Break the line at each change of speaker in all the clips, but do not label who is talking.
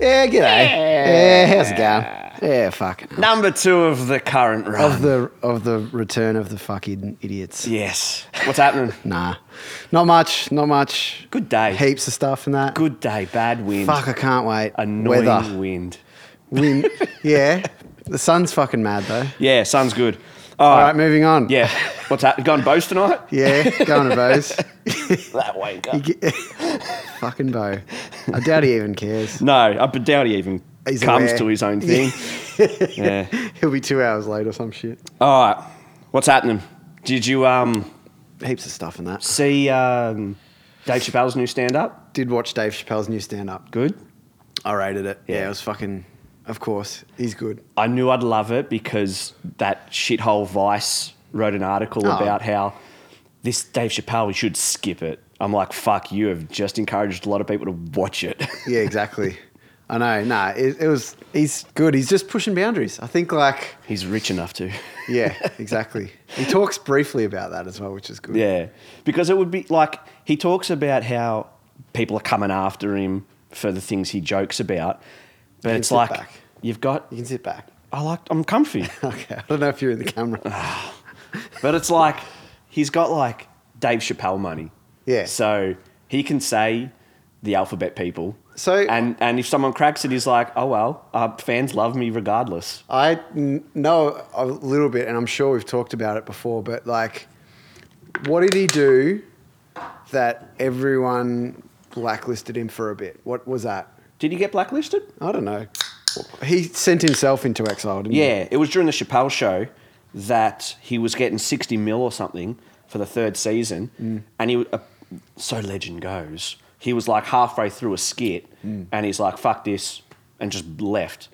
Yeah, g'day. Yeah, how's it going? Yeah, fucking. hell.
Number two of the current run.
Of the of the return of the fucking idiots.
yes. What's happening?
Nah, not much. Not much.
Good day.
Heaps of stuff and that.
Good day. Bad wind.
Fuck, I can't wait.
Annoying
Weather.
wind.
Wind. yeah. The sun's fucking mad though.
Yeah, sun's good.
All right, moving on.
Yeah. What's happening? Going bows tonight?
Yeah, going to Bose.
That way. go.
fucking Bo. I doubt he even cares.
No, I but doubt he even
He's
comes
aware.
to his own thing. yeah.
He'll be two hours late or some shit.
All right. What's happening? Did you um
Heaps of stuff in that.
see um, Dave Chappelle's new stand up?
Did watch Dave Chappelle's new stand up.
Good.
I rated it. Yeah.
Yeah.
it was fucking. Of course, he's good.
I knew I'd love it because that shithole Vice wrote an article
Oh.
about how this Dave Chappelle, we should skip it. I'm like, fuck, you have just encouraged a lot of people to watch it.
Yeah, exactly. I know. Nah, it, it was. He's good. He's just pushing boundaries. I think like.
He's rich enough to.
Yeah, exactly. he talks briefly about that as well, which is good.
Yeah, because it would be like he talks about how people are coming after him for the things he jokes about, but
can
it's
sit
like
back.
you've got.
You can sit back.
I like I'm comfy,
Okay. I don't know if you're in the camera.
but it's like he's got like Dave Chappelle money.
Yeah.
So he can say the alphabet people.
So-
and and if someone cracks it, he's like, oh well, uh, fans love me regardless.
I n- know a little bit, and I'm sure we've talked about it before, but like, what did he do that everyone blacklisted him for a bit? What was that?
Did he get blacklisted?
I don't know. He sent himself into exile, didn't he?
Yeah, it was during the Chappelle show that he was getting 60 mil or something for the third season.
Mm.
And he, uh, so legend goes, he was like halfway through a skit
Mm.
and he's like, fuck this, and just left.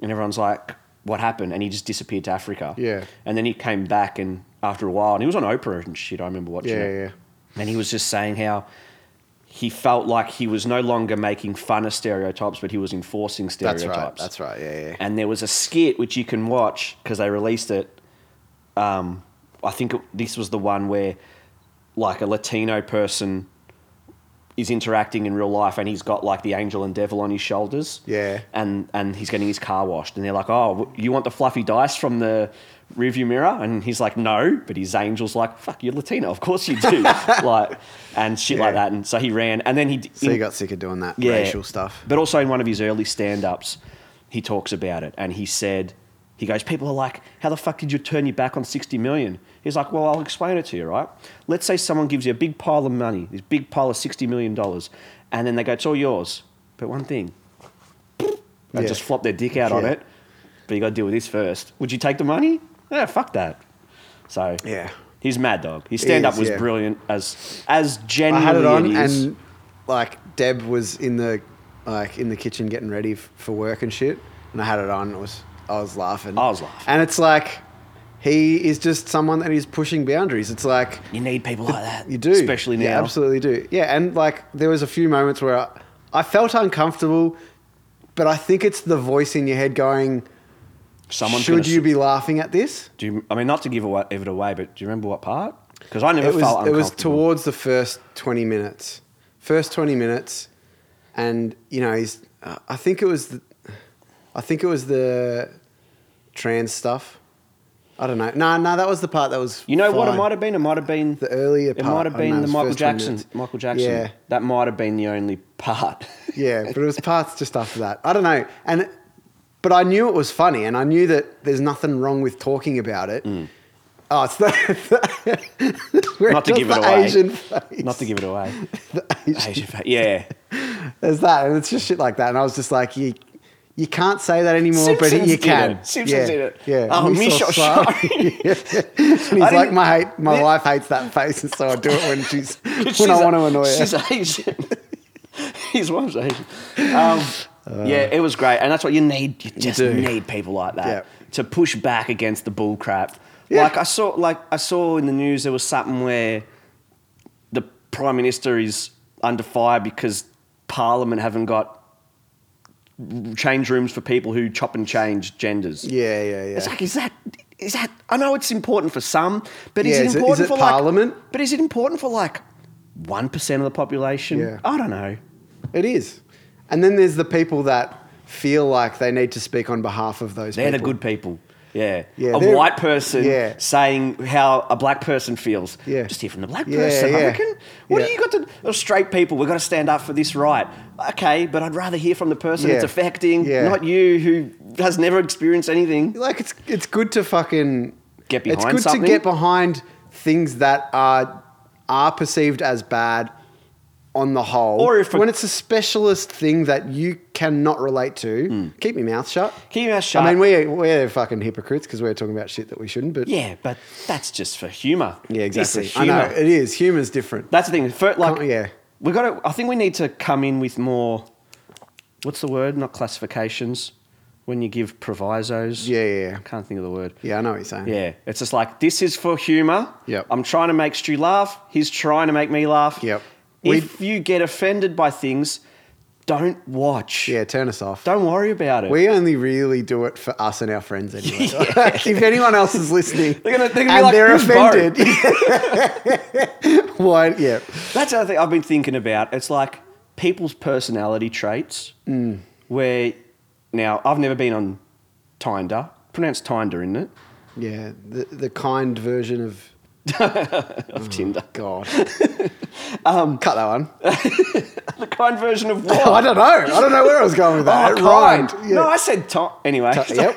And everyone's like, what happened? And he just disappeared to Africa.
Yeah.
And then he came back and after a while, and he was on Oprah and shit, I remember watching
Yeah,
it.
yeah.
And he was just saying how he felt like he was no longer making fun of stereotypes, but he was enforcing stereotypes.
That's right. That's right. Yeah, yeah.
And there was a skit which you can watch because they released it. Um, I think it, this was the one where, like, a Latino person is interacting in real life, and he's got like the angel and devil on his shoulders.
Yeah.
And and he's getting his car washed, and they're like, "Oh, w- you want the fluffy dice from the rearview mirror?" And he's like, "No," but his angel's like, "Fuck, you're Latino, of course you do." like, and shit like
Yeah.
that. And so he ran, and then he d-
So
in-
he got sick of doing that racial stuff.
but also in one of his early stand ups, he talks about it and he said, he goes, People are like, how the fuck did you turn your back on 60 million? He's like, Well, I'll explain it to you, right? Let's say someone gives you a big pile of money, this big pile of $60 million, and then they go, It's all yours. But one thing, they
Yeah.
just flop their dick out on
Yeah.
it. But you got to deal with this first. Would you take the money? Yeah, fuck that. So,
Yeah.
He's mad dog. His stand up
is,
was
yeah.
brilliant as as
I
genuinely
had it on,
it is.
and like Deb was in the like in the kitchen getting ready f- for work and shit, and I had it on. It was I was laughing.
I was laughing.
and it's like he is just someone that is pushing boundaries. It's like
You need people like that.
you do,
Especially now.
You absolutely do. Yeah, and like there was a few moments where I, I felt uncomfortable, but I think it's the voice in your head going,
Someone's
"Should
gonna
you be laughing at this?"
Do you, I mean, not to give away, give it away, but do you remember what part? Because I never
it
felt
was it was
uncomfortable.
towards the first 20 minutes first 20 minutes and you know he's uh, i think it was the, i think it was the trans stuff i don't know no no that was the part that was
You know what it
fine.
might have been? It might have been
The earlier
It
part,
might have
I don't
been
know,
the
it was
Michael
first 20
Jackson.
minutes.
Michael Jackson.
Yeah.
That might have been the only part.
yeah but it was parts just after that i don't know and it- but i knew it was funny and i knew that there's nothing wrong with talking about it oh it's the,
Mm. Not to
just
give it
the
away.
asian face.
Not to give it away.
the asian
Asian fa- Yeah.
There's that, and it's just shit like that. And I was just like, you, you can't say that anymore, but
Simpsons
you
did
can.
it. Simpsons
yeah,
did it.
Yeah.
Oh,
We saw
Michelle,
Sly.
sorry.
Yeah. and he's
I
like,
didn't-
my hate, my
Yeah.
wife hates that face, and so I do it when she's when
She's
I
a-
want to annoy her.
She's Asian. His wife's Asian. Um, yeah, it was great, and that's what you need. You just
Uh, do.
need people like that
Yeah.
to push back against the bull crap.
Yeah.
Like I saw, like I saw in the news, there was something where the prime minister is under fire because Parliament haven't got change rooms for people who chop and change genders.
yeah, yeah, yeah.
It's like, is that, is that, I know it's important for some, but
Yeah,
is
is it- is
it important
it
for
Parliament?
like, but is it important for like 1% of the population?
Yeah.
I don't know.
It is. And then there's the people that feel like they need to speak on behalf of those
They're
people.
the good people. Yeah.
Yeah,
a
they're-
white person
yeah.
saying how a black person feels.
Yeah.
Just hear from the black
Yeah,
person. I
yeah.
reckon. What
Yeah.
do you got to? oh, straight people, we've got to stand up for this right. Okay, but I'd rather hear from the person
Yeah.
it's affecting,
Yeah.
not you who has never experienced anything.
like it's it's good to fucking
Get
It's
behind
good
something?
to get behind things that are are perceived as bad on the whole.
Or if a-
when it's a specialist thing that you cannot relate to, keep your mouth shut.
Hmm. Keep your mouth shut.
I mean, we we're fucking hypocrites because we're talking about shit that we shouldn't. But
Yeah, but that's just for humour.
Yeah,
It's a
exactly. I know
humour.
it is. Humor's different.
That's the thing. Fir- like,
Can't- yeah.
we got. to I think we need to come in with more. What's the word? Not classifications. When you give provisos.
Yeah, yeah, yeah.
Can't think of the word.
Yeah, I know what you're saying.
Yeah, it's just like this is for humor.
Yep.
I'm trying to make Stu laugh. He's trying to make me laugh.
Yep.
If you get offended by things, don't watch.
Yeah, turn us off.
Don't worry about it.
We only really do it for us and our friends anyway. Like, if anyone else is listening
They're gonna- they're gonna be
and
like,
they're
"Who's Bo?"
offended, why? Yeah,
That's the other thing I've been thinking about. It's like people's personality traits.
Mm.
Where now I've never been on Tinder. Pronounced Tinder, isn't it?
yeah. The, the kind version of Oh,
Of Tinder. Um,
God. Cut that one. Oh,
The kind version of what?
I don't know. I don't know where I was going with that.
Oh,
It
kind.
rhymed. Yeah.
No, I said Ti Anyway,
yep.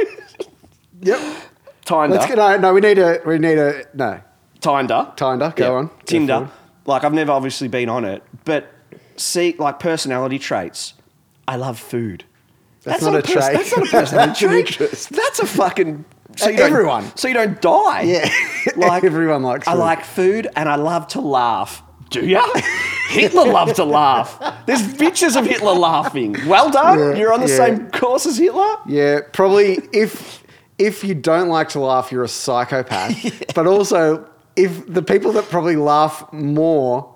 Yep.
Tinder.
Let's get no, no. We need a. We need a. No.
Tinder.
Tinder, go on. Go
Tinder.
forward.
like I've never obviously been on it, but see, like personality traits. I love food.
That's not a
pers-
trait.
That's not a personality
That's an
trait.
interest.
That's a fucking. So you
Everyone.
Don't, so you don't die.
Yeah. Everyone likes
I
food.
like food and I love to laugh. Do ya? Hitler loved to laugh. There's pictures of Hitler laughing. Well done.
Yeah,
You're on the
yeah.
same course as Hitler.
Yeah, probably if if you don't like to laugh, you're a psychopath. But also, if the people that probably laugh more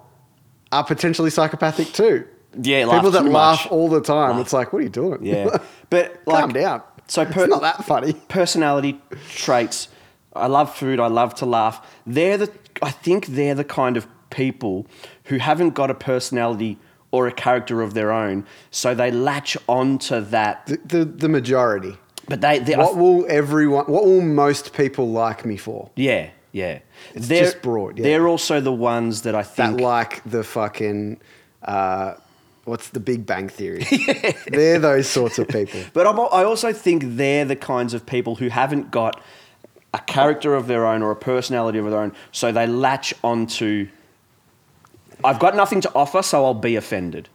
are potentially psychopathic too.
Yeah, laugh
people that
too
laugh
much.
all the time. It's like, what are you doing?
Yeah, but like,
calm down.
So per-
it's not that funny.
personality traits. I love food. I love to laugh. They're the. I think they're the kind of people who haven't got a personality or a character of their own, so they latch onto that.
The, the, the majority.
But they, they
What will everyone? What will most people like me for?
yeah, yeah. It's
just broad, yeah.
They're also the ones that I
that
think.
like the fucking uh, what's the Big Bang Theory? They're those sorts of people.
but I'm, I also think they're the kinds of people who haven't got a character of their own or a personality of their own, so they latch onto. I've got nothing to offer, so I'll be offended.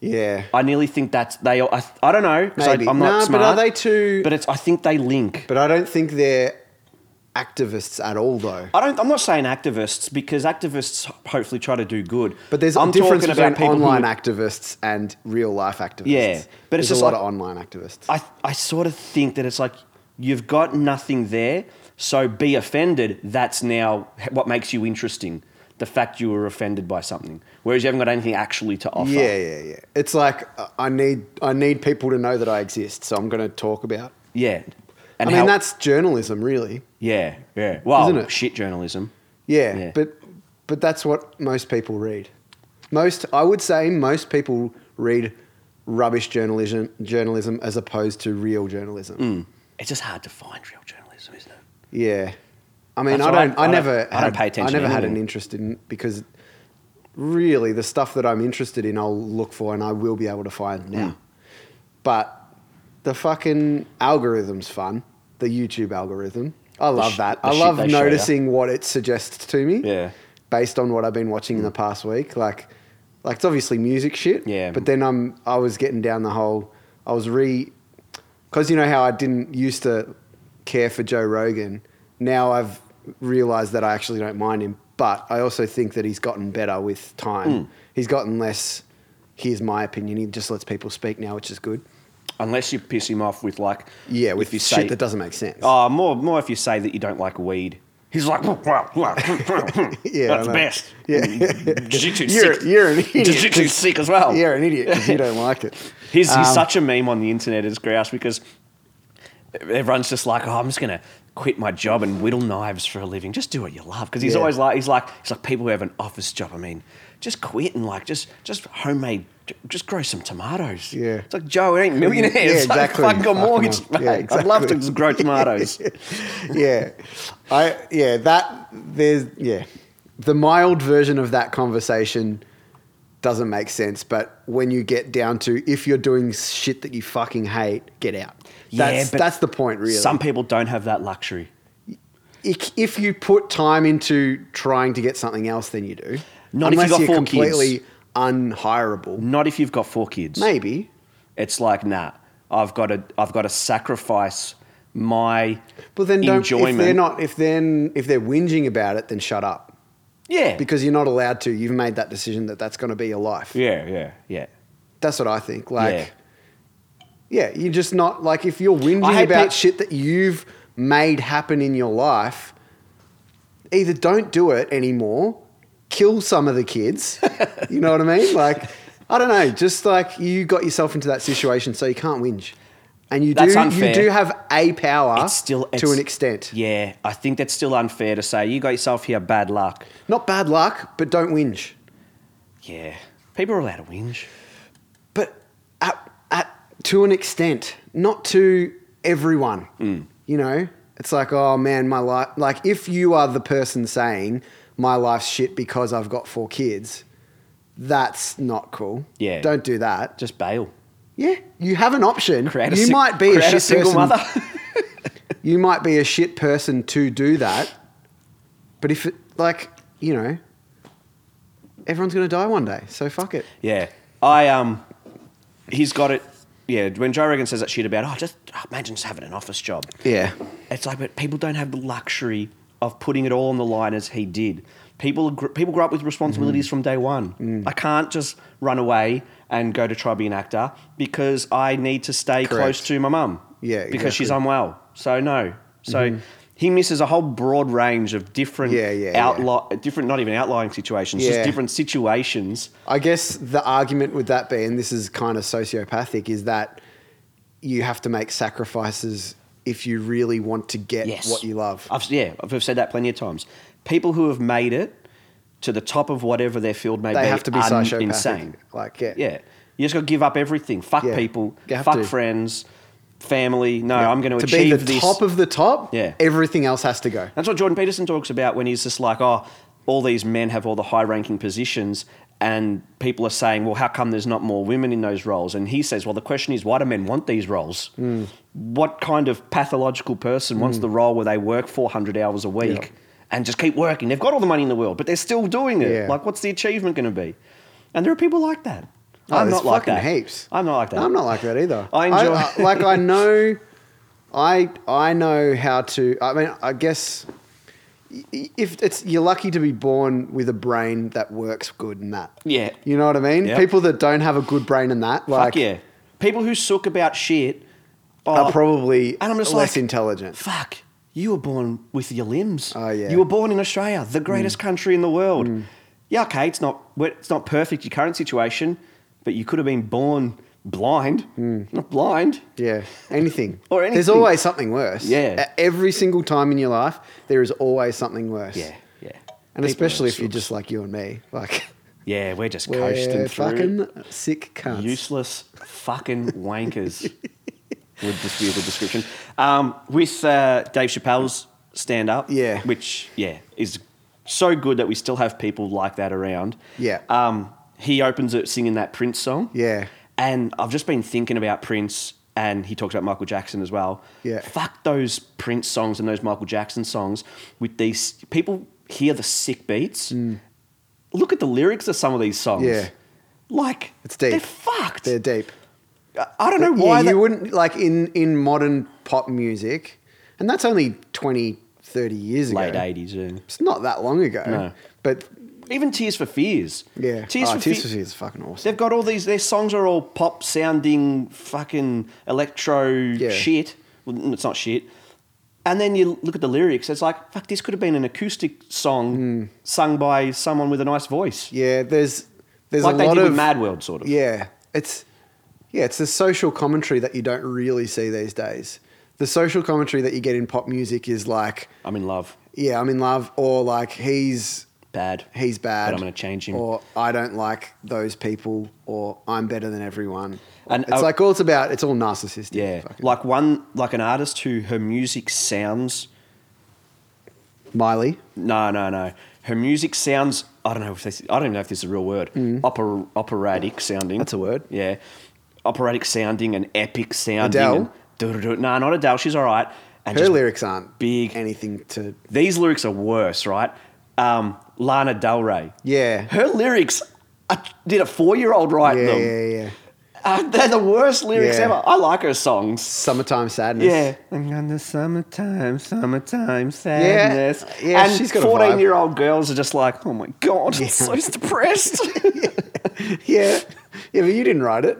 Yeah.
I nearly think that's they. I, I don't know because I'm
Maybe.
not
Nah,
smart.
but are they too-
But it's. I think they link.
But I don't think they're activists at all, though.
I don't. I'm not saying activists because activists hopefully try to do good.
But there's
I'm
a difference
talking about
between
people who-
online activists and real life activists.
Yeah, but
there's
it's just
a lot
like-
of online activists.
I I sort of think that it's like you've got nothing there, so be offended. That's now what makes you interesting. The fact you were offended by something, whereas you haven't got anything actually to offer.
yeah, yeah, yeah. It's like uh, I need I need people to know that I exist, so I'm going to talk about.
yeah.
I mean,
how-
that's journalism, really.
yeah, yeah. Well,
Isn't it?
shit journalism.
Yeah,
Yeah.
but but that's what most people read. Most I would say most people read rubbish journalism journalism as opposed to real journalism.
Mm. It's just hard to find real journalism, isn't it?
Yeah, I mean,
That's
I
what I-
don't.
I
I,
don't-
never.
I don't
had,
pay attention
I never had an
anymore.
interest in because really the stuff that I'm interested in, I'll look for and I will be able to find
Hmm.
now. But the fucking algorithm's fun. The YouTube algorithm. I love
sh-
that.
the
I
shit
love
they show ya.
noticing what it suggests to me.
Yeah.
Based on what I've been watching in the past week, like, like it's obviously music shit.
Yeah.
But then I'm I was getting down the whole. I was re because you know how I didn't used to care for Joe Rogan. Now I've realized that I actually don't mind him, but I also think that he's gotten better with time.
Hmm.
He's gotten less. Here's my opinion. He just lets people speak now, which is good.
Unless you piss him off with like
Yeah, with
if you
shit
say-
that doesn't make sense.
Oh, more more if you say that you don't like weed. He's like, yeah,
Yeah, I
that's
know.
best.
Yeah.
Jiu-jitsu's
You're-
sick.
you're an idiot.
Jiu-jitsu's sick as well.
You're an idiot because you don't like it.
Oh. He's, he's
Um,
such a meme on the internet as Grouse because everyone's just like, oh, I'm just gonna quit my job and whittle knives for a living. Just do what you love. Because he's
Yeah.
always like, he's like, he's like people who have an office job. I mean, just quit and like just just homemade "J- just grow some tomatoes.
Yeah.
It's like, Joe, it ain't millionaires.
Yeah,
It's like,
exactly.
fucking got
Fucking
mortgage,
hell.
mate.
Yeah,
I'd love to
exactly.
just grow tomatoes.
yeah, I yeah that there's yeah the mild version of that conversation doesn't make sense, but when you get down to if you're doing shit that you fucking hate, get out.
Yeah,
That's
but
that's the point, really.
Some people don't have that luxury.
if, if you put time into trying to get something else, then you do.
Not if you
unless
got
you're
four
completely unhirable.
Not if you've got four kids.
Maybe,
It's like, nah, I've got to, I've got to sacrifice my
but then don't. If
enjoyment.
they're not, if then if they're whinging about it, then shut up.
yeah,
because you're not allowed to. You've made that decision that that's going to be your life.
yeah, yeah, yeah.
That's what I think. Like, yeah. you're just not like if you're whinging
hate
about
pe-
shit that you've made happen in your life. Either don't do it anymore, kill some of the kids. you know what I mean? Like, I don't know. Just like you got yourself into that situation, so you can't whinge, and you
That's
do.
unfair.
You do have a power
It's still-
to
it's-
an extent.
Yeah, I think that's still unfair to say you got yourself here bad luck.
Not bad luck, but don't whinge.
Yeah, people are allowed to whinge.
but at, at to an extent, not to everyone.
Mm.
You know, it's like, oh man, my life. Like, if you are the person saying my life's shit because I've got four kids, that's not cool.
Yeah.
don't do that.
Just bail.
Yeah, you have an option.
Create a
you
sing-
might be a
create
shit
single
person.
mother.
You might be a shit person to do that, but if it, like you know, everyone's gonna die one day, so fuck it.
yeah, I um, he's got it. Yeah, when Joe Rogan says that shit about, oh, just oh, imagine just having an office job.
Yeah,
It's like, but people don't have the luxury of putting it all on the line as he did. People, gr- people grow up with responsibilities
Mm.
from day one. I can't just run away and go to try be an actor because I need to stay close to my mum.
Yeah,
because she's
exactly. Mm-hmm.
unwell. So no, so he misses a whole broad range of different
Yeah, yeah, yeah.
outli- different not even outlying situations,
Yeah.
just different situations.
I guess the argument with that being, this is kind of sociopathic, is that you have to make sacrifices if you really want to get
Yes.
what you love.
I've, yeah, I've I've said that plenty of times. People who have made it to the top of whatever their field may
They
be
have to be
are
psychopathic.
insane.
Like, yeah.
Yeah. You just got to give up everything. Fuck
Yeah.
people.
You have
Fuck
to.
friends, family. No, I'm going to
to
achieve
be the
this.
top of the top.
Yeah.
everything else has to go.
That's what Jordan Peterson talks about when he's just like, oh, all these men have all the high ranking positions. And people are saying, well, how come there's not more women in those roles? And he says, well, the question is, why do men want these roles?
Hmm.
What kind of pathological person wants the role where they work 400 hours a week and just keep working? They've got all the money in the world, but they're still doing it.
Yeah.
Like, what's the achievement going to be? And there are people like that.
Oh,
I'm
there's
not like
fucking
that.
heaps.
I'm not like that.
I'm not like that either.
I enjoy-
I- uh, like I know, I I know how to. I mean, I guess i- i- if it's you're lucky to be born with a brain that works good and that.
Yeah.
You know what I mean?
Yep.
People that don't have a good brain and that,
Fuck
like,
yeah. People who sook about shit
are
oh,
probably
And I'm just
less
like,
intelligent.
Fuck. You were born with your limbs.
Oh, yeah. Mm.
You were born in Australia, the greatest country in the world. Yeah, okay, it's not well, it's not perfect your current situation, but you could have been born blind.
Mm.
Not blind.
Yeah, anything
Or
There's
anything.
always something worse.
Yeah.
E- every single time in your life, there is always something worse.
Yeah, yeah.
and
People
especially
are
if you're
sooks.
just like you and me, like
Yeah, we're just
we're
coasting through.
fucking sick cunts.
Useless fucking wankers would just be the description. Um, with uh, Dave Chappelle's stand up,
Yeah.
which yeah is so good that we still have people like that around.
Yeah.
um, he opens it singing that Prince song.
Yeah.
and I've just been thinking about Prince, and he talks about Michael Jackson as well.
Yeah.
fuck those Prince songs and those Michael Jackson songs. With these people hear the sick beats. Look at the lyrics of some of these songs.
Mm. Yeah.
Like
It's deep.
They're fucked.
They're deep.
I- I don't know
Yeah,
why
you
that-
wouldn't like in in modern pop music, and that's only 20, 30 years ago.
late eighties. Yeah.
It's not that long ago.
No.
But
Even Tears for Fears.
yeah,
Tears
Oh,
for
Tears
Fears.
for Fears is fucking awesome.
They've got all these. Their songs are all pop sounding, fucking electro shit. Well, n- it's not shit. And then you look at the lyrics. It's like, fuck, this could have been an acoustic song sung by someone with a nice voice,
Hmm. Yeah, there's there's
like
a
they
lot
did
of
with Mad World, sort of.
Yeah, it's yeah, it's the social commentary that you don't really see these days. The social commentary that you get in pop music is like,
I'm in love.
yeah, I'm in love, or like he's
bad.
he's bad.
But I'm going to change him.
Or I don't like those people, or I'm better than everyone.
And
it's
I-
like all it's about. It's all narcissistic.
yeah,
fucking.
like one, like an artist who her music sounds.
Miley.
No, no, no. Her music sounds. I don't know if this, I don't even know if this is a real word. Opera, operatic sounding.
Hmm. That's a word.
Yeah, operatic sounding and epic sounding.
Adele?
and doo-doo-doo. No, not Adele. She's all right. And
Her
just-
lyrics aren't
big-
anything to.
These lyrics are worse, right? Um, Lana Del Rey.
Yeah.
Her lyrics. I did a four-year-old write
Yeah,
them.
yeah, yeah.
Uh, they're the worst lyrics
Yeah.
ever. I like her songs.
Summertime sadness.
Yeah. And on the summertime, summertime
sadness. yeah,
and
she's got a vibe.
14 year old girls are just like, oh my God, it's so depressed.
yeah, yeah. But you didn't write it.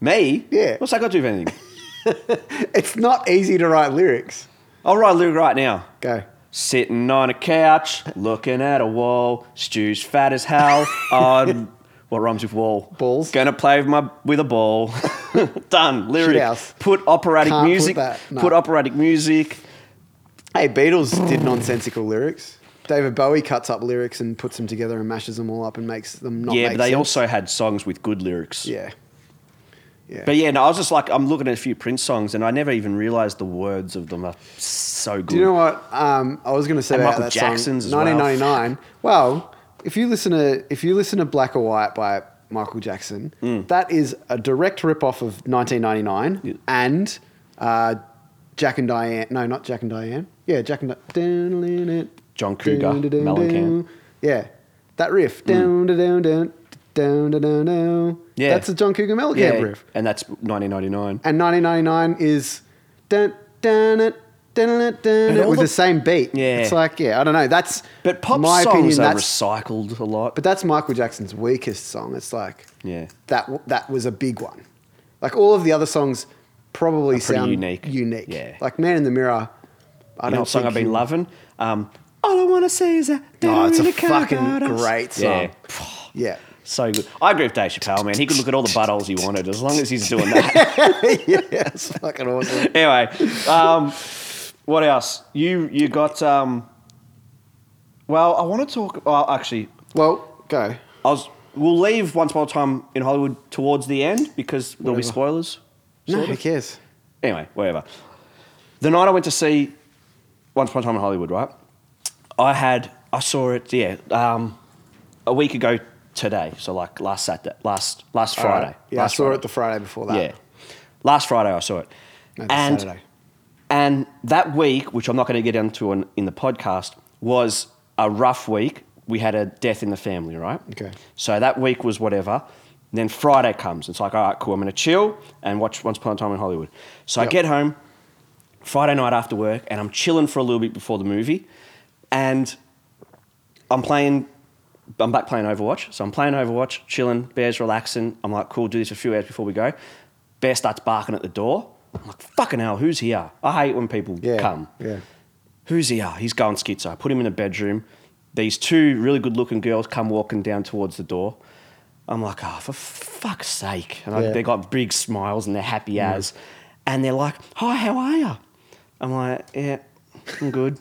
Me?
Yeah.
What's that got to do with anything?
It's not easy to write lyrics.
I'll write a lyric right now.
Go.
Sitting on a couch, looking at a wall. Stew's fat as hell. On what rhymes with wall?
Balls.
Gonna play with my with a ball. Done. Lyric.
Shithouse.
Put operatic
Can't put
music.
that, no.
put operatic music.
Hey, Beatles did nonsensical lyrics. David Bowie cuts up lyrics and puts them together and mashes them all up and makes them not.
yeah,
make
but they
sense.
also had songs with good lyrics.
Yeah. Yeah.
But yeah, no, I was just like, I'm looking at a few Prince songs, and I never even realised the words of them are so good.
Do you know what um, I was going to say
And
about
Michael
that
Jackson's as
song?
well.
1999. Well. if you listen to if you listen to Black or White by Michael Jackson, that is a direct rip off of 1999
Yeah.
and uh, Jack and Diane. No, not Jack and Diane. Yeah, Jack and Diane.
John Cougar, Mellencamp.
Yeah, that riff. Down, down, down, down, down, down, down.
Yeah.
that's a John Cougar Mellencamp
yeah,
riff
and that's 1999.
and 1999 is dun, dun, dun, dun, dun,
But all
dun, with
the-
the same beat.
Yeah.
It's like, yeah, I don't know. That's
But pop
my
songs
opinion.
are
That's
recycled a lot.
but that's Michael Jackson's weakest song. It's like
Yeah.
that w- that was a big one. Like all of the other songs probably
pretty
sound
unique.
Unique.
Yeah.
Like Man in the Mirror. I
you know
don't
what song
think
I've been
he-
loving? Um, All I want to say is that.
Oh, it's a
really care
fucking
about us.
great song.
Yeah.
Yeah.
So good. I agree with Dave Chappelle, man. He could look at all the buttholes he wanted as long as he's doing that.
yeah. It's fucking awesome.
anyway, um, what else? You you got. Um, well, I want to talk. Well, actually,
Well, go.
I was. We'll leave Once Upon a Time in Hollywood towards the end because there'll be
Whatever.
spoilers.
No,
sort
who
of.
cares?
Anyway, whatever. The night I went to see Once Upon a Time in Hollywood, right? I had. I saw it. Yeah, um, a week ago today. So like last Saturday, last last
All right.
Friday.
Yeah, I
last
saw
Friday.
it the Friday before that.
Yeah, last Friday I saw it.
No, this
and
Saturday.
and that week, which I'm not going to get into in, in the podcast, was a rough week. We had a death in the family, right?
Okay.
So that week was whatever. Then Friday comes. It's like, all right, cool. I'm going to chill and watch Once Upon a Time in Hollywood. So I
Yep.
get home Friday night after work and I'm chilling for a little bit before the movie. And I'm playing, I'm back playing Overwatch. So I'm playing Overwatch, chilling, bears relaxing. I'm like, cool, do this for a few hours before we go. Bear starts barking at the door. I'm like, fucking hell, who's here? I hate when people
Yeah.
come.
Yeah.
Who's here? He's going schizo. I put him in a bedroom. These two really good looking girls come walking down towards the door. I'm like, oh, for fuck's sake. And I-
Yeah.
they got big smiles and they're happy as. And they're like, hi, how are you? I'm like, yeah, I'm good.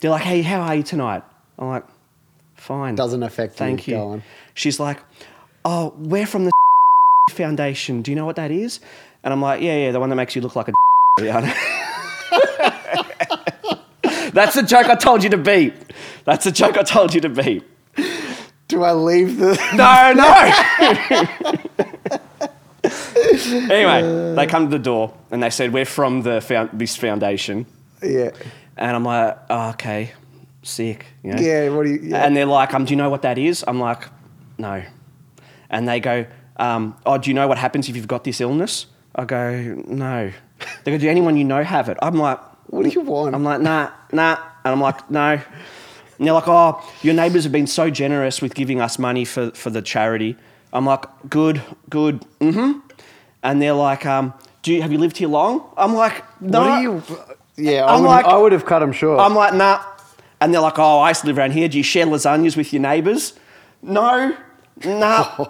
they're like, hey, how are you tonight? I'm like, fine.
Doesn't affect you.
Thank you.
Go on.
She's like, oh, we're from the foundation. Do you know what that is? And I'm like, yeah, yeah, the one that makes you look like a yeah. That's the joke I told you to beat. That's the joke I told you to beat.
Do I leave the
No, no. anyway, they come to the door and they said, we're from the found- this foundation.
Yeah.
And I'm like, oh, okay, sick. You know?
Yeah, what do you yeah.
And they're like, um, do you know what that is? I'm like, no. And they go, um, oh, do you know what happens if you've got this illness? I go, no. They go, do anyone you know have it? I'm like,
What do you want?
I'm like, nah, nah. And I'm like, no. And they're like, oh, your neighbours have been so generous with giving us money for, for the charity. I'm like, good, good, mm-hmm. And they're like, um, do you, have you lived here long? I'm like, no.
What are you? Yeah, I
I'm
would,
like-
I would have cut him short.
I'm like, nah. And they're like, oh, I used to live around here. Do you share lasagnas with your neighbours? No, nah.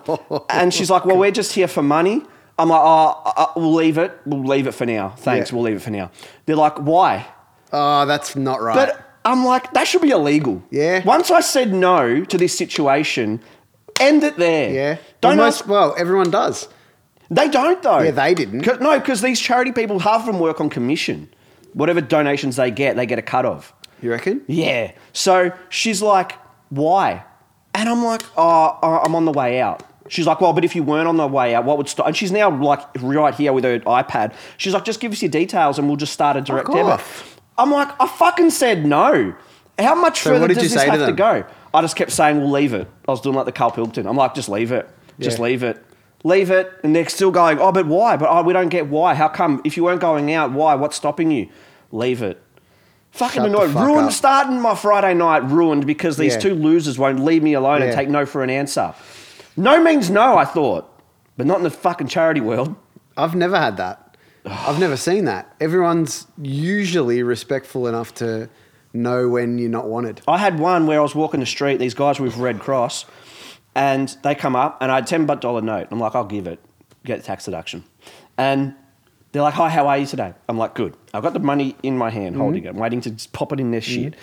and she's like, well, we're just here for money. I'm like, oh, uh, uh, we'll leave it. We'll leave it for now. Thanks.
Yeah.
We'll leave it for now. They're like, why?
oh, that's not right.
But I'm like, that should be illegal.
Yeah.
Once I said no to this situation, end it there.
Yeah.
Don't
well,
ask-
most, well, everyone does.
They don't though.
Yeah, they didn't.
'Cause- no, because these charity people, half of them work on commission. Whatever donations they get, they get a cut of.
You reckon?
Yeah. So she's like, why? And I'm like, oh, oh, I'm on the way out. She's like, well, but if you weren't on the way out, what would stop? And she's now like right here with her iPad. She's like, just give us your details and we'll just start a direct debit.
off.
I'm like, I fucking said no. How much
So
further
what did
does
you
this
say to
have to,
them?
go? I just kept saying, we'll leave it. I was doing like the Carl Pilkington. I'm like, just leave it. Just
Yeah.
leave it. Leave it. And they're still going, oh, but why? But oh, we don't get why. How come? If you weren't going out, why? What's stopping you? Leave it.
Shut
Fucking
the
annoyed.
fuck
ruined
up.
starting my Friday night ruined because these
Yeah.
two losers won't leave me alone and
Yeah.
take no for an answer. No means no, I thought, but not in the fucking charity world.
I've never had that. I've never seen that. Everyone's usually respectful enough to know when you're not wanted.
I had one where I was walking the street, these guys with Red Cross, and they come up and I had ten but dollar note. I'm like, I'll give it, get tax deduction. And they're like, Hi, how are you today? I'm like, Good. I've got the money in my hand, holding it. I'm waiting to just pop it in their shit.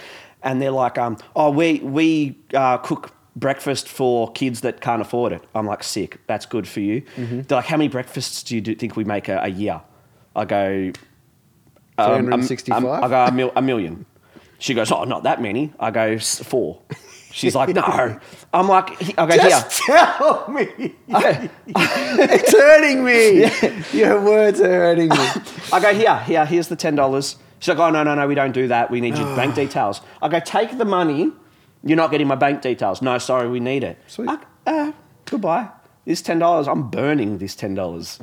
And they're like, um, oh, we we uh, cook breakfast for kids that can't afford it. I'm like, sick. That's good for you. They're like, how many breakfasts do you do, think we make a, a year? I go, um, um,
365?
um, I go a, mil- a million. She goes, oh, not that many. I go "S- four. She's like, no. I'm like, he- I go, yeah.
Just tell me. it's hurting me. Your words are hurting me.
I go, here, here, here's the $10. She's like, oh, no, no, no, we don't do that. We need your bank details. I go, take the money. You're not getting my bank details. No, sorry, we need it.
Sweet.
I, uh, goodbye. This $10, I'm burning this $10.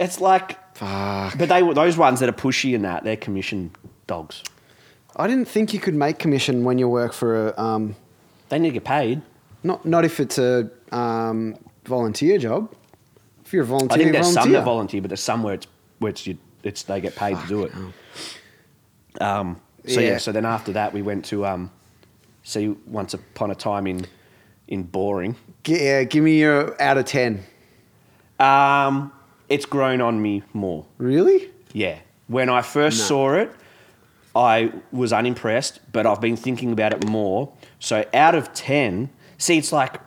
It's like,
Fuck.
but they were those ones that are pushy and that, they're commission dogs.
I didn't think you could make commission when you work for a um,
They need to get paid.
not not if it's a um, volunteer job. If you're a volunteer,
I think there's some
volunteer.
that volunteer, but there's some where it's where it's, you, it's they get paid to do it. Um, so yeah.
Yeah.
so then after that we went to um, see once upon a time in in boring.
G- yeah, give me your out of ten.
Um, it's grown on me more.
Really?
Yeah, when I first
No.
saw it, I was unimpressed, but I've been thinking about it more. So out of ten, see, it's like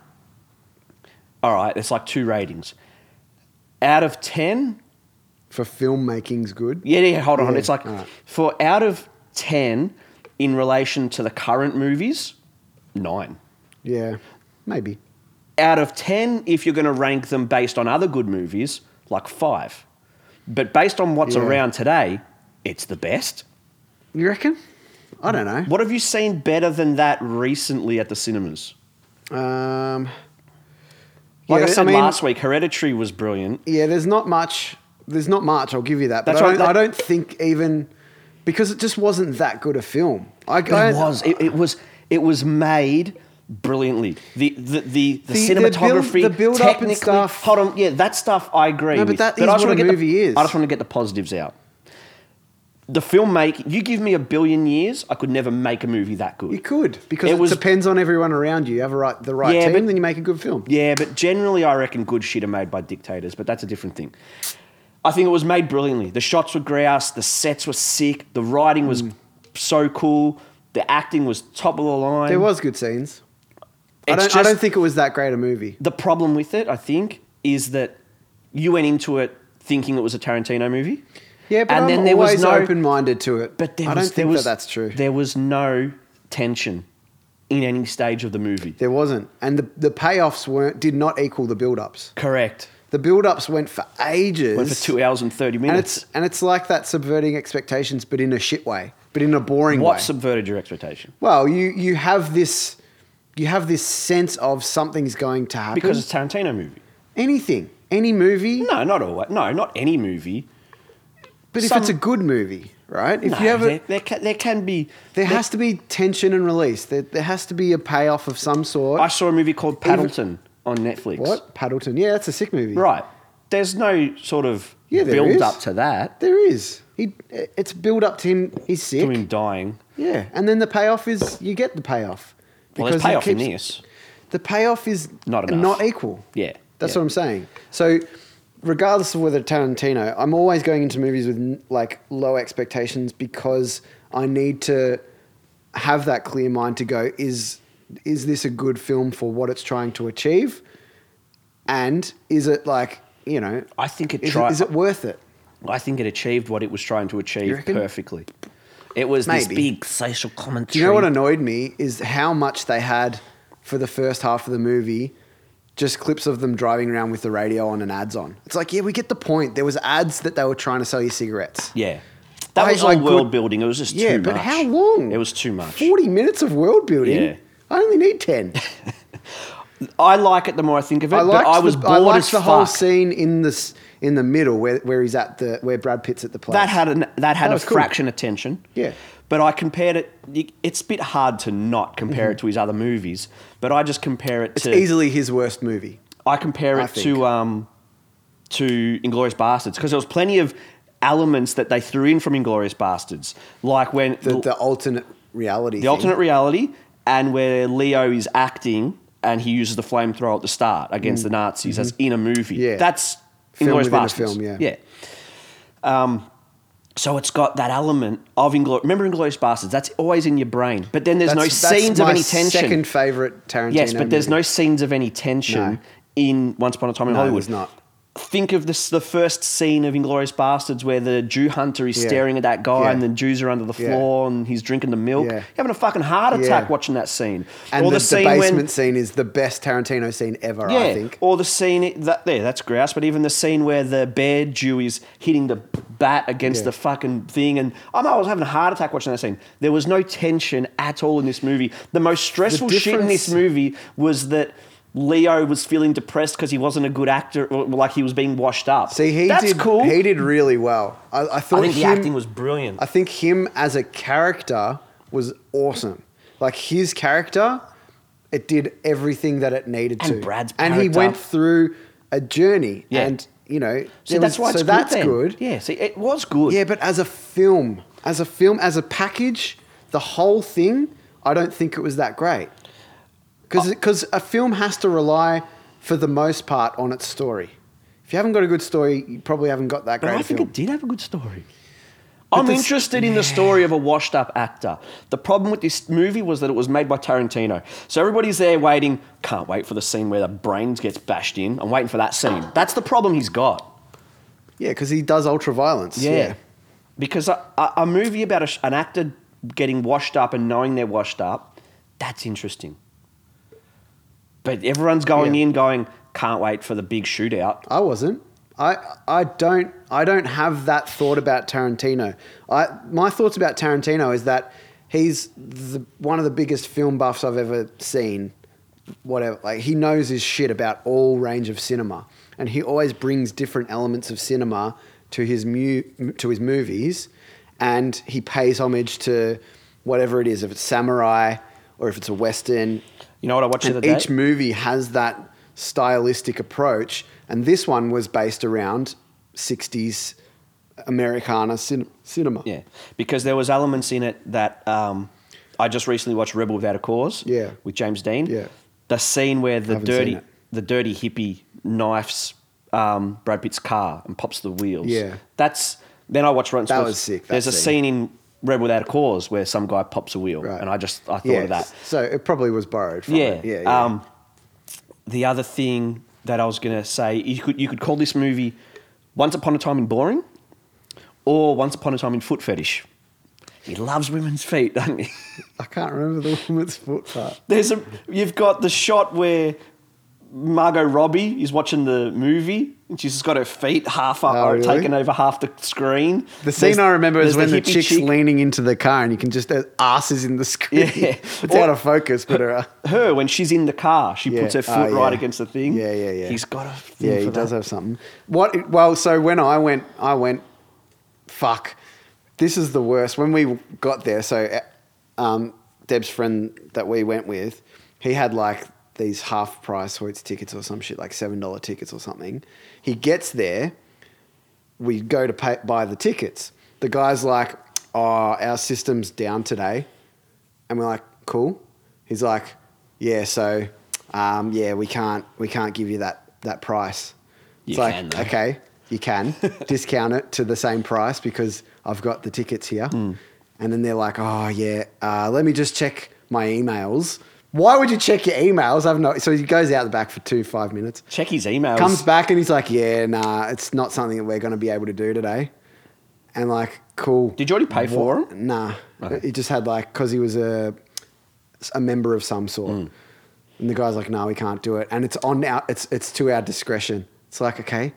all right, it's like two ratings. Out of ten,
For filmmaking's good.
Yeah, yeah, hold on.
Yeah,
It's like
alright.
for out of 10 in relation to the current movies, nine.
Yeah, maybe.
Out of 10, if you're going to rank them based on other good movies, like five. But based on what's
Yeah.
around today, it's the best.
You reckon? I don't know.
What have you seen better than that recently at the cinemas?
Um,
Like
yeah,
I
th-
said
mean,
last week, Hereditary was brilliant.
Yeah, there's not much. There's not much. I'll give you that. But
That's
I,
right,
don't,
that-
I don't think even because it just wasn't that good a film. I, I-
It was. It, it was. It was made brilliantly. The the the, the,
The- the build-
cinematography,
the build up and
technically,
stuff.
Hold on, yeah, that stuff I agree.
No, but
with.
that is
I just
what
wanna
a
get the-
movie is.
I just want to get the positives out. The filmmaking. You give me a billion years, I could never make a movie that good.
You could because
It
it,
was-
depends on everyone around you. You have a right, the right
Yeah,
team,
but-
then you make a good film.
Yeah, but generally, I reckon good shit are made by dictators, but that's a different thing. I think it was made brilliantly. The shots were grouse, the sets were sick, the writing was
Mm.
so cool, the acting was top of the line.
There was good scenes. I
It's
don't, I
just-
don't think it was that great a movie.
the problem with it, I think, is that you went into it thinking it was a Tarantino movie.
Yeah, but
and
I'm
then there
always
was no.
open-minded to it.
but there
I don't
was, there
think
was,
that that's true.
There was no tension in any stage of the movie.
There wasn't, and the, the payoffs weren't did not equal the build-ups.
Correct.
The build-ups went for ages.
Went for two hours and thirty
and
minutes.
it's and it's like that subverting expectations, but in a shit way, but in a boring
what
way.
subverted your expectation?
well, you you have this you have this sense of something's going to happen
Because it's a Tarantino movie.
anything, any movie,
No, not always. No, not any movie.
but if
some-
it's a good movie, right? If
no,
you have
there,
a,
there, can, there can be.
there has to be tension and release. There, there has to be a payoff of some sort.
I saw a movie called
Even-
Paddleton on Netflix.
what Paddleton? Yeah, that's a sick movie.
Right. There's no sort of
Yeah, there
build
is.
up to that.
There is. He, it's build up to him. He's sick.
To him dying.
Yeah, and then the payoff is you get the payoff.
Well,
Because
there's
he
payoff in
keeps-
this.
The payoff is
Not enough.
not equal.
Yeah,
that's
yeah.
what I'm saying. So, regardless of whether Tarantino, I'm always going into movies with like low expectations because I need to have that clear mind to go is is this a good film for what it's trying to achieve, and is it like you know
I think it
is,
tried.
it, is it worth it?
I think it achieved what it was trying to achieve
reckon?
perfectly. It was this
Maybe.
big social commentary.
Do you know what annoyed me is how much they had for the first half of the movie, just clips of them driving around with the radio on and ads on. It's like, yeah, we get the point. There was ads that they were trying to sell you cigarettes.
Yeah, that
I-
was
I
all
could-
world building. It was just
Yeah,
too
but
much.
how long?
It was too much.
Forty minutes of world building.
Yeah.
I only need ten.
I like it the more I think of it,
I
but
liked
I was
the,
bored
I liked
as
the
fuck.
whole scene in this in the middle where, where he's at the where Brad Pitt's at the place.
That had an, that had
That
a
was cool.
fraction of tension.
Yeah.
But I compared it. y- It's a bit hard to not compare it to his other movies, but I just compare it
it's
to.
easily his worst movie.
I compare
I
it
think.
to um, to Inglorious Bastards because there was plenty of elements that they threw in from Inglorious Bastards, like when
The, the alternate reality.
the alternate reality and where Leo is acting and he uses the flamethrower at the start against the Nazis as in a movie.
Mm. Mm-hmm. Yeah.
That's
Film
Inglourious
within a
Bastards.
film, yeah.
Yeah. Um, so it's got that element of Inglourious. Remember Inglourious Bastards? That's always in your brain. But then there's
That's,
no
that's
scenes of
my
any tension.
Second favorite Tarantino.
yes, but there's
movie.
no scenes of any tension
No.
in Once Upon a Time in
No,
Hollywood.
there's not.
Think of this, the first scene of Inglorious Bastards where the Jew hunter is
Yeah.
staring at that guy
Yeah.
and the Jews are under the
Yeah.
floor and he's drinking the milk.
Yeah.
Having a fucking heart attack
Yeah.
watching that scene.
And the, the
scene
basement scene is the best Tarantino scene ever.
yeah,
I think.
or the scene that there, that's grouse. But even the scene where the bear Jew is hitting the bat against
Yeah.
the fucking thing, and oh no, I was having a heart attack watching that scene. There was no tension at all in this movie. The most stressful shit in this
difference-
movie was that. Leo was feeling depressed because he wasn't a good actor, or like he was being washed up.
See, he
that's
did.
cool.
He did really well. I, I thought
I think the
him-
acting was brilliant.
I think him as a character was awesome. Like his character, it did everything that it needed
And
to.
Brad's
and he
character.
went through a journey,
Yeah.
and you know,
so
there
that's
was-
why it's
so
good.
that's
then.
good.
Yeah, see, it was good.
Yeah, but as a film, as a film, as a package, the whole thing, I don't think it was that great.
Oh.
Because a film has to rely, for the most part, on its story. If you haven't got a good story, you probably haven't got that
But
great.
I
a
think
film.
it did have a good story.
But
I'm
this-
interested in the story of a washed up actor. The problem with this movie was that it was made by Tarantino. So everybody's there waiting, can't wait for the scene where the brains gets bashed in. I'm waiting for that scene. That's the problem he's got.
yeah, because he does ultra violence.
Because a, a, a movie about a, sh- an actor getting washed up and knowing they're washed up, that's interesting. But everyone's going
Yeah.
in going, can't wait for the big shootout.
I wasn't. I I don't I don't have that thought about Tarantino. I my thoughts about Tarantino is that he's the, one of the biggest film buffs I've ever seen. Whatever, like he knows his shit about all range of cinema, and he always brings different elements of cinema to his mu- to his movies, and he pays homage to whatever it is, if it's samurai or if it's a western,
You know what I watched the
and
other day?
each movie has that stylistic approach, and this one was based around '60s Americana cin- cinema.
Yeah, because there was elements in it that um, I just recently watched Rebel Without a Cause.
Yeah.
with James Dean.
Yeah.
the scene where the
Haven't seen
dirty
it.
the dirty hippie knifes um, Brad Pitt's car and pops the wheels.
Yeah.
that's then I watched Rotten
That
Tomatoes.
was sick, that
There's a
scene.
scene in Rebel Without a Cause where some guy pops a wheel,
Right.
and I just I thought
Yeah,
of that.
So it probably was borrowed from
Yeah,
it. Yeah, yeah.
Um, the other thing that I was gonna say, you could you could call this movie "Once Upon a Time in Boring" or "Once Upon a Time in Foot Fetish." He loves women's feet, doesn't he?
I can't remember the woman's foot part.
There's a you've got the shot where Margot Robbie is watching the movie and she's just got her feet half up,
Oh,
or
really?
taken over half the screen.
The scene
There's-
I remember is
there's
when the,
hippie
chick's
chick-
leaning into the car, and you can just her ass is in the screen.
Yeah.
it's
Or-
out of focus, but uh, her.
her when she's in the car, she
Yeah.
puts her
Oh,
foot right
yeah.
against the thing.
Yeah, yeah, yeah.
He's got a thing
Yeah,
for
he
that.
does have something. What? Well, so when I went, I went. Fuck, this is the worst. When we got there, so um, Deb's friend that we went with, he had like these half price Hoyts tickets or some shit, like seven dollar tickets or something. He gets there, we go to pay, buy the tickets. The guy's like, "Oh, our system's down today," and we're like, "Cool." He's like, "Yeah, so, um, yeah, we can't we can't give you that that price."
You
it's like,
can, though. Hmm.
okay, you can discount it to the same price because I've got the tickets here. and then they're like, oh yeah, uh, let me just check my emails. Why would you check your emails? I've no. So he goes out the back for two five minutes,
Check his emails.
comes back, and he's like, yeah, nah, it's not something that we're going to be able to do today. And like, cool.
Did you already pay for
What?
him?
Nah,
Okay.
he just had like because he was a a member of some sort,
Mm.
and the guy's like, "No, we can't do it," and it's on our it's it's to our discretion. It's like, okay,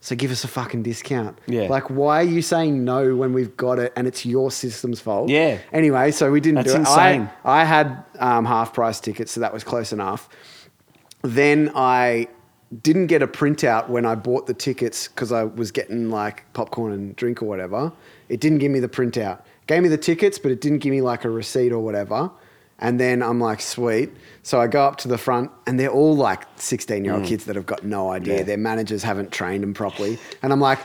so give us a fucking discount.
Yeah.
Like, why are you saying no when we've got it and it's your system's fault?
Yeah.
Anyway, so we didn't
That's
do it.
insane.
I I had um, half price tickets, so that was close enough. Then I didn't get a printout when I bought the tickets because I was getting like popcorn and drink or whatever. It didn't give me the printout. It gave me the tickets, but it didn't give me like a receipt or whatever. And then I'm like, sweet. So I go up to the front, and they're all like 16 year old kids that have got no idea.
Mm. Yeah.
Their managers haven't trained them properly. And I'm like, it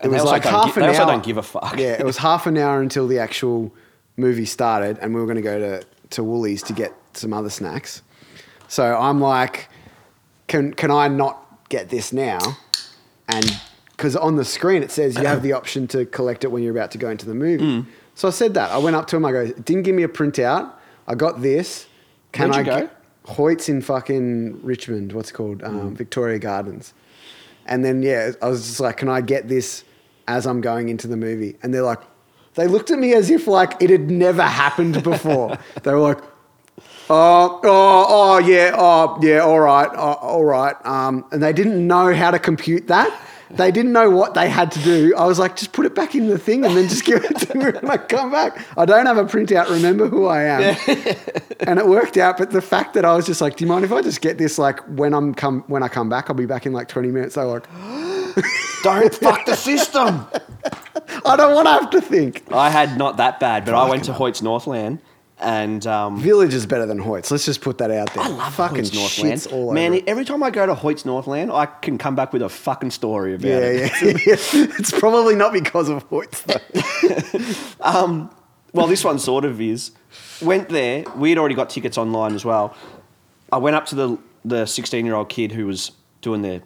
And they
was
also
like
don't
half an
gi- they also
hour.
don't give a fuck.
Yeah, it was half an hour until the actual movie started, and we were going to go to to Woolies to get some other snacks. So I'm like, can can I not get this now? And because on the screen it says you have the option to collect it when you're about to go into the movie.
Hmm.
So I said that. I went up to him. I go, "It didn't give me a printout. I got this. Can
Where'd you
I
go?
get Hoyts in fucking Richmond? What's it called? Um,
Hmm.
Victoria Gardens. And then yeah, I was just like, can I get this as I'm going into the movie? And they're like, they looked at me as if like it had never happened before. they were like, oh, oh, oh yeah, oh yeah, all right, oh, all right. Um, and they didn't know how to compute that. They didn't know what they had to do. I was like, just put it back in the thing and then just give it to me when I come back. I don't have a printout. Remember who I am. and it worked out. But the fact that I was just like, do you mind if I just get this? Like when I'm come when I come back, I'll be back in like 20 minutes. They were like,
Don't fuck the system.
I don't want to have to think.
I had not that bad, but I went to Hoyts Northland and um,
Village is better than Hoyts. Let's just put that out there.
I love
fucking
Hoyts
shits
Northland.
all
Man,
over. it.
every time I go to Hoyts Northland, I can come back with a fucking story about
yeah,
it.
yeah, yeah. It's probably not because of Hoyts though.
Well, this one sort of is. Went there. We had already got tickets online as well. I went up to the the sixteen year old kid who was doing their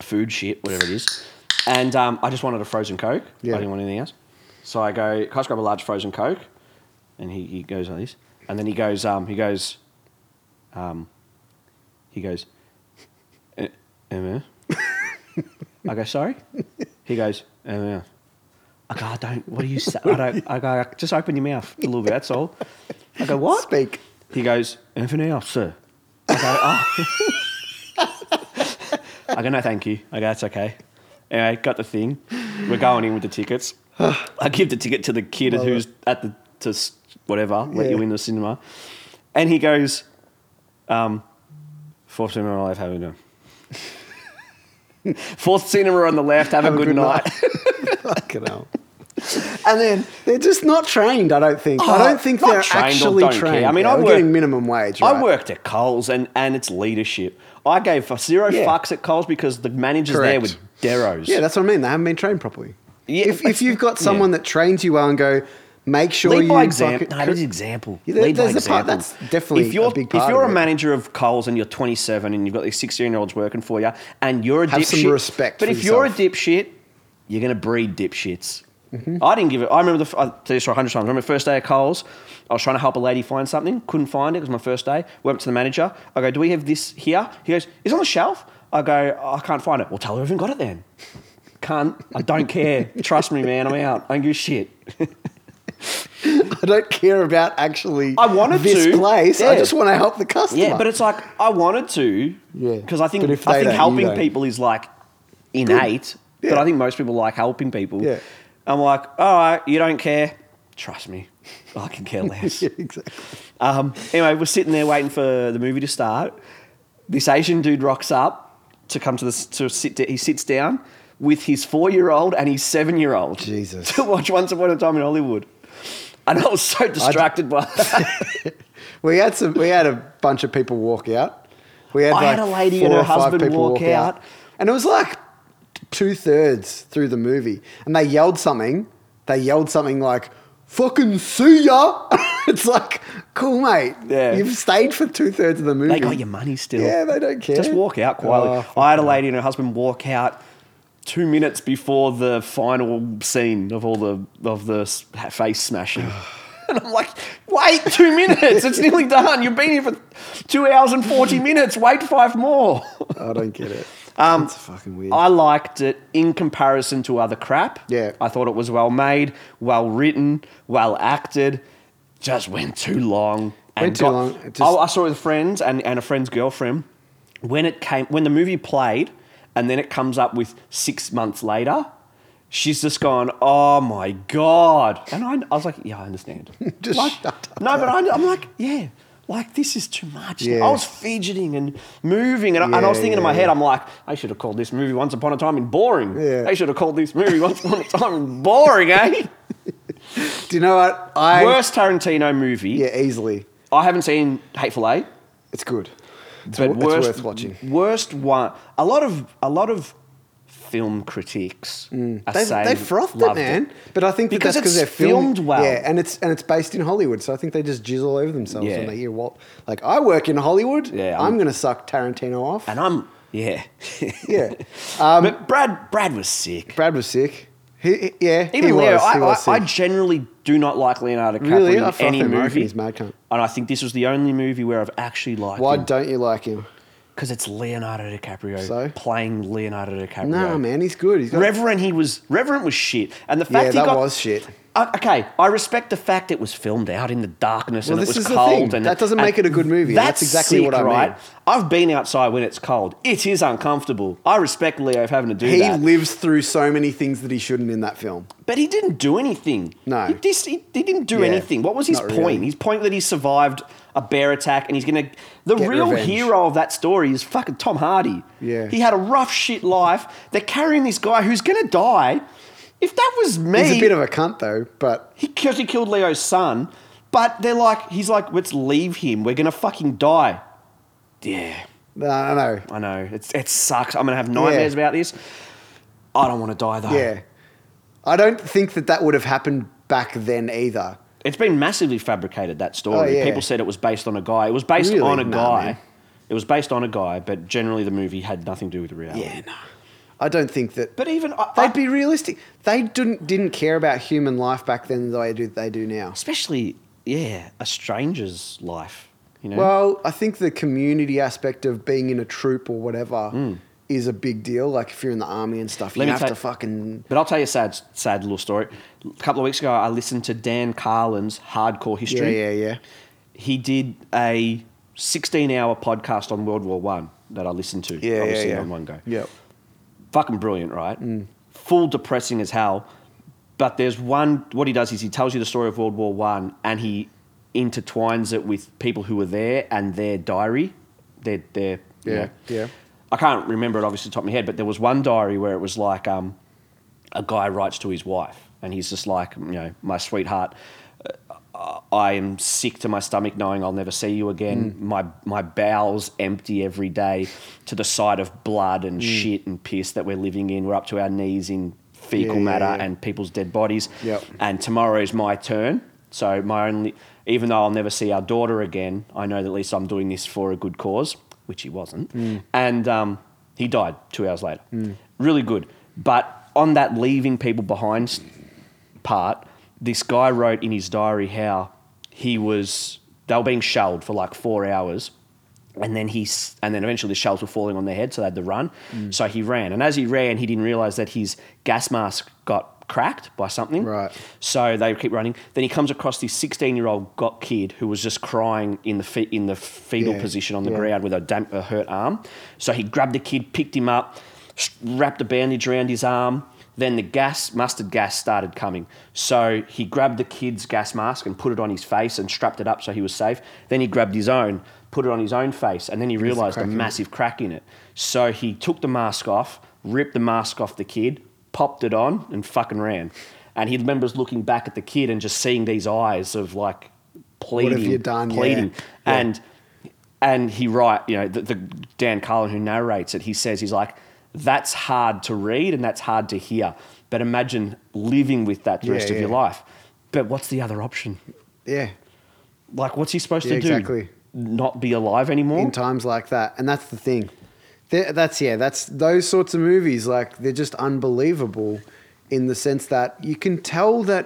food shit, whatever it is, and um, I just wanted a frozen coke.
Yeah.
I didn't want anything else. So I go, "Can I just grab a large frozen coke?" And he, he goes like this, and then he goes, um, he goes, um, he goes, "Eh, Emma. I go, sorry. He goes, Emma. I go, I don't. What do you say? I don't. I go, just open your mouth a little bit. That's all. I go, what?
Speak.
He goes, anything else, sir? I go, oh. I go, no, thank you. I go, that's okay. Anyway, got the thing. We're going in with the tickets. I give the ticket to the kid
Love
who's at the to s- whatever let you
Yeah.
in the cinema, and he goes, um, fourth cinema on the left, have a good night." Fourth cinema on the left, have, a, good, night.
Fucking hell.
and then
They're just not trained, I don't think. I
Oh,
don't think
not
they're
trained or
actually
don't care.
trained.
I mean,
yeah,
I
we're
work-
getting minimum wage, right?
I worked at Coles and, and it's leadership. I gave a zero
Yeah.
fucks at Coles because the managers there
Correct.
were Deros.
Yeah, that's what I mean. They haven't been trained properly.
Yeah,
if,
but-
if you've got someone
yeah.
that trains you well and go, make sure
Lead
you
by example.
fucking-
No, there's example.
Yeah, there-
Lead by
there's the part-
example.
that's definitely
if you're,
a big
If
part
you're
of it.
a manager of Coles and you're 27 and you've got these 16 year olds working for you and you're a
Have some
dipshit,
respect
But
for
if you're a
yourself. Mm-hmm.
dipshit, you're going to breed dipshits. I didn't give it. I remember the. f- I tell you this a hundred times. I remember the first day at Coles. I was trying to help a lady find something, couldn't find it. It was my first day. Went up to the manager. I go, "Do we have this here?" He goes, "It's on the shelf." I go, "I can't find it." Well, tell her I haven't got it then. Can't. I don't care. Trust me, man. I'm out. I don't give a shit.
I don't care about actually
I wanted
this
to.
place. I
Yeah.
just want to help the customer.
Yeah, but it's like I wanted to.
Yeah.
Because I think
But if
I
they
think
don't, you
helping
don't.
people is like innate. But
Yeah.
I think most people like helping people.
Yeah.
I'm like, all right, you don't care. Trust me, I can care less.
Yeah, exactly.
um, anyway, we're sitting there waiting for the movie to start. This Asian dude rocks up to come to the to sit. He sits down with his four year old and his seven year old.
Jesus.
To watch Once Upon a Time in Hollywood. And I was so distracted by that.
We had some. We had a bunch of people walk out. We had
I
like
had a lady
four
and her
or five
husband
people
walk out.
and it was like two thirds through the movie, and they yelled something. They yelled something like "fucking see ya." it's like, cool, mate.
Yeah.
you've stayed for two thirds of the movie.
They got your money still.
Yeah, they don't care.
Just walk out quietly.
Oh,
I had a lady and her husband walk out. two minutes before the final scene of all the of the s- face smashing. And I'm like, wait two minutes. It's nearly done. You've been here for two hours and 40 minutes. Wait five more.
I don't get it.
Um,
That's fucking weird.
I liked it in comparison to other crap.
Yeah.
I thought it was well made, well written, well acted. Just went too long.
Went too long. It just-
I, I saw it with friends and, and a friend's girlfriend. When it came, when the movie played, and then it comes up with six months later, she's just gone, "Oh my god!" And I, I was like, "Yeah, I understand."
Just
Like-
shut up.
No, but I, I'm like, yeah, like this is too much.
Yeah.
I was fidgeting and moving, and, I and I
Yeah,
was thinking in my
yeah,
head,
yeah.
I'm like, I should have called this movie Once Upon a Time in Boring.
Yeah.
They should have called this movie Once Upon a Time in Boring, eh?
Do you know what? I
Worst Tarantino movie.
yeah, easily.
I haven't seen Hateful Eight,
It's good. It's,
but
wo- it's
worst,
worth watching.
Worst one. A lot of a lot of film critics are
They,
saying
they Mm. frothed it,
loved
man. But I think that
Because
that's because
it's
they're filmed,
filmed well.
Yeah, and it's and it's based in Hollywood, so I think they just jizz all over themselves
Yeah.
when they hear Walt. Like I work in Hollywood.
Yeah,
I'm,
I'm-
going to suck Tarantino off.
And I'm yeah.
yeah, Um,
but Brad Brad was sick.
Brad was sick. He, he- yeah,
Even
he
Leo,
was,
I,
he was
I, I
sick.
generally do not like Leonardo DiCaprio
Really?
in
I fucking
any
reckon
movie.
he's mad cunt.
And I think this was the only movie where I've actually liked
Why
him
don't you like him?
because it's Leonardo DiCaprio
So?
playing Leonardo DiCaprio.
No, man, he's good. He's got
Reverend, he was Reverend was shit, and the fact
yeah,
he
that
got
was shit.
Uh, okay, I respect the fact it was filmed out in the darkness
Well,
and
this
it was
is the
cold.
thing.
And
That doesn't make
and
it a good movie. That's exactly what I meant.
I've been outside when it's cold. It is uncomfortable. I respect Leo for having to do
He
that.
lives through so many things that he shouldn't in that film.
But he didn't do anything.
No.
He, dis- he, he didn't do
Yeah,
anything. What was his
not
point?
really.
His point that he survived a bear attack and he's going to. The
Get
real
revenge.
hero of that story is fucking Tom Hardy.
Yeah.
He had a rough shit life. They're carrying this guy who's going to die. If that was me.
He's a bit of a cunt though, but
He, 'cause he killed Leo's son, but they're like, he's like, let's leave him. We're going to fucking die. Yeah.
no, no, no.
I know. It's, it sucks. I'm going to have nightmares
Yeah.
about this. I don't want to die though.
Yeah. I don't think that that would have happened back then either.
It's been massively fabricated that story.
Oh, yeah.
People said it was based on a guy. It was based
Really?
on a
Nah,
guy.
man.
It was based on a guy, but generally the movie had nothing to do with reality.
no. I don't think that
But even I, I-
they'd be realistic. They didn't didn't care about human life back then the way do they do now.
especially yeah, a stranger's life, you know.
Well, I think the community aspect of being in a troop or whatever is a big deal. Like if you're in the army and stuff,
Mm. Let
you
me
have
ta-
to fucking
But I'll tell you a sad, sad little story. A couple of weeks ago, I listened to Dan Carlin's Hardcore
yeah,
History.
yeah, yeah.
He did a 16-hour podcast on World War One that I listened to.
Yeah,
obviously
yeah, yeah.
on one go.
Yep.
fucking brilliant, right?
Mm.
Full depressing as hell. But there's one. What he does is he tells you the story of World War One, and he intertwines it with people who were there and their diary, their their you
Yeah,
know.
yeah.
I can't remember it obviously off the top of my head, but there was one diary where it was like um, a guy writes to his wife, and he's just like, you know, my sweetheart, uh, I am sick to my stomach knowing I'll never see you
Mm.
again. My my bowels empty every day to the sight of blood
Mm.
and shit and piss that we're living in. We're up to our knees in fecal
Yeah, yeah,
matter
yeah.
and people's dead bodies.
Yep.
And tomorrow's my turn. So my only, even though I'll never see our daughter again, I know that at least I'm doing this for a good cause, which he wasn't. And um, he died two hours later. Really good. But on that leaving people behind s- part, this guy wrote in his diary how he was they were being shelled for like four hours, and then he s- and then eventually the shells were falling on their head, so they had to run.
Mm.
So he ran, and as he ran, he didn't realize that his gas mask got cracked by something.
Right.
So they keep running. Then he comes across this sixteen-year-old got kid who was just crying in the fe- in the fetal
Yeah,
position on the
yeah.
ground with a, damp- a hurt arm. So he grabbed the kid, picked him up, s- wrapped a bandage around his arm. Then the gas, mustard gas, started coming. So he grabbed the kid's gas mask and put it on his face and strapped it up so he was safe. Then he grabbed his own, put it on his own face, and then he realized a
crack in it.
massive crack in it. So he took the mask off, ripped the mask off the kid, popped it on, and fucking ran. And he remembers looking back at the kid and just seeing these eyes of like pleading,
you done? Yeah.
pleading,
Yeah.
and and he write you know the, the Dan Carlin who narrates it he says he's like that's hard to read and that's hard to hear but imagine living with that the
Yeah,
rest of
yeah.
your life but what's the other option
Yeah.
like what's he supposed
Yeah,
to do
exactly.
not be alive anymore
In times like that. And that's the thing. They're- that's yeah. That's those sorts of movies. Like they're just unbelievable, in the sense that you can tell that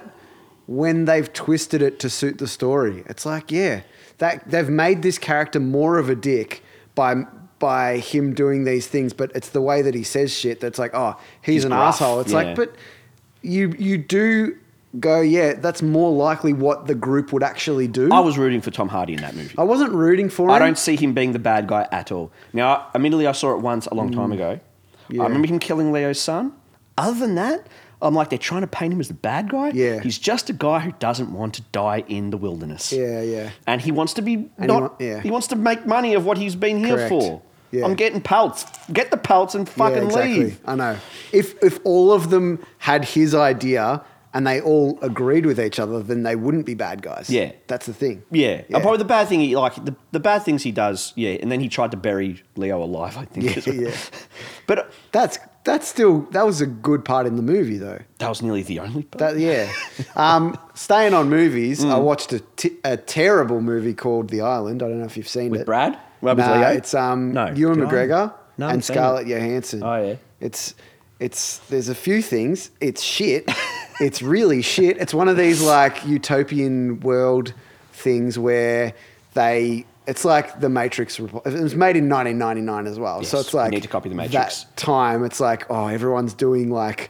when they've twisted it to suit the story. It's like yeah, that they've made this character more of a dick by by him doing these things, but it's the way that he says shit that's like oh he's,
He's
an
gruff,
asshole. It's
yeah.
like but you you do go yeah. That's more likely what the group would actually do.
I was rooting for Tom Hardy in that movie.
I wasn't rooting for him.
I don't see him being the bad guy at all. Now, admittedly, I saw it once a long time ago.
Mm. Yeah.
I remember him killing Leo's son. Other than that, I'm like, they're trying to paint him as the bad guy.
Yeah.
He's just a guy who doesn't want to die in the wilderness.
Yeah, yeah.
And he wants to be
he
not.
wa- yeah.
He wants to make money of what he's been here
Correct.
for.
Yeah.
I'm getting pelts. Get the pelts and fucking leave.
I know. If if all of them had his idea and they all agreed with each other, then they wouldn't be bad guys.
Yeah.
that's the thing.
Yeah.
yeah.
And probably the bad thing he like the, the bad things he does, yeah. And then he tried to bury Leo alive, I think.
Yeah,
as well.
yeah.
But
that's that's still that was a good part in the movie though.
that was nearly the only part.
That yeah. um, staying on movies,
Mm.
I watched a, t- a terrible movie called The Island. I don't know if you've seen
With
it.
Brad? Well, with
Nah,
Leo?
it's um
No.
Ewan
Did I?
McGregor
No, I haven't
and
seen
Scarlett Johansson.
Oh, yeah.
It's it's there's a few things. It's shit. it's really shit. It's one of these like utopian world things where they it's like the Matrix. It was made in 1999 as well, so
Yes,
it's like
we need to copy The
that
Matrix.
time it's like oh everyone's doing like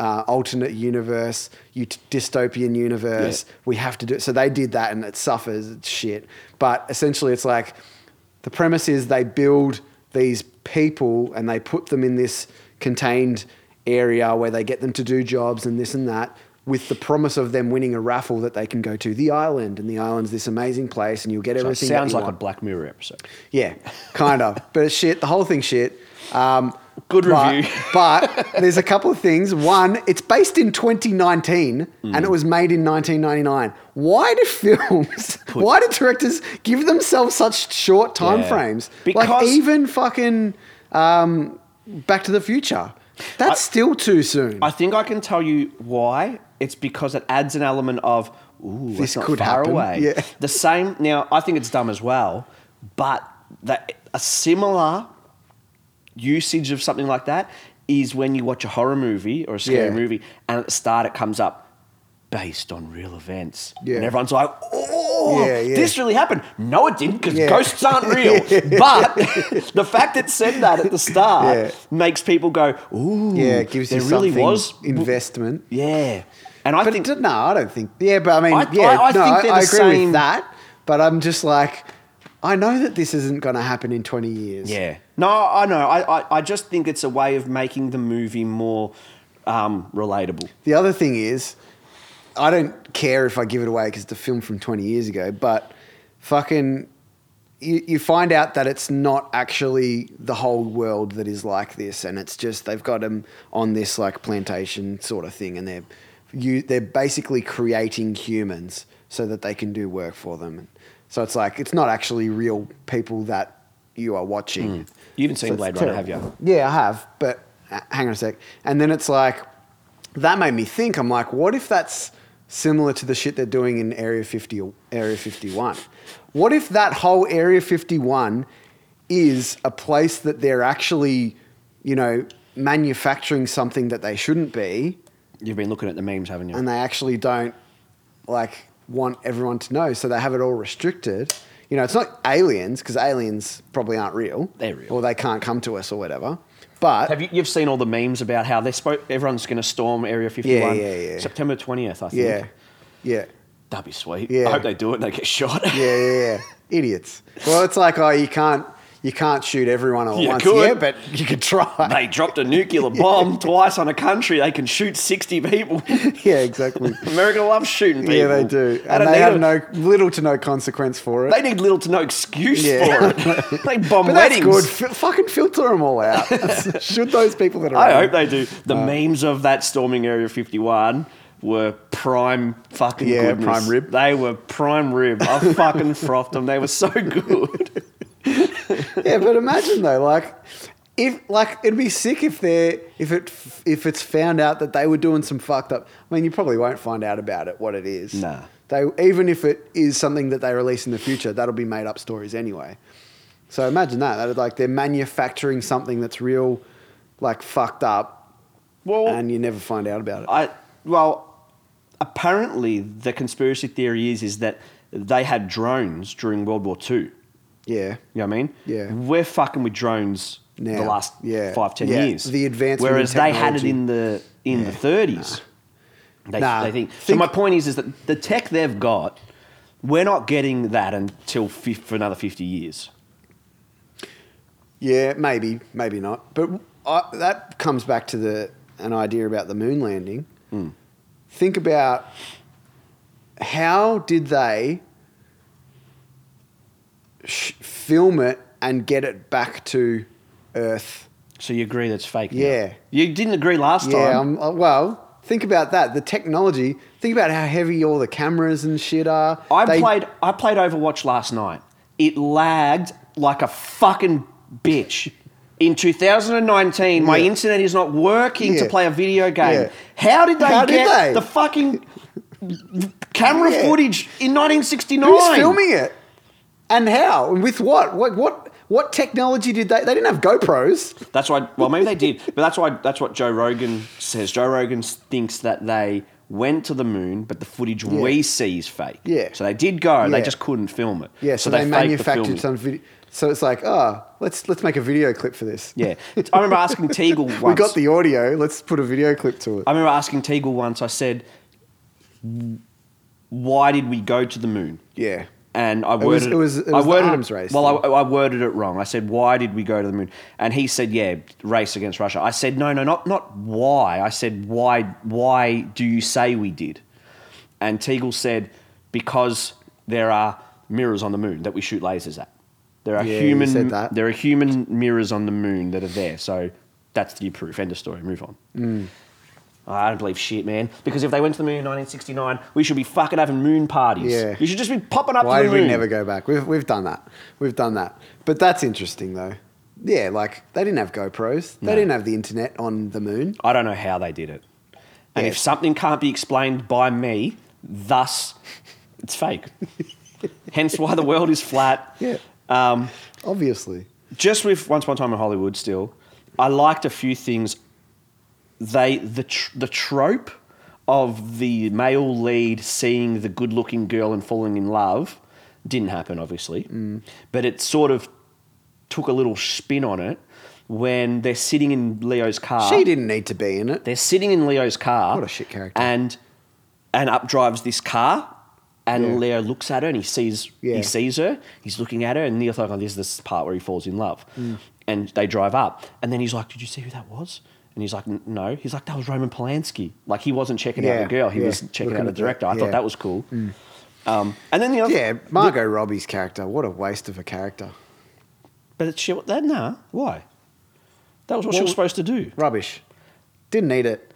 uh, alternate universe ut- dystopian universe
Yeah.
we have to do it so they did that and it suffers it's shit but essentially it's like the premise is they build these people and they put them in this contained area where they get them to do jobs and this and that with the promise of them winning a raffle that they can go to the island and the island's this amazing place and you'll get
So it
everything that
sounds
you
like
want.
a Black Mirror episode.
Yeah, kind of. but it's shit. The whole thing's shit. Um,
Good
but-
review.
But there's a couple of things. One, it's based in 2019 and it was made in 1999. Why do films, why do directors give themselves such short time
Yeah.
frames? like
Because-
even fucking um, Back to the Future. That's still too soon.
I think I can tell you why. It's because it adds an element of ooh,
This
this not
could
could far
happen.
away.
Yeah.
The same. Now I think it's dumb as well, but that a similar usage of something like that is when you watch a horror movie or a scary
Yeah.
movie, and at the start it comes up. Based on real events,
Yeah.
and everyone's like, "Oh,
Yeah, yeah.
this really happened." No, it didn't, because
Yeah.
ghosts aren't real. But the fact it said that at the start
Yeah.
makes people go, "Ooh,
yeah, it gives you
Hmm. there really
something
was
investment.
yeah, and I
but
think
d- no, I don't think. Yeah, but I mean,
I-
yeah,
I- I
no,
think
I,
they're
I
the
agree
same-
with that. But I'm just like, I know that this isn't going to happen in 20 years.
yeah. No, I know. I, I I just think it's a way of making the movie more um, relatable.
The other thing is, I don't care if I give it away because it's a film from 20 years ago. But fucking, you, you find out that it's not actually the whole world that is like this, and it's just they've got them on this like plantation sort of thing, and they're you they're basically creating humans so that they can do work for them. So it's like it's not actually real people that you are watching.
You haven't seen
it's
Blade Runner, have
terrible. Yeah, I have, but uh, hang on a sec. And then it's like, that made me think. I'm like, what if that's similar to the shit they're doing in Area 50 or Area 51? What if that whole Area 51 is a place that they're actually, you know, manufacturing something that they shouldn't be,
You've been looking at the memes, haven't you?
and they actually don't like want everyone to know, so they have it all restricted. You know, it's not aliens because aliens probably aren't real.
They're real.
or they can't come to us or whatever. But
Have you? You've seen all the memes about how they spoke. Everyone's going to storm Area Fifty One.
yeah, yeah.
September twentieth, I think.
yeah, yeah.
that'd be sweet.
Yeah.
I hope they do it and they get shot.
Yeah, yeah, yeah. Idiots. Well, it's like, oh, you can't, you can't shoot everyone all at
You
once.
could.
Yeah, but you could try.
they dropped a nuclear bomb twice on a country. They can shoot sixty people.
yeah, exactly.
America loves shooting people.
Yeah, they do.
They
And
don't
they
need
have
a-
no little to no consequence for it.
They need little to no excuse
Yeah.
for it. they bomb
but that's
weddings.
good. F- fucking filter them all out. Shoot those people that are.
I
around.
hope they do. The
Uh,
memes of that storming Area 51 were prime fucking
Yeah,
goodness.
prime rib.
They were prime rib. I fucking frothed them. They were so good.
yeah, but imagine though, like if like it'd be sick if they if it if it's found out that they were doing some fucked up. I mean, you probably won't find out about it what it is.
Nah.
They even if it is something that they release in the future, that'll be made up stories anyway. So imagine that. that like they're manufacturing something that's real, like fucked up,
Well,
and you never find out about it.
I well, apparently the conspiracy theory is is that they had drones during World War Two.
yeah.
You know what I mean?
Yeah.
We're fucking with drones
Now,
the last
yeah.
five, ten
Yeah,
years.
the advancement in
Whereas they had it
technology.
in the in the thirties. They,
Nah,
they think, so
think-
my point is is that the tech they've got, we're not getting that until fif for another fifty years.
Yeah, maybe, maybe not. But I, that comes back to the an idea about the moon landing.
Hmm.
Think about how did they sh- film it and get it back to Earth?
So you agree that's fake? now?
Yeah.
You didn't agree last
Yeah,
time.
um, uh, well, think about that. The technology. Think about how heavy all the cameras and shit are.
I
They-
played I played Overwatch last night. It lagged like a fucking bitch. In 2019, my
Yeah.
internet is not working to
Yeah.
play a video game.
Yeah.
How did they
How did
get
they?
the fucking camera
Yeah.
footage in 1969?
Who's filming it? And how? And with what? What? What? What technology did they? They didn't have GoPros.
That's why. Well, maybe they did, but that's why. That's what Joe Rogan says. Joe Rogan thinks that they went to the moon, but the footage we see is fake.
Yeah.
So they did go. They
Yeah.
just couldn't film it.
Yeah, so, they,
faked the filming.
manufactured some video. So it's like, oh, let's let's make a video clip for this.
Yeah, I remember asking Teagle once.
we got the audio. Let's put a video clip to it.
I remember asking Teagle once. I said, "Why did we go to the moon?"
yeah,
And I worded
was- it was- it was
I
the
worded
arms race
Well, I, I worded it wrong. I said, "Why did we go to the moon?" And he said, "Yeah, race against Russia." I said, "No, no, not not why." I said, "Why? Why do you say we did?" And Teagle said, "Because there are mirrors on the moon that we shoot lasers at. There are
Yeah, he
human
said that.
there are human mirrors on the moon that are there. So that's your proof. End of story. Move on."
Mm.
I don't believe shit, man. Because if they went to the moon in 1969, we should be fucking having moon parties.
Yeah.
You should just be popping up
why
to the
did
moon.
we never go back? We've we've done that. We've done that. But that's interesting though. Yeah, like they didn't have GoPros. They
No.
didn't have the internet on the moon.
I don't know how they did it. And
Yeah.
if something can't be explained by me, thus it's fake. Hence why the world is flat.
Yeah,
Um,
obviously.
just with Once Upon a Time in Hollywood still, I liked a few things. They the tr- the trope of the male lead seeing the good looking girl and falling in love didn't happen, obviously,
Mm.
but it sort of took a little spin on it when they're sitting in Leo's car.
she didn't need to be in it.
They're sitting in Leo's car.
What a shit character.
And and up drives this car, and
Yeah.
Leo looks at her and he sees
Yeah.
he sees her. He's looking at her, and Neil's like, "Oh, this is this part where he falls in love."
Mm.
And they drive up, and then he's like, "Did you see who that was?" And he's like, "N- "No." He's like, "That was Roman Polanski." Like he wasn't checking out
Yeah,
the girl; he
yeah.
was checking
Looking
out the
at the-
director. I
yeah. Mm.
thought that was cool. Um, and then the other,
Yeah, Margot Robbie's character. What a waste of a character.
but she, that nah, why? That was what she
Well-
was supposed to do.
Rubbish. Didn't need it.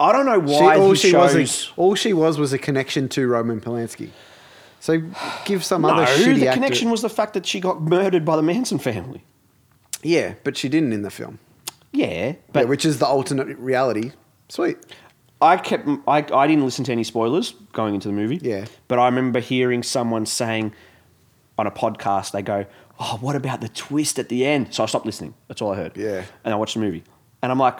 I don't know
She,
why
all
he
she
chose.
was, a, all she was, was a connection to Roman Polanski. So give some other
no,
shitty
the
actor.
connection was the fact that she got murdered by the Manson family.
yeah, but she didn't in the film.
Yeah,
But
but
which is the alternate reality. Sweet.
I kept I, I didn't listen to any spoilers going into the movie.
Yeah.
but I remember hearing someone saying on a podcast they go, "Oh, what about the twist at the end?" So I stopped listening. That's all I heard.
Yeah.
and I watched the movie, and I'm like,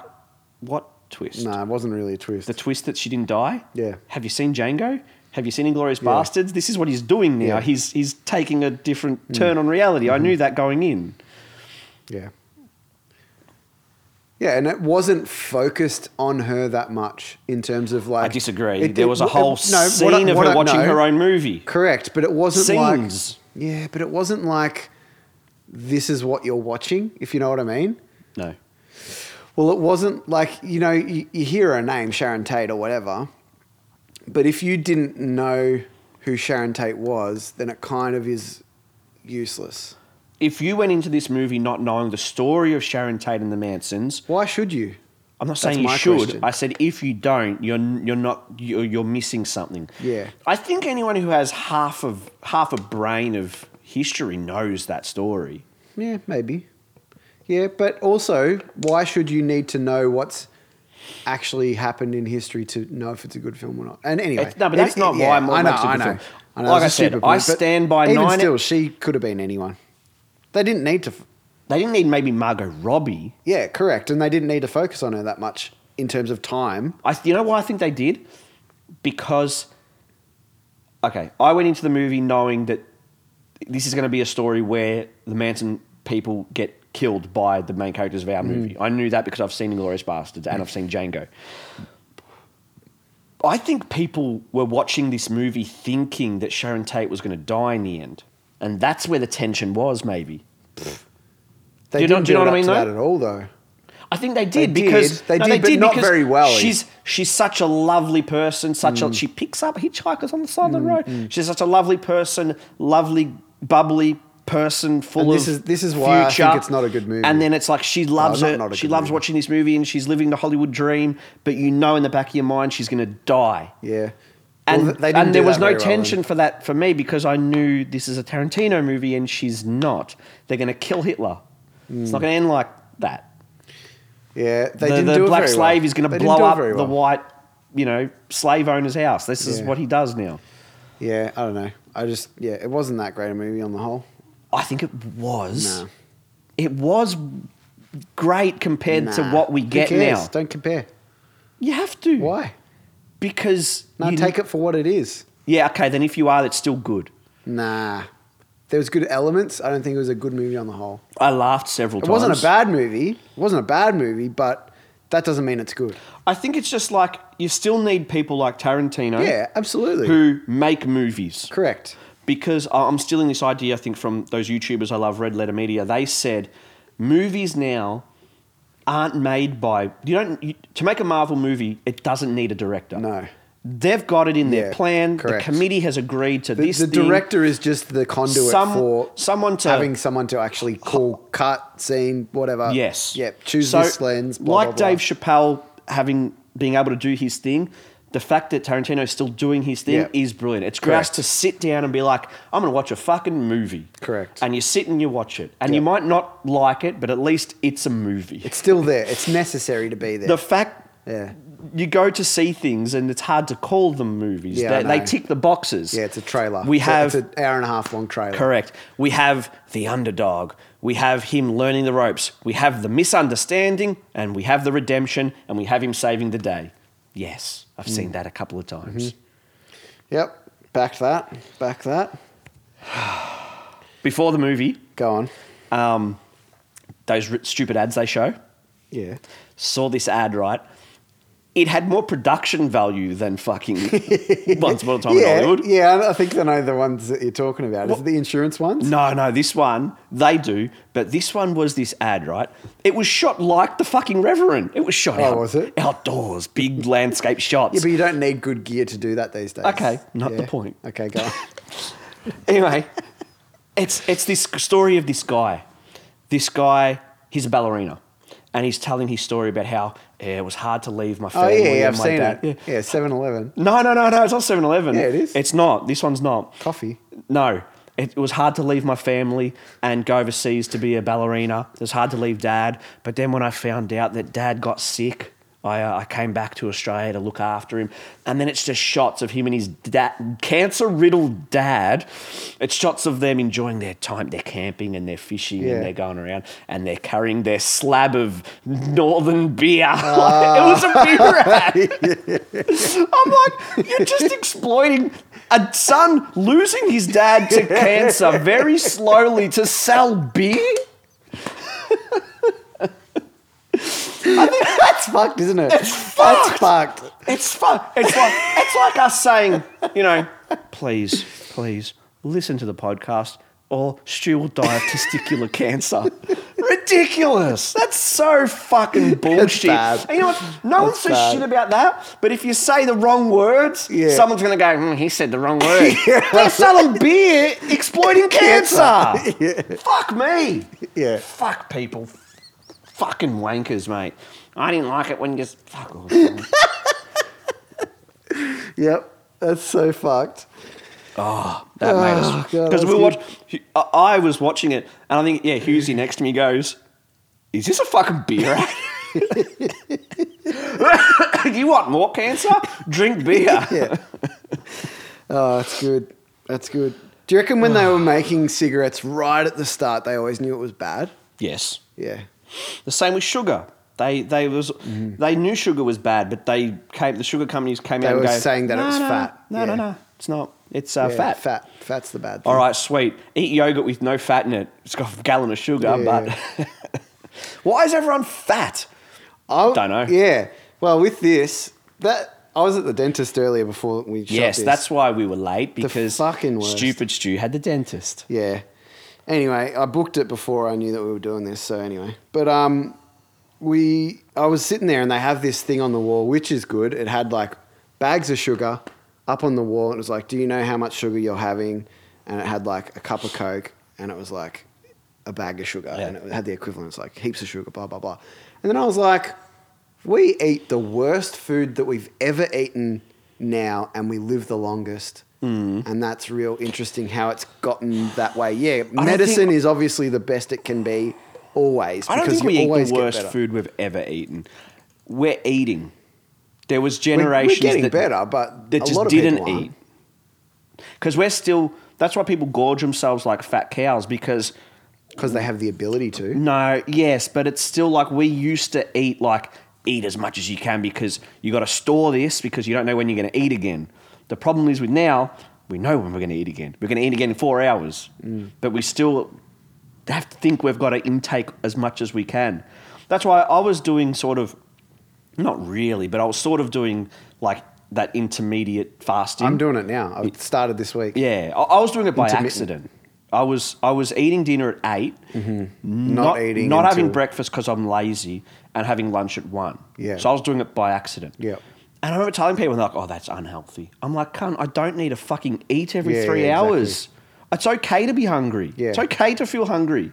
"What twist?
No, it wasn't really a twist.
The twist that she didn't die?
Yeah.
Have you seen Django? Have you seen Inglorious
Yeah.
Bastards? This is what he's doing now.
Yeah. Hmm. Mm-hmm.
He's he's taking a different turn on reality. I knew that going in.
yeah. Yeah, and it wasn't focused on her that much in terms of like.
I disagree.
It-
there
it-
was a
it-
whole
no,
scene
what I-
of
what
her
I-
watching
no.
her own movie.
Correct, but it wasn't
Scenes.
like yeah, but it wasn't like this is what you're watching, if you know what I mean.
No.
Well, it wasn't like you know you, you hear her name Sharon Tate or whatever, but if you didn't know who Sharon Tate was, then it kind of is useless.
if you went into this movie not knowing the story of Sharon Tate and the Mansons,
Why should you?
I'm not
That's
saying you
my
should.
question.
I said if you don't, you're you're not you're, you're missing something.
Yeah.
I think anyone who has half of half a brain of history knows that story.
Yeah, maybe. Yeah, but also, why should you need to know what's actually happened in history to know if it's a good film or not? And anyway,
It's- no, but that's not why I'm-
I
what
know,
makes a
I
good
know,
film.
I know. that's
Like
a
I said,
stupid
I
but
stand by
Even
nine-
still, she could have been anyone. They didn't need to. f-
They didn't need maybe Margot Robbie.
Yeah, correct. And they didn't need to focus on her that much in terms of time.
I, you know why I think they did? Because, okay, I went into the movie knowing that this is going to be a story where the Manson people get killed by the main characters of our movie. I knew that because I've seen Inglorious Bastards and I've seen Django. I think people were watching this movie thinking that Sharon Tate was going to die in the end. And that's where the tension was, maybe.
They
Do you know-
didn't
do you know
build
what I
up
mean,
to
though?
that at all, though.
I think they did
They
because
did. They did, but not
because
very well. Mm.
She's she's such a lovely person. Such a she picks up hitchhikers on the side of the road. She's such a lovely person, lovely, bubbly person, full
And this
of
is- this is why I
future.
think it's not a good movie.
And then it's like she loves
not-
it.
not a
she
good
loves
movie.
watching this movie, and she's living the Hollywood dream. But you know, in the back of your mind, she's going to die.
Yeah.
And,
Well, th- they didn't
and there
do
was
that
no
very well then.
tension for that for me because I knew this is a Tarantino movie and she's not. They're going to kill Hitler. It's
Mm.
not going to end like that
Yeah, they
the,
didn't
the
do it
black
very
slave
well.
is going
They
to
didn't
blow
do it
up
very
the
well.
white, you know, slave owner's house. This is
Yeah.
what he does now.
Yeah, I don't know. I just yeah, it wasn't that great a movie on the whole.
I think it was.
No.
It was great compared to
Nah.
what we
Who
get
cares?
now.
Don't compare.
You have to.
Why?
Because
No,
you-
take it for what it is.
Yeah, okay. Then if you are, that's still good.
Nah. There was good elements. I don't think it was a good movie on the whole.
I laughed several
It
times.
wasn't a bad movie. It wasn't a bad movie, but that doesn't mean it's good.
I think it's just like you still need people like Tarantino.
Yeah, absolutely.
Who make movies.
Correct.
because I- I'm stealing this idea, I think, from those YouTubers I love, Red Letter Media. They said movies now aren't made by you don't you, to make a Marvel movie. It doesn't need a director.
No.
they've got it in their
Yeah,
plan.
correct.
The committee has agreed to
The,
this.
the
thing.
director is just the conduit
Some-
for
someone to-
having someone to actually call cut scene whatever.
Yes.
Yep. Uh, Choose
So,
this lens. Blah,
like
blah, blah.
Dave Chappelle having being able to do his thing. The fact that Tarantino's still doing his thing
Yeah.
is brilliant. It's great
Correct.
to sit down and be like, I'm going to watch a fucking movie.
Correct.
And you sit and you watch it. And
Yeah.
you might not like it, but at least it's a movie.
It's still there. It's necessary to be there.
the fact
yeah.
you go to see things and it's hard to call them movies.
Yeah, I
they, they
know.
tick the boxes.
Yeah, it's a trailer.
We
It's a- it's
have
an hour and a half long trailer.
Correct. We have the underdog. We have him learning the ropes. We have the misunderstanding, and we have the redemption, and we have him saving the day. Yes, I've seen that a couple of times.
Yep. Back that. Back that.
Before the movie,
Go on.
um, those r- stupid ads they show,
Yeah.
saw this ad, right? It had more production value than fucking Once Upon a Time in
yeah,
Hollywood.
yeah, I- I think I know the ones that you're talking about. Is
What-
it the insurance ones?
No, no, this one, they do, but this one was this ad, right? It was shot like the fucking Reverend. It was shot
Oh,
out,
was it?
outdoors, big landscape shots.
Yeah, but you don't need good gear to do that these days.
Okay, not the
Yeah?
point.
Okay, go on.
anyway, it's it's this story of this guy. This guy, he's a ballerina, and he's telling his story about how eh, it was hard to leave my
Oh,
family.
yeah, yeah
and
I've
my
seen
dad.
it. Yeah, 7 Eleven.
No, no, no, no. It's not 7 Eleven.
Yeah, it is.
It's not. This one's not.
Coffee.
No. It was hard to leave my family and go overseas to be a ballerina. It was hard to leave dad. But then when I found out that dad got sick, I, uh, I came back to Australia to look after him. And then it's just shots of him and his da- cancer riddled dad. It's shots of them enjoying their time. They're camping and they're fishing
Yeah.
and they're going around and they're carrying their slab of northern beer. Like, it was a beer ad. I'm like, you're just exploiting a son losing his dad to cancer very slowly to sell beer.
That's fucked, isn't it? It's
fucked.
That's fucked.
It's fun. It's like it's like us saying, you know, please, please listen to the podcast, or Stu will die of testicular cancer. Ridiculous. That's so fucking bullshit.
bad.
And you know what? No one says
bad.
shit about that. But if you say the wrong words,
Yeah.
someone's gonna go, "Hmm, he said the wrong word. They're selling beer, exploiting cancer. Fuck me.
Yeah.
Fuck people. Fucking wankers, mate. I didn't like it when you just fuck off.
Yep. That's so fucked.
Ah, That made
Oh,
us
God,
because we
that's
watch. I I was watching it, and I think yeah, Husey next to me goes, "Is this a fucking beer?" ad?" you want more cancer? Drink beer.
Yeah. oh, that's good. That's good. Do you reckon when they were making cigarettes right at the start, they always knew it was bad?
Yes.
Yeah.
The same with sugar. They they was they knew sugar was bad, but they came. The sugar companies came
Mm-hmm. They
out and
were
go,
saying that it
"No,
was
no, no,
fat."
No,
Yeah.
no, no, it's not. It's uh,
Yeah,
fat.
Fat. Fat's the bad thing.
All right, sweet. Eat yogurt with no fat in it. It's got a gallon of sugar,
Yeah.
but why is everyone fat?
I
Don't know.
Yeah. Well, with this, that I was at the dentist earlier before we shot
yes,
this.
that's why we were late because
fucking worst.
stupid Stew had the dentist.
Yeah. Anyway, I booked it before I knew that we were doing this. So anyway, but um, we I was sitting there and they have this thing on the wall, which is good. It had like bags of sugar up on the wall, and it was like, "Do you know how much sugar you're having?" And it had like a cup of coke, and it was like a bag of sugar,
Yeah.
and it had the equivalent. It's like heaps of sugar, blah blah blah. And then I was like, "We eat the worst food that we've ever eaten now, and we live the longest."
Mm.
And that's real interesting how it's gotten that way. Yeah,
don't
medicine
think-
is obviously the best it can be always
I don't
because
think we
you
eat
always
the
get
worst
better.
food we've ever eaten. We're eating. There was
We-
generations
We're getting
that
better, but a
that
lot
just
of
didn't
people aren't.
eat. Because we're still. That's why people gorge themselves like fat cows. Because
because they have the ability to.
no, yes, but it's still like we used to eat like eat as much as you can because you got to store this because you don't know when you're going to eat again. The problem is with now we know when we're going to eat again. We're going to eat again in four hours,
Mm.
but we still have to think we've got to intake as much as we can. That's why I was doing sort of not really, but I was sort of doing like that intermediate fasting.
I'm doing it now. I started this week.
Yeah, I, I was doing it by
Intermittent.
accident. I was I was eating dinner at 8 not,
Mm-hmm. Not eating
not having
until-
breakfast because I'm lazy, and having lunch at one.
Yeah.
So I was doing it by accident.
Yeah.
And I remember telling people they're like, "Oh, that's unhealthy." I'm like, "Cunt, I don't need to fucking eat every
Yeah,
three
yeah, exactly.
hours. It's okay to be hungry.
Yeah.
It's okay to feel hungry.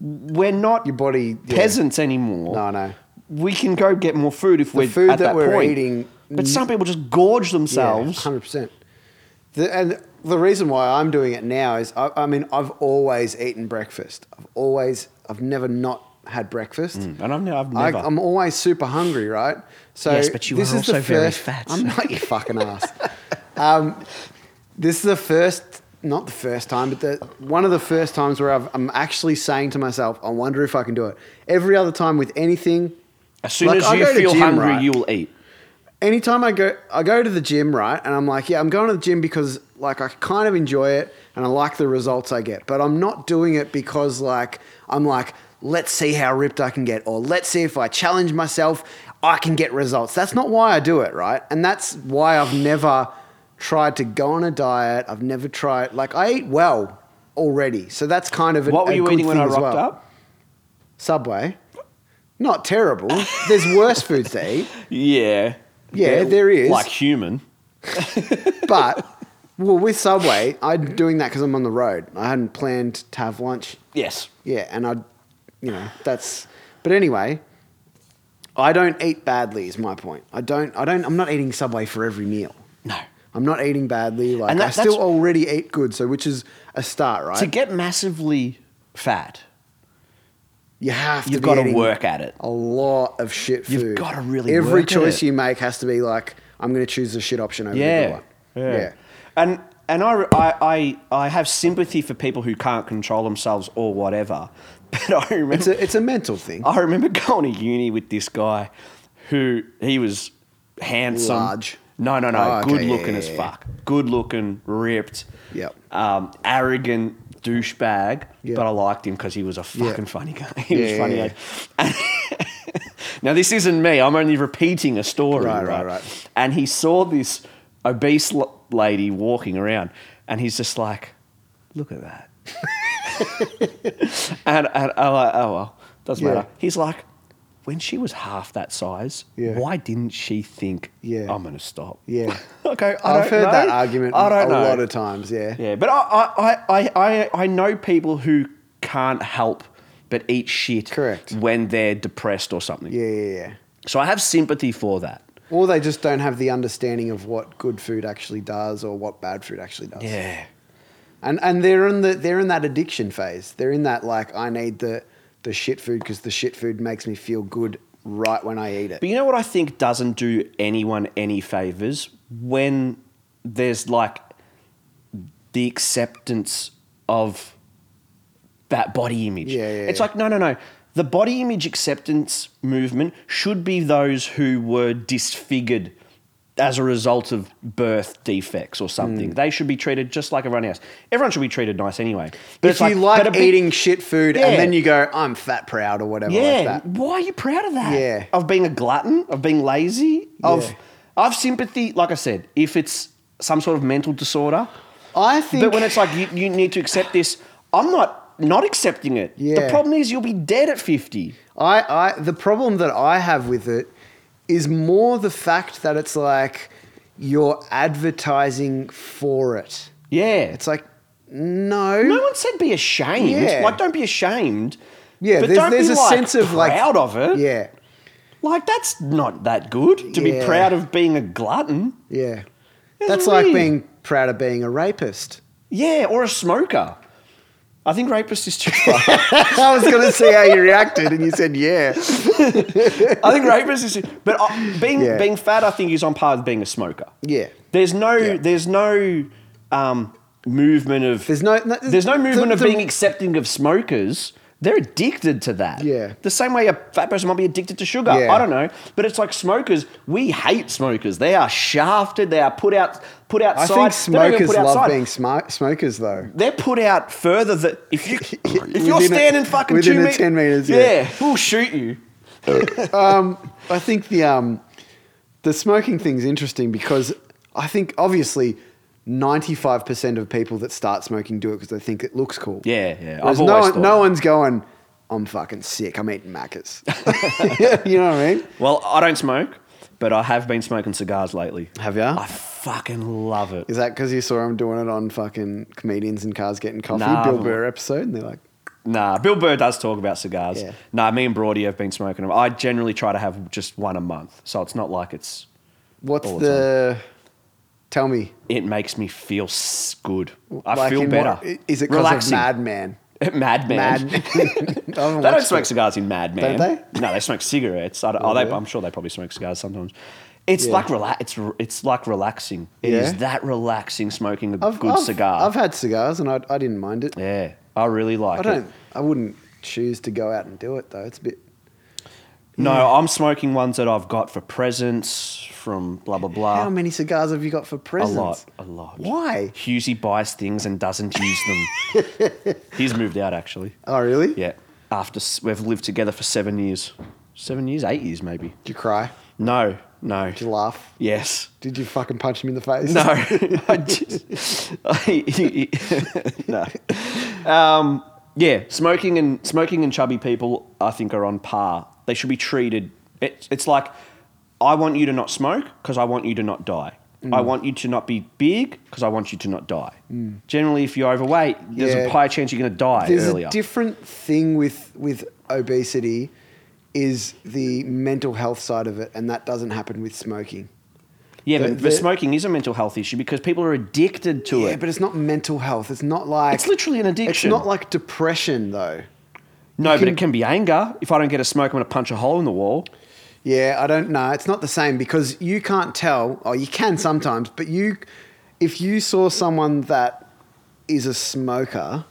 We're not
Your body yeah.
peasants anymore.
No, no.
We can go get more food if we're
food
at
that
that,
we're
point.
eating-
But some people just gorge themselves.
Hundred percent. And the reason why I'm doing it now is, I, I mean, I've always eaten breakfast. I've always, I've never not had breakfast.
And I've, ne- I've
I,
never.
I'm always super hungry, right? So
Yes, but you
this
are
is the
also very
first-
fat.
I'm not your fucking ass. Um, this is the first, not the first time, but the, one of the first times where I've, I'm actually saying to myself, I wonder if I can do it. Every other time with anything,
As soon
Like,
as
I
you
go to
feel
gym,
hungry,
right?
you will eat.
anytime I go, I go to the gym, right? And I'm like, yeah, I'm going to the gym because like I kind of enjoy it and I like the results I get, but I'm not doing it because like I'm like, let's see how ripped I can get, or let's see if I challenge myself, I can get results. That's not why I do it, right? And that's why I've never tried to go on a diet. I've never tried like I eat well already, so that's kind of a,
What were
a
you
good
eating when
thing
I
as
rocked
well.
up?
Subway. Not terrible. There's worse foods to eat.
Yeah.
Yeah, there is.
Like human.
but well, with Subway, I'm doing that because I'm on the road. I hadn't planned to have lunch.
Yes.
Yeah, and I, you know, that's. But anyway, I don't eat badly. Is my point. I don't. I don't. I'm not eating Subway for every meal.
No.
I'm not eating badly. Like
And that-
I still
that's-
already eat good. So which is a start, right?
To get massively fat,
you have to.
you've
be
got to
eating
work at it.
A lot of shit food.
You've gotta really
Every
work at
choice
it.
you make has to be like, I'm going to choose the shit option over the good
Yeah.
one.
Yeah. And and I, I I I have sympathy for people who can't control themselves or whatever. But I remember
It's a it's a mental thing.
I remember going to uni with this guy who he was handsome.
Large.
No, no, no.
Oh, okay,
good
yeah,
looking
yeah,
as
yeah.
fuck. Good looking, ripped.
Yep.
Um, arrogant douchebag.
Yeah.
But I liked him because he was a fucking funny guy. He
Yeah,
was funny.
yeah,
like- now this isn't me. I'm only repeating a story.
Right,
Right,
right, right.
And he saw this obese l- lady walking around, and he's just like, "Look at that." And, and I'm like, oh well, doesn't
Yeah.
matter. He's like, when she was half that size,
Yeah.
why didn't she think,
Yeah.
I'm gonna stop?
Yeah.
okay, I
I've
don't
heard that
know.
argument
I don't
a
know.
lot of times. Yeah.
yeah, but I, I, I, I, I know people who can't help but eat shit.
Correct.
When they're depressed or something.
Yeah, yeah, yeah.
So I have sympathy for that.
Or they just don't have the understanding of what good food actually does or what bad food actually does.
Yeah.
And and they're in the they're in that addiction phase. They're in that like I need the the shit food because the shit food makes me feel good right when I eat it.
But you know what I think doesn't do anyone any favors when there's like the acceptance of that body image.
Yeah, yeah,
it's
yeah.
like, no, no, no. The body image acceptance movement should be those who were disfigured as a result of birth defects or
Hmm.
something. They should be treated just like everyone else. Everyone should be treated nice anyway. But
if you like,
but a big-
eating shit food
Yeah.
and then you go, I'm fat proud or whatever like
yeah,
that.
why are you proud of that?
Yeah.
of being a glutton, of being lazy, of
Yeah.
of sympathy. Like I said, if it's some sort of mental disorder,
I think.
but when it's like you, you need to accept this, I'm not not accepting it. The
Yeah.
problem is you'll be dead at fifty.
I, I the problem that I have with it is more the fact that it's like you're advertising for it.
Yeah,
It's like no,
no one said be ashamed.
Yeah.
Like don't be ashamed.
yeah.
but
There's,
don't
there's
be
a
like
sense of like
proud of it.
Yeah,
like that's not that good to be
Yeah.
proud of being a glutton.
yeah.
It's
That's like
weird.
being proud of being a rapist.
Yeah, or a smoker. I think rapist is too far.
I was gonna see how you reacted, and you said yeah.
I think rapists is, but uh, being
Yeah.
being fat, I think is on par with being a smoker.
Yeah.
There's no there's no um, movement of
There's no- no-
there's no
the-
movement of
the-
being accepting of smokers. They're addicted to that.
Yeah.
The same way a fat person might be addicted to sugar.
Yeah.
I don't know, but it's like smokers. We hate smokers. They are shafted. They are put out put
I
outside.
think
They don't even
smokers
put
love
outside.
being smi- smokers, though.
They're put out further that if you if you're
Within a-
standing fucking
within
two
a
met-
10 meters, yeah.
we'll shoot you.
I think the um, the smoking thing's interesting because I think obviously ninety five percent of people that start smoking do it because they think it looks cool.
Yeah, yeah.
Whereas
I've
no
always
one,
thought
no
that.
one's going. I'm fucking sick. I'm eating macas. you know what I mean?
Well, I don't smoke, but I have been smoking cigars lately.
Have ya?
I fucking love it.
Is that because you saw I'm doing it on fucking comedians and cars getting coffee,
Nah,
Bill
but-
Burr episode, and they're like,
Nah, Bill Burr does talk about cigars.
Yeah.
Nah, me and Broady have been smoking them. I generally try to have just one a month, so it's not like it's.
"What's
All
the?
the
Tell me.
It makes me feel s- good. I
Like
feel
in
better.
what- is it because of Madman?
Madman?
Mad.
Madman.
they
they don't smoke cigars in Madman.
Don't
No, they smoke cigarettes. I don't, oh,
Yeah.
they, I'm sure they probably smoke cigars sometimes. It's
Yeah.
like rela- It's r- it's like relaxing. It is
Yeah.
that relaxing smoking a
I've,
good
I've-
cigar.
I've had cigars and I, I didn't mind it.
yeah, I really like
I
it.
don't. I wouldn't choose to go out and do it though. It's a bit.
No, I'm smoking ones that I've got for presents from blah blah blah.
how many cigars have you got for
Ah. a
presents?
lot, a lot.
Why?
Husey buys things and doesn't use them. He's moved out actually.
Oh really?
Yeah, after s- we've lived together for seven years, seven years, eight years maybe.
Did you cry?
No, no.
Did you laugh?
Yes.
Did you fucking punch him in the face?
No. I just, I- he- he- no. Um, yeah, smoking and smoking and chubby people, I think, are on par. They should be treated. It, it's like, I want you to not smoke because I want you to not die.
Mm.
I want you to not be big because I want you to not die. Generally, if you're overweight, there's a
Yeah.
higher chance you're going to die
There's
earlier.
a different thing with with obesity, is the mental health side of it, and that doesn't happen with smoking.
yeah,
the-
but, but
the-
smoking is a mental health issue because people are addicted to
Yeah,
it.
but it's not mental health. It's not like
It's literally an addiction.
It's not like depression though.
no,
you
but
can-
it can be anger. If I don't get a smoke, I'm going to punch a hole in the wall.
Yeah, I don't know. It's not the same because you can't tell, or you can sometimes, but you, if you saw someone that is a smoker,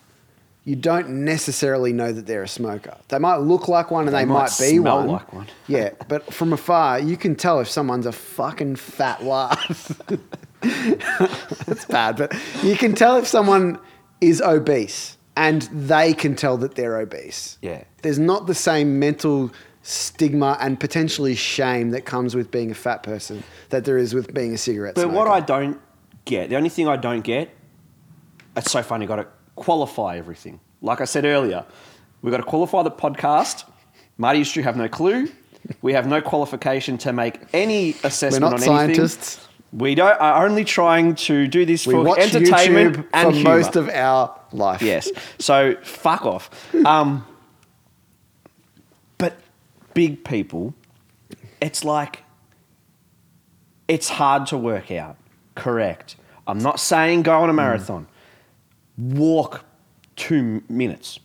you don't necessarily know that they're a smoker. They might look like one and they,
They
might,
might
be
smell
one.
like one.
Yeah, but from afar, you can tell if someone's a fucking fat laugh. That's bad, but you can tell if someone is obese and they can tell that they're obese.
Yeah.
There's not the same mental stigma and potentially shame that comes with being a fat person that there is with being a cigarette
But
smoker.
what I don't get, the only thing I don't get, it's so funny, got to qualify everything. Like I said earlier, we've got to qualify the podcast. Marty and Stu have no clue. We have no qualification to make any assessment
not
on
scientists.
anything. We don't, are only trying to do this
we
for
watch
entertainment
YouTube
and
for
humor.
most of our life.
Yes. So fuck off. Um, but big people, it's like it's hard to work out. Correct. I'm not saying go on a marathon. Walk two m- minutes.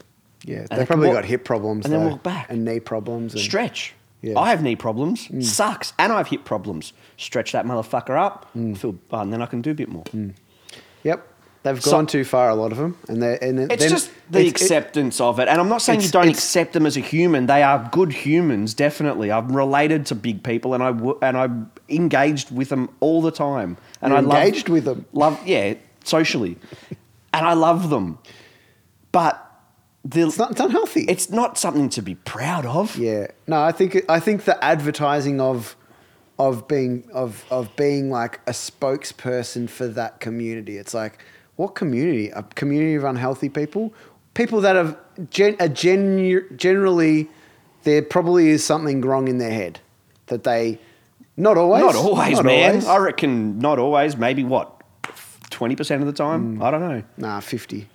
Yeah.
And
They
they can
probably
walk-
got hip problems
and then
though,
walk back.
and knee problems and
Stretch.
Yeah.
I have knee problems. Sucks. And I have hip problems. Stretch that motherfucker up. Feel, and then I can do a bit more.
Yep. They've
So-
gone too far, a lot of them, and they and
It's just the acceptance of it. And I'm not saying you
It's-
don't
it's-
accept them as a human. They are good humans, definitely. I'm related to big people and I wo- and I'm engaged with them all the time. And
You're
I love-
engaged with them?
Love yeah, socially. and I love them. But the,
It's not it's unhealthy.
it's not something to be proud of.
Yeah. No, I think I think the advertising of of being of of being like a spokesperson for that community. It's like what community? A community of unhealthy people? People that have gen, are genu, generally there probably is something wrong in their head that they not always
Not always,
not
man.
always.
I reckon not always, maybe what? 20% of the time?
Mm.
I don't know.
nah, 50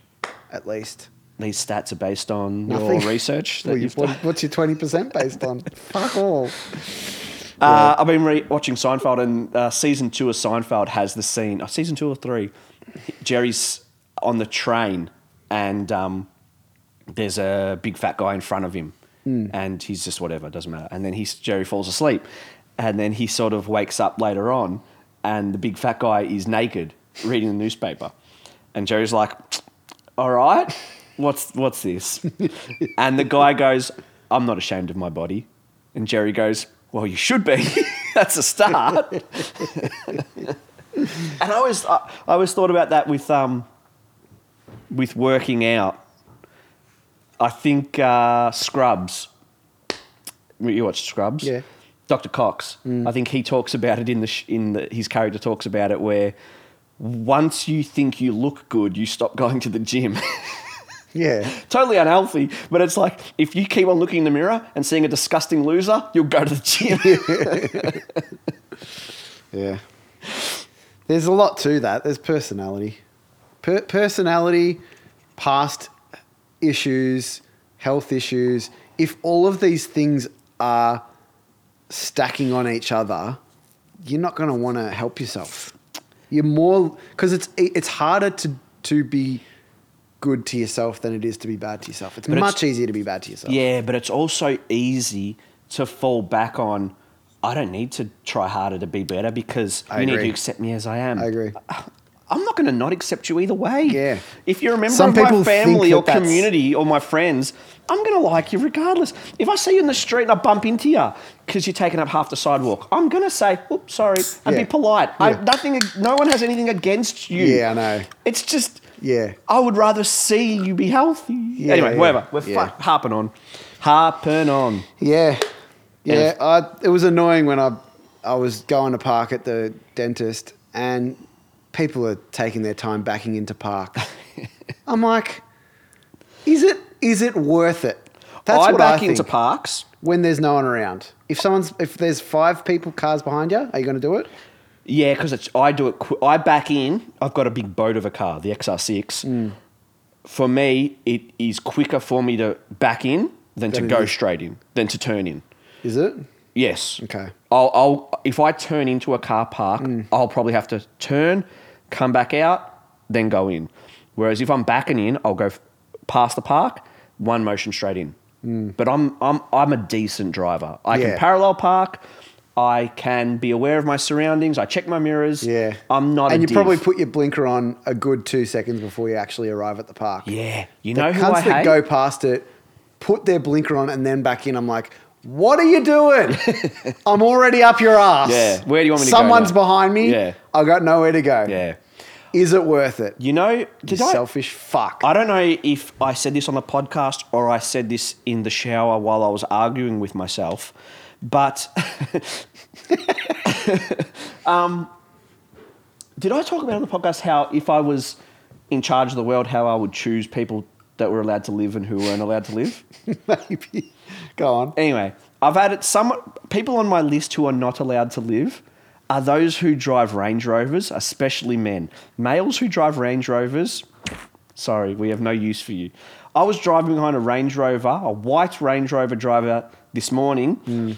at least.
These stats are based on
Nothing.
your research that
Well, you-
you've
what-
done.
what's your 20% based on? Fuck all.
Uh, I've been re- watching Seinfeld, and uh, season two of Seinfeld has the scene. Uh, season two or three, Jerry's on the train, and um, there's a big fat guy in front of him, and he's just whatever, doesn't matter. And then he's Jerry falls asleep, and then he sort of wakes up later on, and the big fat guy is naked reading the newspaper, and Jerry's like, "All right, what's what's this?" and the guy goes, "I'm not ashamed of my body," and Jerry goes. Well, you should be. That's a start. and I always, I, I always thought about that with, um, with working out. I think uh, Scrubs. You watched Scrubs,
Yeah.
Dr. Cox. I think he talks about it in the sh- in the, his character talks about it where once you think you look good, you stop going to the gym.
Yeah.
totally unhealthy, but it's like if you keep on looking in the mirror and seeing a disgusting loser, you'll go to the gym.
Yeah. There's a lot to that. There's personality, per- personality, past issues, health issues. If all of these things are stacking on each other, you're not going to want to help yourself. You're more because it's it's harder to to be good to yourself than it is to be bad to yourself. It's
But it's-
much easier to be bad to yourself.
Yeah, but it's also easy to fall back on. I don't need to try harder to be better because
I
you need
agree.
to accept me as I am.
I agree.
I'm not going to not accept you either way.
Yeah.
If you're a member
Some
of my
people think
family
that
or
that's-
community or my friends, I'm going to like you regardless. If I see you in the street and I bump into you because you're taking up half the sidewalk, I'm going to say, "Oops, sorry," and
Yeah.
be polite. I,
Yeah.
nothing. No one has anything against you.
Yeah, I know.
It's just.
Yeah.
I would rather see you be healthy.
Yeah,
anyway,
yeah.
whatever. We're
Yeah.
fuck, harping on, harping on.
Yeah,
And
yeah.
if-
I, it was annoying when I I was going to park at the dentist, and people are taking their time backing into park. I'm like, is it is it worth it? That's
I
what
back
I think.
into parks.
when there's no one around. If someone's if there's five people cars behind you, are you going to do it?
Yeah, because it's I do it. Qu- I back in. I've got a big boat of a car, the XR6.
Mm.
For me, it is quicker for me to back in than to
Than it
go
is-
straight in, than to turn in.
Is it?
Yes.
Okay. Hmm.
I'll, I'll if I turn into a car park, I'll probably have to turn, come back out, then go in. Whereas if I'm backing in, I'll go f- past the park, one motion straight in. But I'm I'm I'm a decent driver. I
Hmm. Yeah.
can parallel park. I can be aware of my surroundings. I check my mirrors.
Yeah.
I'm not.
And
a
you
div.
probably put your blinker on a good two seconds before you actually arrive at the park.
Yeah. You
The
know who
cunts
I
that
hate?
go past it, put their blinker on and then back in. I'm like, what are you doing? I'm already up your ass.
Yeah. Where do you want me to go
Someone's
now?
behind me.
Yeah.
I got nowhere to go.
yeah.
Is it worth it?
You know? Did
you
I?
selfish fuck.
I don't know if I said this on the podcast or I said this in the shower while I was arguing with myself, but um, did I talk about on the podcast how if I was in charge of the world, how I would choose people that were allowed to live and who weren't allowed to live?
Maybe. Go on.
Anyway, I've added some people on my list who are not allowed to live are those who drive Range Rovers, especially men. Males who drive Range Rovers, sorry, we have no use for you. I was driving behind a Range Rover, a white Range Rover driver this morning.
Hmm.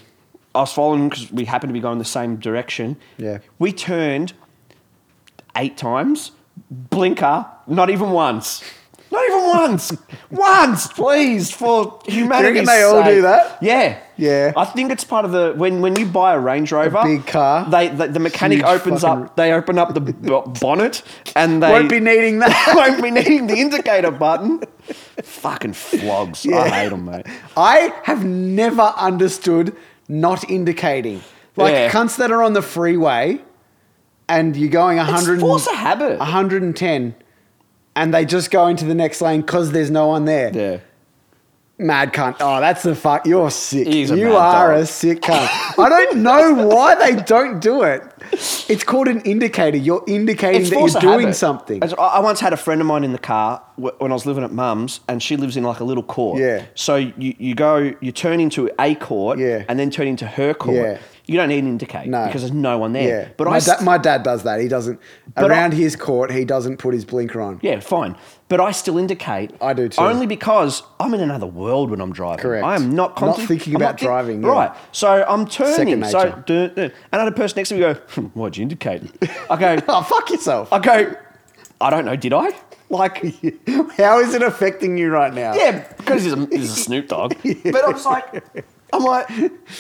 I was following him because we happened to be going the same direction.
Yeah.
We turned eight times, blinker, not even once. Not even once, once, please, for humanity's
they all
sake.
do that?
Yeah,
Yeah.
I think it's part of the when when you buy a Range Rover,
big car.
They the, the mechanic
Huge
opens
fucking-
up. They open up the b- bonnet and they
Won't be needing that.
won't be needing the indicator button. Fucking flogs. I hate them, mate.
I have never understood not indicating. Like
Yeah.
cunts that are on the freeway and you're going 100
It's force a habit.
110 and they just go into the next lane because there's no one there.
Yeah.
Mad cunt. Oh, that's the fuck. You're sick.
He's a
you
mad
are
dog.
a sick cunt. I don't know why they don't do it. It's called an indicator. You're indicating that
force
you're
of
doing
habit.
something.
As- I I once had a friend of mine in the car wh- when I was living at mum's, and she lives in like a little court.
Yeah.
So you, you go, you turn into a court,
Yeah.
and then turn into her court.
Yeah.
You don't need an indicator
No.
because there's no one there.
Yeah.
But
my, da-
I, st-
my dad does that. He doesn't.
But I-
Around his court, he doesn't put his blinker on.
yeah, fine. But I still indicate.
I do too.
Only because I'm in another world when I'm driving.
Correct.
I am not
Not
constantly
thinking about driving, yeah.
Right. So I'm turning. So
nature.
duh, duh. another person next to me go, hmm, "Why'd you indicate?" I go,
Oh, fuck yourself.
I go, I don't know. Did I? Like.
How is it affecting you right now?
Yeah, because he's a, he's a Snoop Dogg. But I was like, I'm like,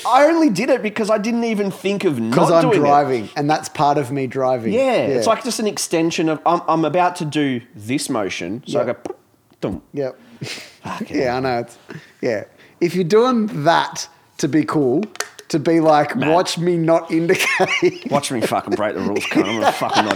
I only did it because I didn't even think of not
Because I'm
doing it.
driving, and that's part of me driving.
Yeah, it's like just an extension of I'm, I'm about to do this motion, so I
Yeah.
go, "Pop, dum."
Yep.
Fucking
yeah, I know. It's, yeah. If you're doing that to be cool, to be like, watch me not indicate.
watch me fucking break the rules. Cunt. I'm gonna fucking not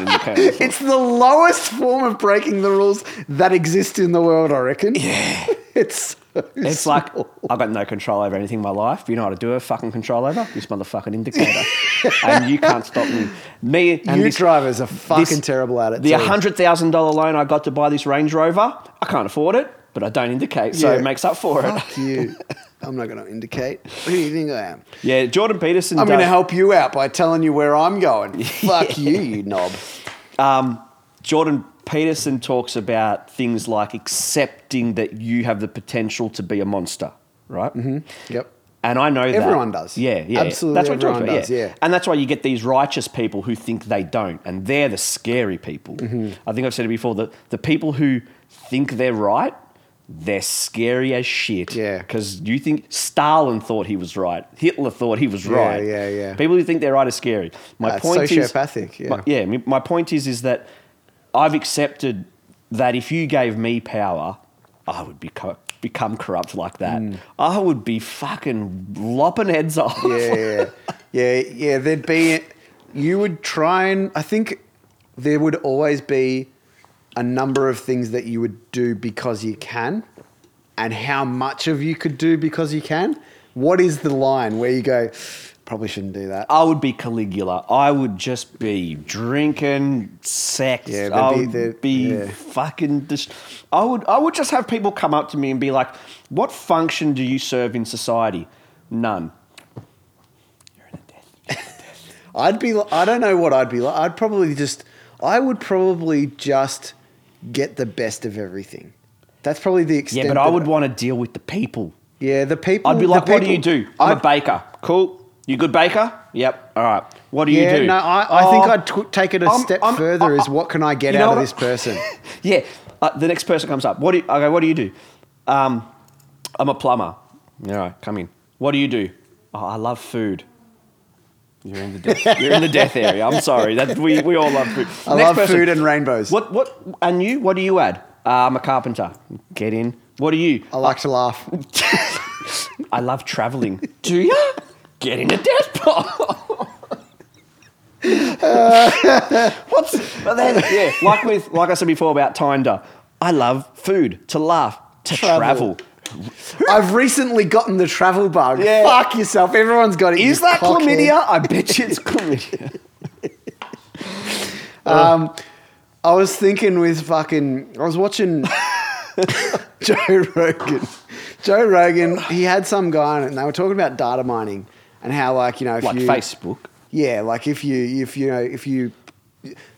indicate.
It's the lowest form of breaking the rules that exist in the world, I reckon. Yeah. It's so
It's like I've got no control over anything in my life. You know how to do a fucking control over this motherfucking indicator, and you can't stop me. Me and
you
this
drivers are fucking
this-
terrible at it.
The
too.
hundred thousand dollar loan I got to buy this Range Rover, I can't afford it, but I don't indicate, so
Yeah.
it makes up for it.
Fuck you. I'm not going to indicate. Who do you think I am?
Yeah, Jordan Peterson.
I'm going to
does-
help you out by telling you where I'm going. Fuck you, you knob.
Um, Jordan Peterson talks about things like accepting that you have the potential to be a monster, right?
Mm-hmm. Yep.
And I know that
Everyone does.
Yeah, yeah,
Absolutely
That's what he talks
everyone
about,
does,
yeah.
yeah.
and that's why you get these righteous people who think they don't, and they're the scary people.
Mm-hmm.
I think I've said it before that the people who think they're right, they're scary as shit.
Yeah.
because you think Stalin thought he was right, Hitler thought he was right.
yeah, yeah.
People who think they're right are scary. My
Uh, it's
point is
sociopathic, yeah.
my- yeah. I mean, My point is, is that I've accepted that if you gave me power, I would become become corrupt like that.
Mm.
I would be fucking lopping heads off.
yeah, yeah, yeah, yeah. There'd be you would try and I think there would always be a number of things that you would do because you can, and how much of you could do because you can. What is the line where you go? Probably shouldn't do that.
I would be Caligula. I would just be drinking, sex.
Yeah, there'd
I
be-
would be,
there'd- yeah.
fucking. Dis- I would. I would just have people come up to me and be like, "What function do you serve in society? None. You're in the death.
I'd be. li- I don't know what I'd be like. I'd probably just. I would probably just get the best of everything. That's probably the
Yeah,
extent.
but I
that-
would want to deal with the people.
Yeah, the people.
I'd be
the
like, what do you
people-
do? I'm
I'd-
a baker. Cool. You good baker? Yep. All right. What do
yeah,
you do?
no, I, I think
"Oh,
I'd t- take it a
I'm-
step
I'm-
further.
I-
is what can I get
You know
out of
what I-
this person?
Yeah. Uh, the next person comes up. What do you, okay, what do you do? Um, I'm a plumber. All right, come in. What do you do? Oh, I love food. You're in the death. You're in the death area. I'm sorry. That we, we all love food.
I love food and rainbows.
What what and you? What do you add? Uh, I'm a carpenter. Get in. What do you?
I like to laugh.
I love traveling. Do you? Get in a death pile. What's but then? Yeah, like with like I said before about Tinder. I love food, to laugh, to travel.
Travel. I've recently gotten the travel bug.
Yeah.
Fuck yourself. Everyone's got it. you
Is that
cockhead.
chlamydia? I bet you it's chlamydia.
Um, I was thinking with fucking. I was watching Joe Rogan. Joe Rogan. He had some guy on it, and they were talking about data mining and how, like, you know, if
Like
you,
Facebook.
Yeah, like if you if you know if you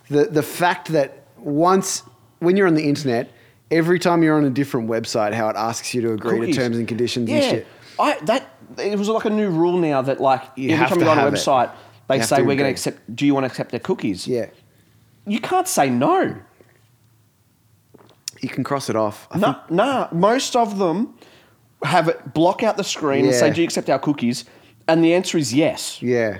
the the fact that once when you're on the internet, every time you're on a different website, how it asks you to agree
Cookies.
to terms and conditions
Yeah,
and shit.
I that it was like a new rule now that like
You
every
have
time
to
you go on a
have it.
website, they
You have
say
to
we're going to
agree.
accept. Do you want to accept their cookies?
Yeah.
You can't say no.
You can cross it off. I
No, nah, most of them have it block out the screen and say,
Yeah.
"Do you accept our cookies?" And the answer is yes.
think- yeah.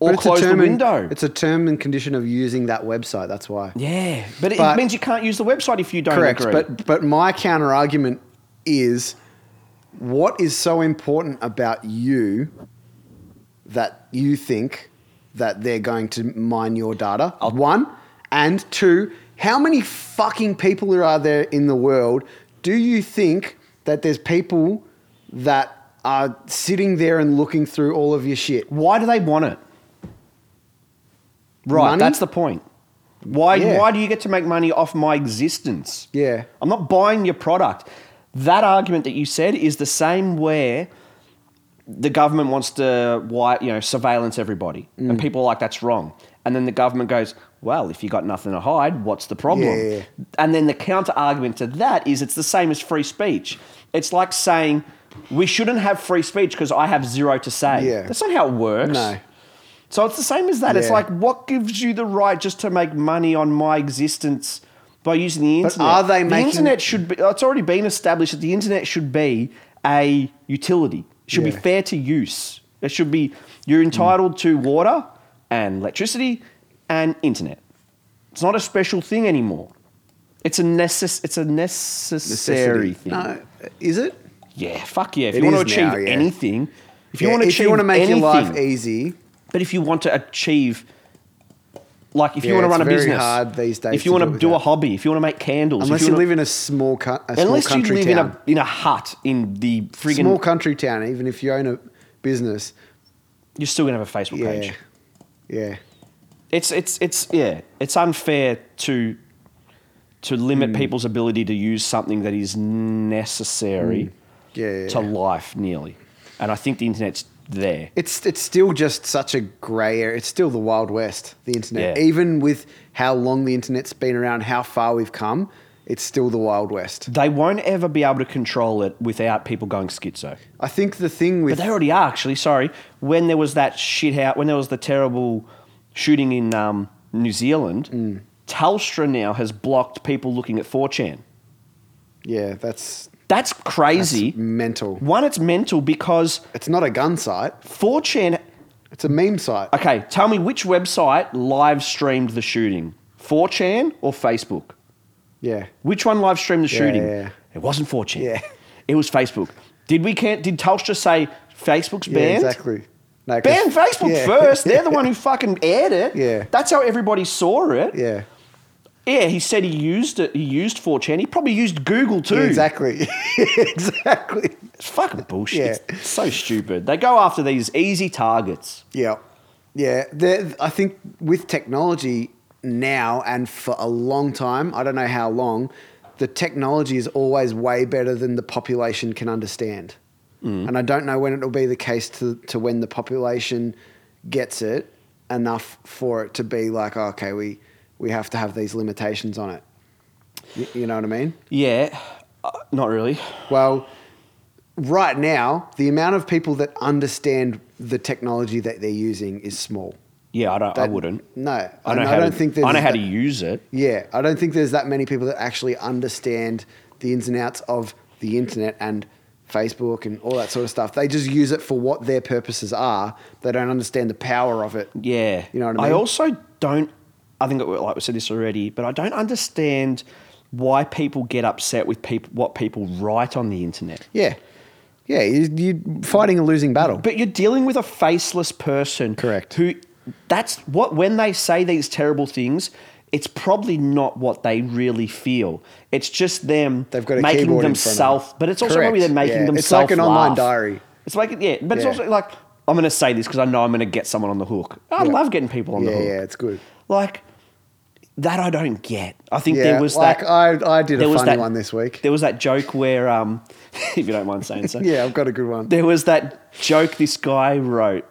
Or
But it's a
close the
term and-
window.
It's a term and condition of using that website. That's why.
Yeah, but it
But-
means you can't use the website if you don't
Correct.
agree.
But but my counter argument is, what is so important about you that you think that they're going to mine your data? One and two. How many fucking people there are there in the world? Do you think that there's people that are sitting there and looking through all of your shit?
why do they want it? Right,
Money?
that's the point. Why?
Yeah.
Why do you get to make money off my existence?
Yeah.
I'm not buying your product. That argument that you said is the same where the government wants to why you know surveillance everybody,
Mm.
and people are like that's wrong. And then the government goes, well, if you got nothing to hide, what's the problem?
Yeah, yeah,
And then the counter argument to that is it's the same as free speech. It's like saying we shouldn't have free speech because I have zero to say.
Yeah.
That's not how it works.
No.
So it's the same as that. It's
Yeah.
like what gives you the right just to make money on my existence by using the
But
internet?
are they
the
making-
internet should be it's already been established that the internet should be a utility. It should be
Yeah.
fair to use. It should be you're entitled to water and electricity and internet. It's not a special thing anymore. It's a necess- it's a necessary
Necessity.
thing.
No, is it?
Yeah, fuck yeah. If
It
you want to
is
achieve
now, yeah.
anything, if you
Yeah,
want to
if
achieve
you want to make
anything,
your life e- easy,
but if you want to achieve, like, if you
Yeah,
want to
it's
run a
very
business,
hard these days
if you
to
want
do
to
it
do a
without-
hobby, if you want to make candles, if
unless
you
you,
wanna-
live in a small, co- a small
unless you
country
live
town,
in a in a hut in the friggin',
small country town, even if you own a business,
you're still gonna have a Facebook
yeah,
page.
yeah,
It's it's it's yeah, it's unfair to to limit
Hmm.
people's ability to use something that is necessary
Hmm. yeah, yeah,
to
yeah.
life, nearly. And I think the internet's there.
It's it's still just such a grey area. It's still the wild west. The internet,
Yeah.
even with how long the internet's been around, how far we've come, it's still the wild west.
They won't ever be able to control it without people going schizo.
I think the thing with
But they already are actually. Sorry, when there was that shit out, when there was the terrible shooting in um, New Zealand,
Hmm.
Telstra now has blocked people looking at 4chan.
yeah, that's
That's crazy.
mental.
One, it's mental because
It's not a gun site.
4chan.
It's a meme site.
Okay, tell me which website live streamed the shooting, 4chan or Facebook?
Yeah,
Which one live streamed the
Yeah,
shooting?
yeah.
It wasn't 4chan.
Yeah.
It was Facebook. Did we can't? Did Telstra say Facebook's
yeah,
banned?
exactly. No, 'cause-
Ban Facebook
yeah.
first. They're the one who fucking aired it.
Yeah.
That's how everybody saw it.
yeah,
Yeah, he said he used it. He used 4chan. He probably used Google too.
Yeah, exactly, exactly.
It's fucking bullshit.
Yeah.
It's- It's so stupid. They go after these easy targets.
Yeah. Yeah. There, I think with technology now and for a long time, I don't know how long, the technology is always way better than the population can understand. And I don't know when it'll be the case to, to when the population gets it enough for it to be like, oh, okay, we, we have to have these limitations on it. Y- you know what I mean?
Yeah, uh, not really.
Well, right now, the amount of people that understand the technology that they're using is small.
Yeah, I don't. I
That-
wouldn't.
No,
I don't.
And
know
I
how
don't
to,
think there's.
I know how
that-
to use it.
Yeah, I don't think there's that many people that actually understand the ins and outs of the internet and Facebook and all that sort of stuff. They just use it for what their purposes are. They don't understand the power of it.
Yeah.
You know what I mean?
also don't. I think like we said this already, but I don't understand why people get upset with people what people write on the internet.
Yeah, yeah, you, you're fighting a losing battle.
But you're dealing with a faceless person.
Correct.
Who that's what when they say these terrible things, it's probably not what they really feel. It's just them
They've got a
making
keyboard in front of
themselves
them.
but it's also
Correct.
probably them making
Yeah.
themselves.
It's like an online
laugh.
diary.
It's like yeah, but it's
Yeah.
also like I'm gonna say this because I know I'm gonna get someone on the hook. I
Yeah.
love getting people on
yeah,
the hook.
yeah, it's good.
Like that, I don't get. I think
Yeah,
there was
like
that.
I, I did a
there was
funny
that-
one this week.
There was that joke where, um, if you don't mind saying so,
yeah, I've got a good one.
there was that joke this guy wrote.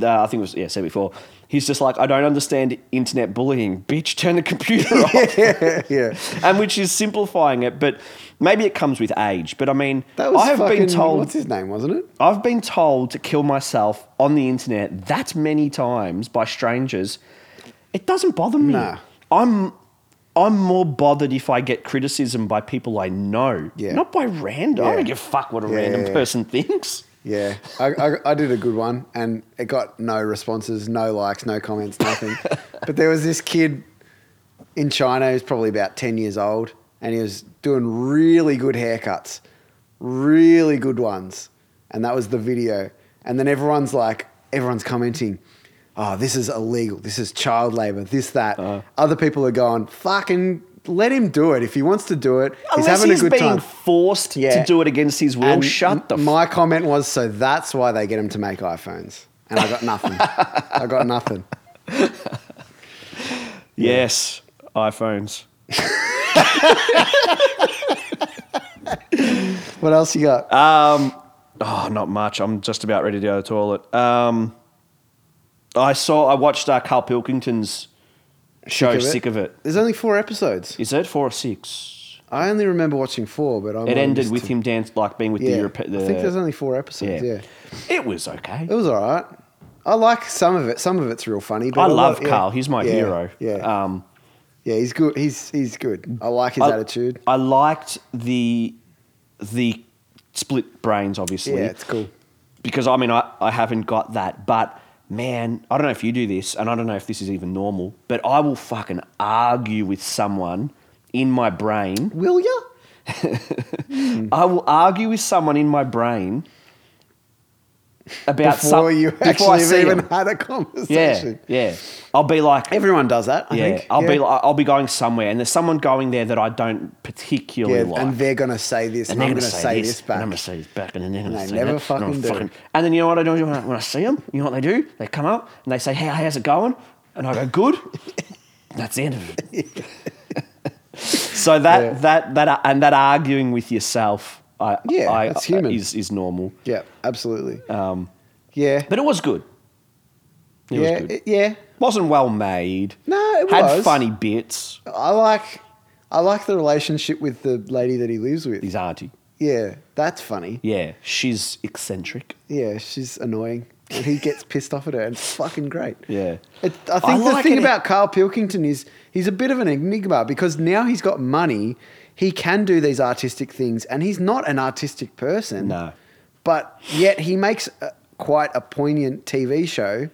Uh, I think it was yeah, said before. He's just like, I don't understand internet bullying, bitch. Turn the computer off,
yeah, yeah.
and which is simplifying it, but maybe it comes with age. But I mean,
That was
I have
fucking,
been told
What's his name? Wasn't it?
I've been told to kill myself on the internet that many times by strangers. It doesn't bother me.
Nah.
I'm I'm more bothered if I get criticism by people I know,
Yeah.
not by random. I
Yeah.
don't give a fuck what a
Yeah,
random
yeah, yeah.
person thinks.
Yeah, I, I, I did a good one, and it got no responses, no likes, no comments, nothing. but there was this kid in China who's probably about ten years old, and he was doing really good haircuts, really good ones, and that was the video. And then everyone's like, everyone's commenting, "Oh, this is illegal. This is child labor. This that."
Uh-huh.
Other people are going, "Fucking." Let him do it if he wants to do it. He's
Unless
having
he's
a good
being
time.
forced
Yeah.
to do it against his will,
And
shut the
m-
fuck
My comment was so that's why they get him to make iPhones. And I got nothing. I got nothing.
Yes, iPhones.
What else you got?
Uh, Oh, not much. I'm just about ready to go to the toilet. Um, I saw, I watched uh, Carl Pilkington's
Sick of
show,
it?
Sick of It.
There's only four episodes.
Is that four or six?
I only remember watching four, but I might
It
have
ended
missed
with
two.
him dance, like being with
Yeah,
the European.
I think there's only four episodes. Yeah,
It was okay.
it was all right. I like some of it. Some of it's real funny. But
I
a lot-
love
yeah.
Carl. He's my
Yeah,
hero.
Yeah,
Um,
yeah. He's good. He's he's good. I like his
I-
attitude.
I liked the the split brains, obviously.
Yeah, it's cool.
because I mean, I, I haven't got that, but man, I don't know if you do this, and I don't know if this is even normal, but I will fucking argue with someone in my brain.
Will ya? Mm.
I will argue with someone in my brain about
Before
some-
you
before I
actually
see
even
them.
had a
yeah,
conversation.
yeah. I'll be like,
Everyone does that. I
yeah,
think.
I'll be
Yeah.
like, I'll be going somewhere, and there's someone going there that I don't particularly
Yeah,
like.
and they're gonna say this, and,
And they're
I'm
going
gonna
to
say,
say
this,
this,
back.
and I'm going to say this back, and then they're going
And
to
they
say
never
that, and I'm
fucking do.
And then you know what I do when I, when I see them? You know what they do? They come up and they say, "Hey, how's it going?" And I go, "Good." And that's the end of it. so that
Yeah.
that that uh, and that arguing with yourself, I,
Yeah,
I,
that's human.
is is normal.
yeah, absolutely.
Um,
yeah,
but it was good. It
yeah,
was good.
it- yeah.
wasn't well made.
No, it
had
was.
funny bits.
I like, I like the relationship with the lady that he lives with.
His auntie,
Yeah, that's funny.
yeah, she's eccentric.
Yeah, she's annoying, and he gets pissed off at her, and it's fucking great.
Yeah.
It, I think
I
the
like
thing
it.
about Carl Pilkington is he's a bit of an enigma because now he's got money, he can do these artistic things, and he's not an artistic person.
No.
But yet he makes a, quite a poignant TV show.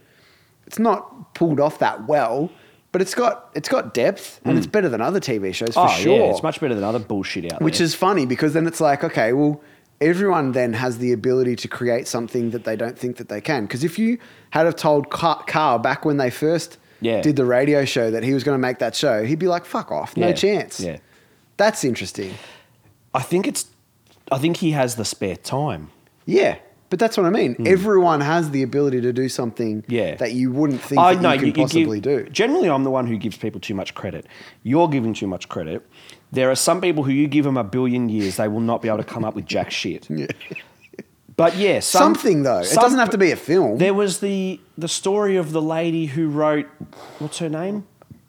It's not pulled off that well, but it's got it's got depth and it's better than other TV shows for
Hmm. oh
sure.
yeah, it's much better than other bullshit out there.
Which is funny because then it's like, okay, well, everyone then has the ability to create something that they don't think that they can. Because if you had have told Car- Carl back when they first
Yeah.
did the radio show that he was going to make that show, he'd be like, fuck off, no
Yeah,
chance.
yeah.
That's interesting.
I think it's. I think he has the spare time.
Yeah. But that's what I mean. Everyone has the ability to do something
Hmm. Yeah. Oh,
that you wouldn't think
I
that you can possibly
give,
do.
Generally, I'm the one who gives people too much credit. You're giving too much credit. There are some people who you give them a billion years, they will not be able to come up with jack shit. But yeah, some-
something though.
some-
it doesn't have to be a film.
There was the the story of the lady who wrote what's her name?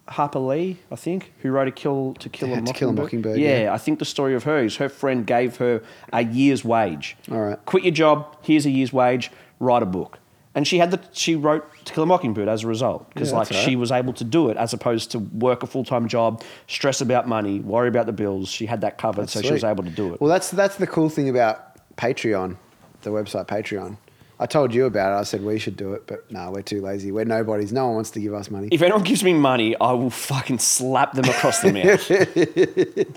Harper Lee, I think, who wrote a kill to kill
To
a mockingbird.
Kill a Mockingbird,
Yeah,
yeah.
I think the story of her is her friend gave her a year's wage.
All right.
Quit your job, here's a year's wage, write a book. And she had the she wrote To Kill a Mockingbird as a result. Because
Yeah,
like
that's all right.
she was able to do it as opposed to work a full time job, stress about money, worry about the bills. She had that covered, so she was
Sweet.
able to do it.
Well, that's that's the cool thing about Patreon, the website Patreon. I told you about it. I said we should do it, but no, we're too lazy. We're nobodies. No one wants to give us money.
If anyone gives me money, I will fucking slap them across the mouth. Give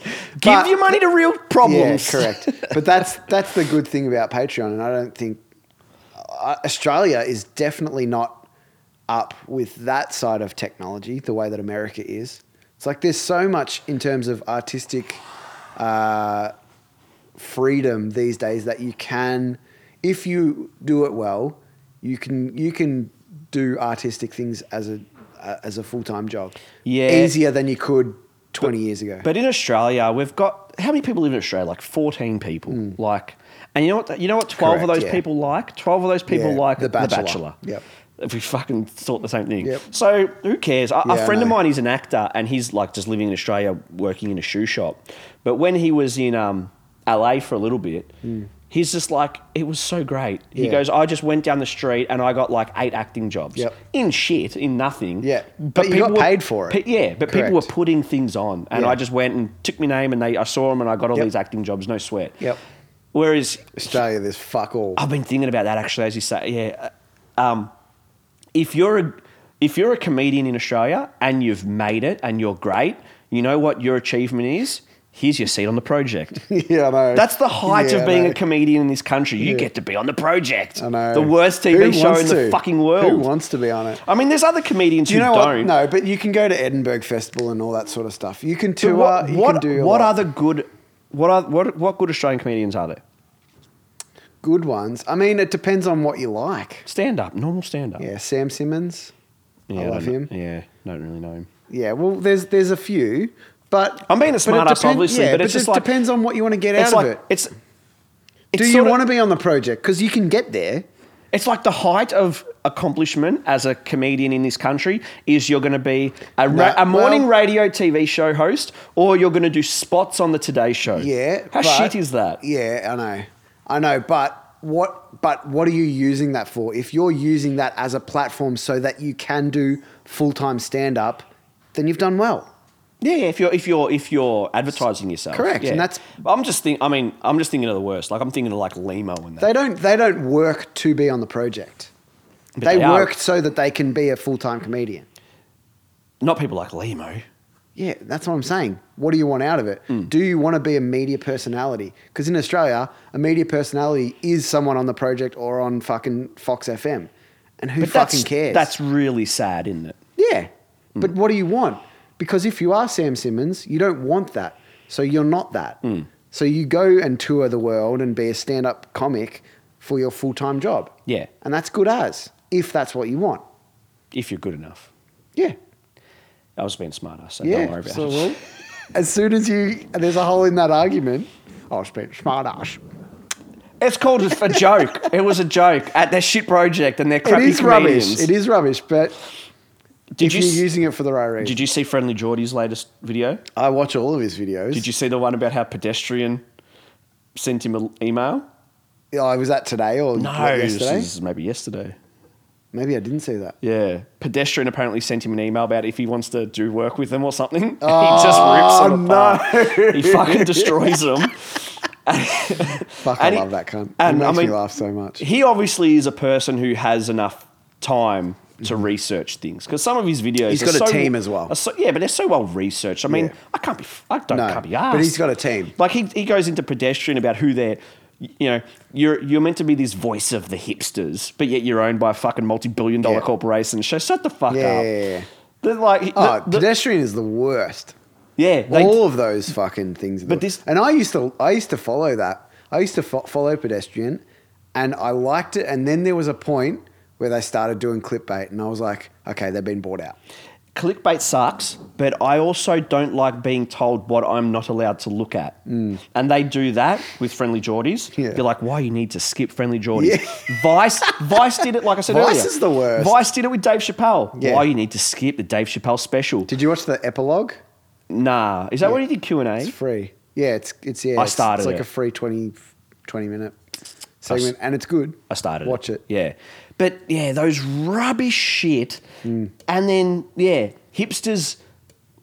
But-
your money to real
yeah,
problems.
correct. But that's that's the good thing about Patreon, and I don't think I- Australia is definitely not up with that side of technology the way that America is. It's like there's so much in terms of artistic uh, freedom these days that you can, if you do it well, you can you can do artistic things as a uh, as a full time job.
Yeah.
easier than you could twenty years ago.
But in Australia, we've got how many people live in Australia? Like fourteen people. Like, and you know what? You know what? Twelve of
Hmm. Correct,
those
yeah.
people like. Twelve of those people
Yeah,
like
The
The Bachelor.
Bachelor. Yep.
If we fucking thought the same thing.
Yep.
So who cares? A, a
Yeah, I
friend of
know.
mine is an actor, and he's like just living in Australia, working in a shoe shop. But when he was in um, LA for a little bit, He's just like, it was so great. He
Hmm. Yeah.
goes, I just went down the street and I got like eight acting jobs.
Yep.
In shit, in nothing.
Yeah. But you got
were-
paid for it.
pe- yeah, but
Correct.
people were putting things on. And
Yeah.
I just went and took my name and they, I saw them and I got all
Yep.
these acting jobs, no sweat.
Yep.
Whereas
Australia, there's fuck all.
I've been thinking about that actually, as you say. Yeah, um, if you're a if you're a comedian in Australia and you've made it and you're great, you know what your achievement is. Here's your seat on the project.
yeah, I know.
That's the height
Yeah, I
of being
know.
a comedian in this country. You
Yeah.
get to be on the project.
I know.
The worst
Who
TV show
wants
in the
to?
fucking world.
Who wants to be on it?
I mean, there's other comedians
Do you
who
know what?
don't.
No, but you can go to Edinburgh Festival and all that sort of stuff. You can
But
tour.
what
uh, you
what,
can do a
what
lot.
other good what are what what good Australian comedians are there?
good ones? I mean, it depends on what you like.
Stand up, normal stand up.
Yeah, Sam Simmons.
yeah
I love him.
don't- Yeah, don't really know him.
Yeah, well, there's there's a few, but
I'm being a
but it
smart-ass,
depend-
obviously,
yeah,
but it's just
it
like-
depends on what you want to get
it's
out
like
of it.
it's.
Do you want to be on the project? Because you can get there.
It's like the height of accomplishment as a comedian in this country is you're going to be a, ra-
No,
a morning
well-
radio TV show host, or you're going to do spots on the Today Show.
Yeah. but-
how shit is that?
Yeah, I know, I know. But what? But what are you using that for? If you're using that as a platform so that you can do full time stand up, then you've done well.
Yeah, yeah. If you're if you're if you're advertising yourself,
Correct,
Yeah.
and that's-
I'm just think. I mean, I'm just thinking of the worst. Like I'm thinking of like Limo and that.
They don't. They don't work to be on the project. They,
they are.
work so that they can be a full time comedian.
Not people like Limo.
Yeah, that's what I'm saying. What do you want out of it?
Mm.
Do you want to be a media personality? Because in Australia, a media personality is someone on the project or on fucking Fox FM, and who
But
fucking
that's,
cares?
That's really sad, isn't it?
Yeah.
Hmm.
But what do you want? Because if you are Sam Simmons, you don't want that. So you're not that.
Hmm.
So you go and tour the world and be a stand up comic for your full time job.
Yeah.
And that's good as, if that's what you want.
If you're good enough,
Yeah.
I was being smart ass. So
yeah.
don't worry about
So,
it.
well, as soon as you, there's a hole in that argument. Oh, it's been smart ass.
It's called a a joke. It was a joke at their shit project and their
It
crappy
is
comedians.
rubbish. It is rubbish, but
Did
if
you
you're
s-
using it for the right reason.
Did you see Friendly Geordie's latest video?
I watch all of his videos.
Did you see the one about how pedestrian sent him an email?
Oh, was that today or
this
yesterday?
is maybe yesterday.
Maybe I didn't see that.
Yeah, pedestrian apparently sent him an email about if he wants to do work with them or something. he just rips
Oh,
them apart. he fucking destroys them.
Fuck, I
And he-
love that cunt.
and
it
I
makes
mean-
me laugh so much.
He obviously is a person who has enough time to research things because some of his videos
Mm-hmm. He's
are
got a
so-
team as well.
are so- yeah, but they're so well researched. I mean,
Yeah.
I can't be, f- I don't,
No,
can't be asked.
but he's got a team.
Like he, he goes into pedestrian about who they're, you know, you're you're meant to be this voice of the hipsters, but yet you're owned by a fucking multi-billion dollar
Yeah.
corporation. So shut the fuck
Yeah,
up.
yeah, yeah.
They're like,
Oh,
the- the-
pedestrian is the worst.
yeah, they,
All of those fucking things. are the-
But this-
and I used to, I used to follow that. I used to fo- follow pedestrian, and I liked it. And then there was a point where they started doing clickbait, and I was like, okay, they've been bought out.
clickbait sucks, but I also don't like being told what I'm not allowed to look at. And they do that with Friendly Geordies.
Mm. Yeah.
You're like, why you need to skip Friendly Geordies? Vice, Vice did it, like I said
Vice
earlier.
is the worst.
Vice did it with Dave Chappelle.
Yeah.
Why you need to skip the Dave Chappelle special?
Did you watch the epilogue?
nah, is that what he did Q and
It's
A?
free. Yeah, it's it's yeah.
I
it's-
started
It's like
it.
a free 20, 20 minute segment, and it's good.
I started.
Watch it.
Yeah, but yeah, those rubbish shit,
Mm.
and then yeah, hipsters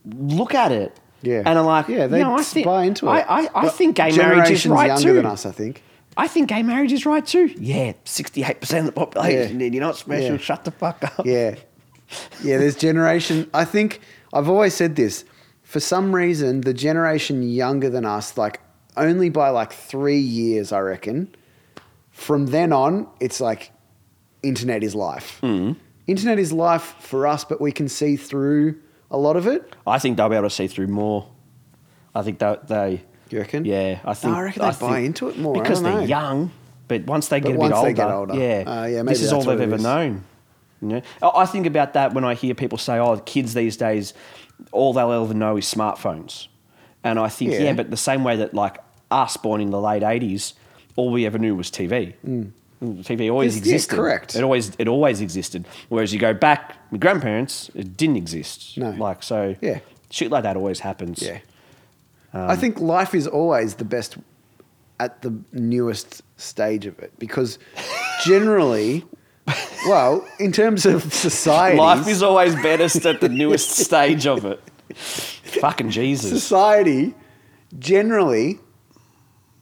look at it.
Yeah,
and I'm like,
yeah, they
"No, I
s-
think-
buy into it.
I, I, I
But
think gay marriage is
generations
right
younger
too.
than us. I think.
I think gay marriage is right too. Yeah, sixty-eight percent of the population.
Yeah.
You're not special.
Yeah.
Shut the fuck up.
Yeah. Yeah, there's generation. I think I've always said this. For some reason, the generation younger than us, like only by like three years, I reckon, from then on, it's like internet is life.
Mm.
Internet is life for us, but we can see through a lot of it.
I think they'll be able to see through more. I think they. they
You reckon?
Yeah, I think.
I reckon they buy into it more. I
because
don't
they're
know.
young. But once they get a
once
bit
they
older,
get older,
yeah,
uh, yeah, maybe
this is all
that's
they've
what it
ever
is.
known. You know, I I think about that when I hear people say, "Oh, kids these days, all they'll ever know is smartphones," and I think,
Yeah.
yeah, but the same way that like us born in the late '80s, all we ever knew was TV. TV always
Yes, Mm. yeah,
existed.
correct.
It always it always existed. Whereas you go back, my grandparents, it didn't exist.
No.
Like so,
Yeah.
shit like that always happens.
Yeah. I think life is always the best at the newest stage of it because generally, well, in terms of society,
Life is always best at the newest stage of it. Fucking Jesus.
society generally,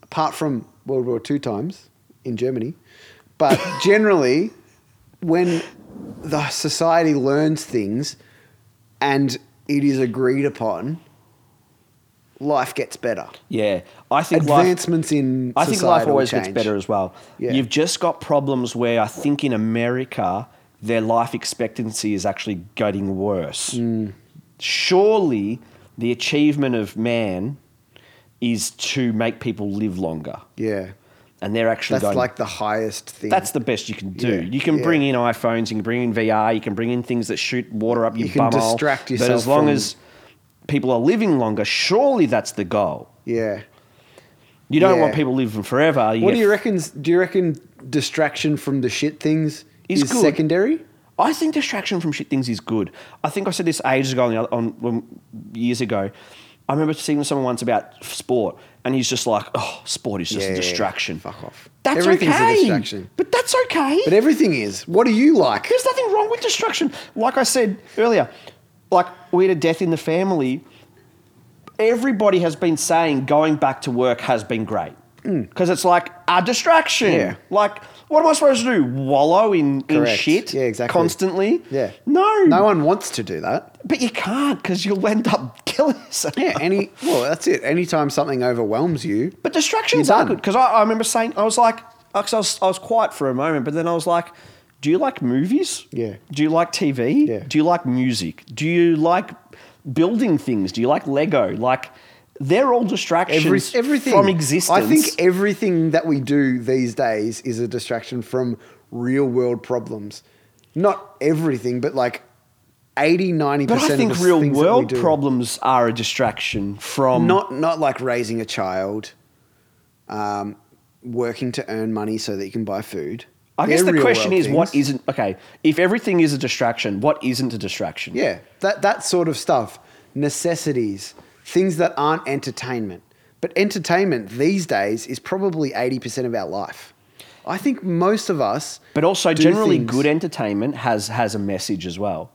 apart from World War II times in Germany, but generally, when the society learns things and it is agreed upon, life gets better.
Yeah. I think life,
Advancements in
I think life
societal
always
change.
gets better as well.
Yeah.
You've just got problems where I think in America their life expectancy is actually getting worse.
Hmm.
Surely the achievement of man is to make people live longer.
Yeah,
And they're actually
that's
going
like the highest thing.
that's the best you can do.
Yeah,
you can
yeah.
bring in iPhones, you can bring in VR, you can bring in things that shoot water up your
You can
bumhole,
distract
But
yourself
as long
from-
as people are living longer, surely that's the goal.
yeah.
You don't
Yeah.
want people living forever.
What do
get-
you reckon? Do you reckon distraction from the shit things
Is
is,
good.
secondary?
I think distraction from shit things is good. I think I said this ages ago on, the other, on when, years ago. I remember seeing someone once about sport, and he's just like, "Oh, sport is just
Yeah,
a
yeah, yeah.
distraction.
Fuck off.
That's
Everything's
okay.
a distraction.
But that's okay.
But everything is. What do you like?
There's nothing wrong with distraction. Like I said earlier, like we had a death in the family. Everybody has been saying going back to work has been great because it's like a distraction.
Hmm. Yeah.
Like, what am I supposed to do? Wallow in, in
Correct.
shit?
Yeah, exactly.
Constantly?
Yeah.
No.
No one wants to do that.
But you can't because you'll end up killing yourself.
Yeah. Any. Well, that's it. Anytime something overwhelms you.
But distractions
You're
are
done.
good because I, I remember saying I was like, cause I was I was quiet for a moment, but then I was like, do you like movies?
Yeah.
Do you like TV?
Yeah.
Do you like music? Do you like building things? Do you like Lego? Like, they're all distractions
Every, everything
from existence.
I think everything that we do these days is a distraction from real world problems. Not everything, but like 80, 90%
but I think
of the
real
things that we
world
do.
problems are a distraction from
not not like raising a child, um, working to earn money so that you can buy food.
I guess
They're
the
real
question
world
is, what
things.
isn't okay? If everything is a distraction, what isn't a distraction?
yeah that that sort of stuff, necessities, things that aren't entertainment. But entertainment these days is probably eighty percent of our life. I think most of us,
But also,
do
generally,
things-
good entertainment has has a message as well.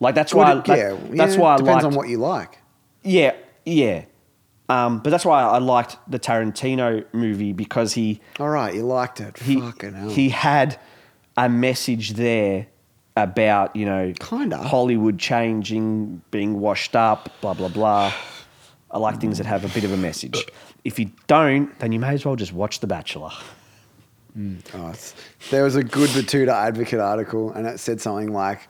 Like that's
Would
why.
it-
that-
yeah,
that's
yeah,
why I
depends
liked.
on what you like.
yeah, yeah. Um, but that's why I liked the Tarantino movie because he
All right, you liked it.
he
Fucking hell.
he had a message there about you know
Kinda.
Hollywood changing, being washed up, blah blah blah. I like things that have a bit of a message. If you don't, then you may as well just watch The Bachelor.
Oh, it's- there was a good Batuta Advocate article, and it said something like,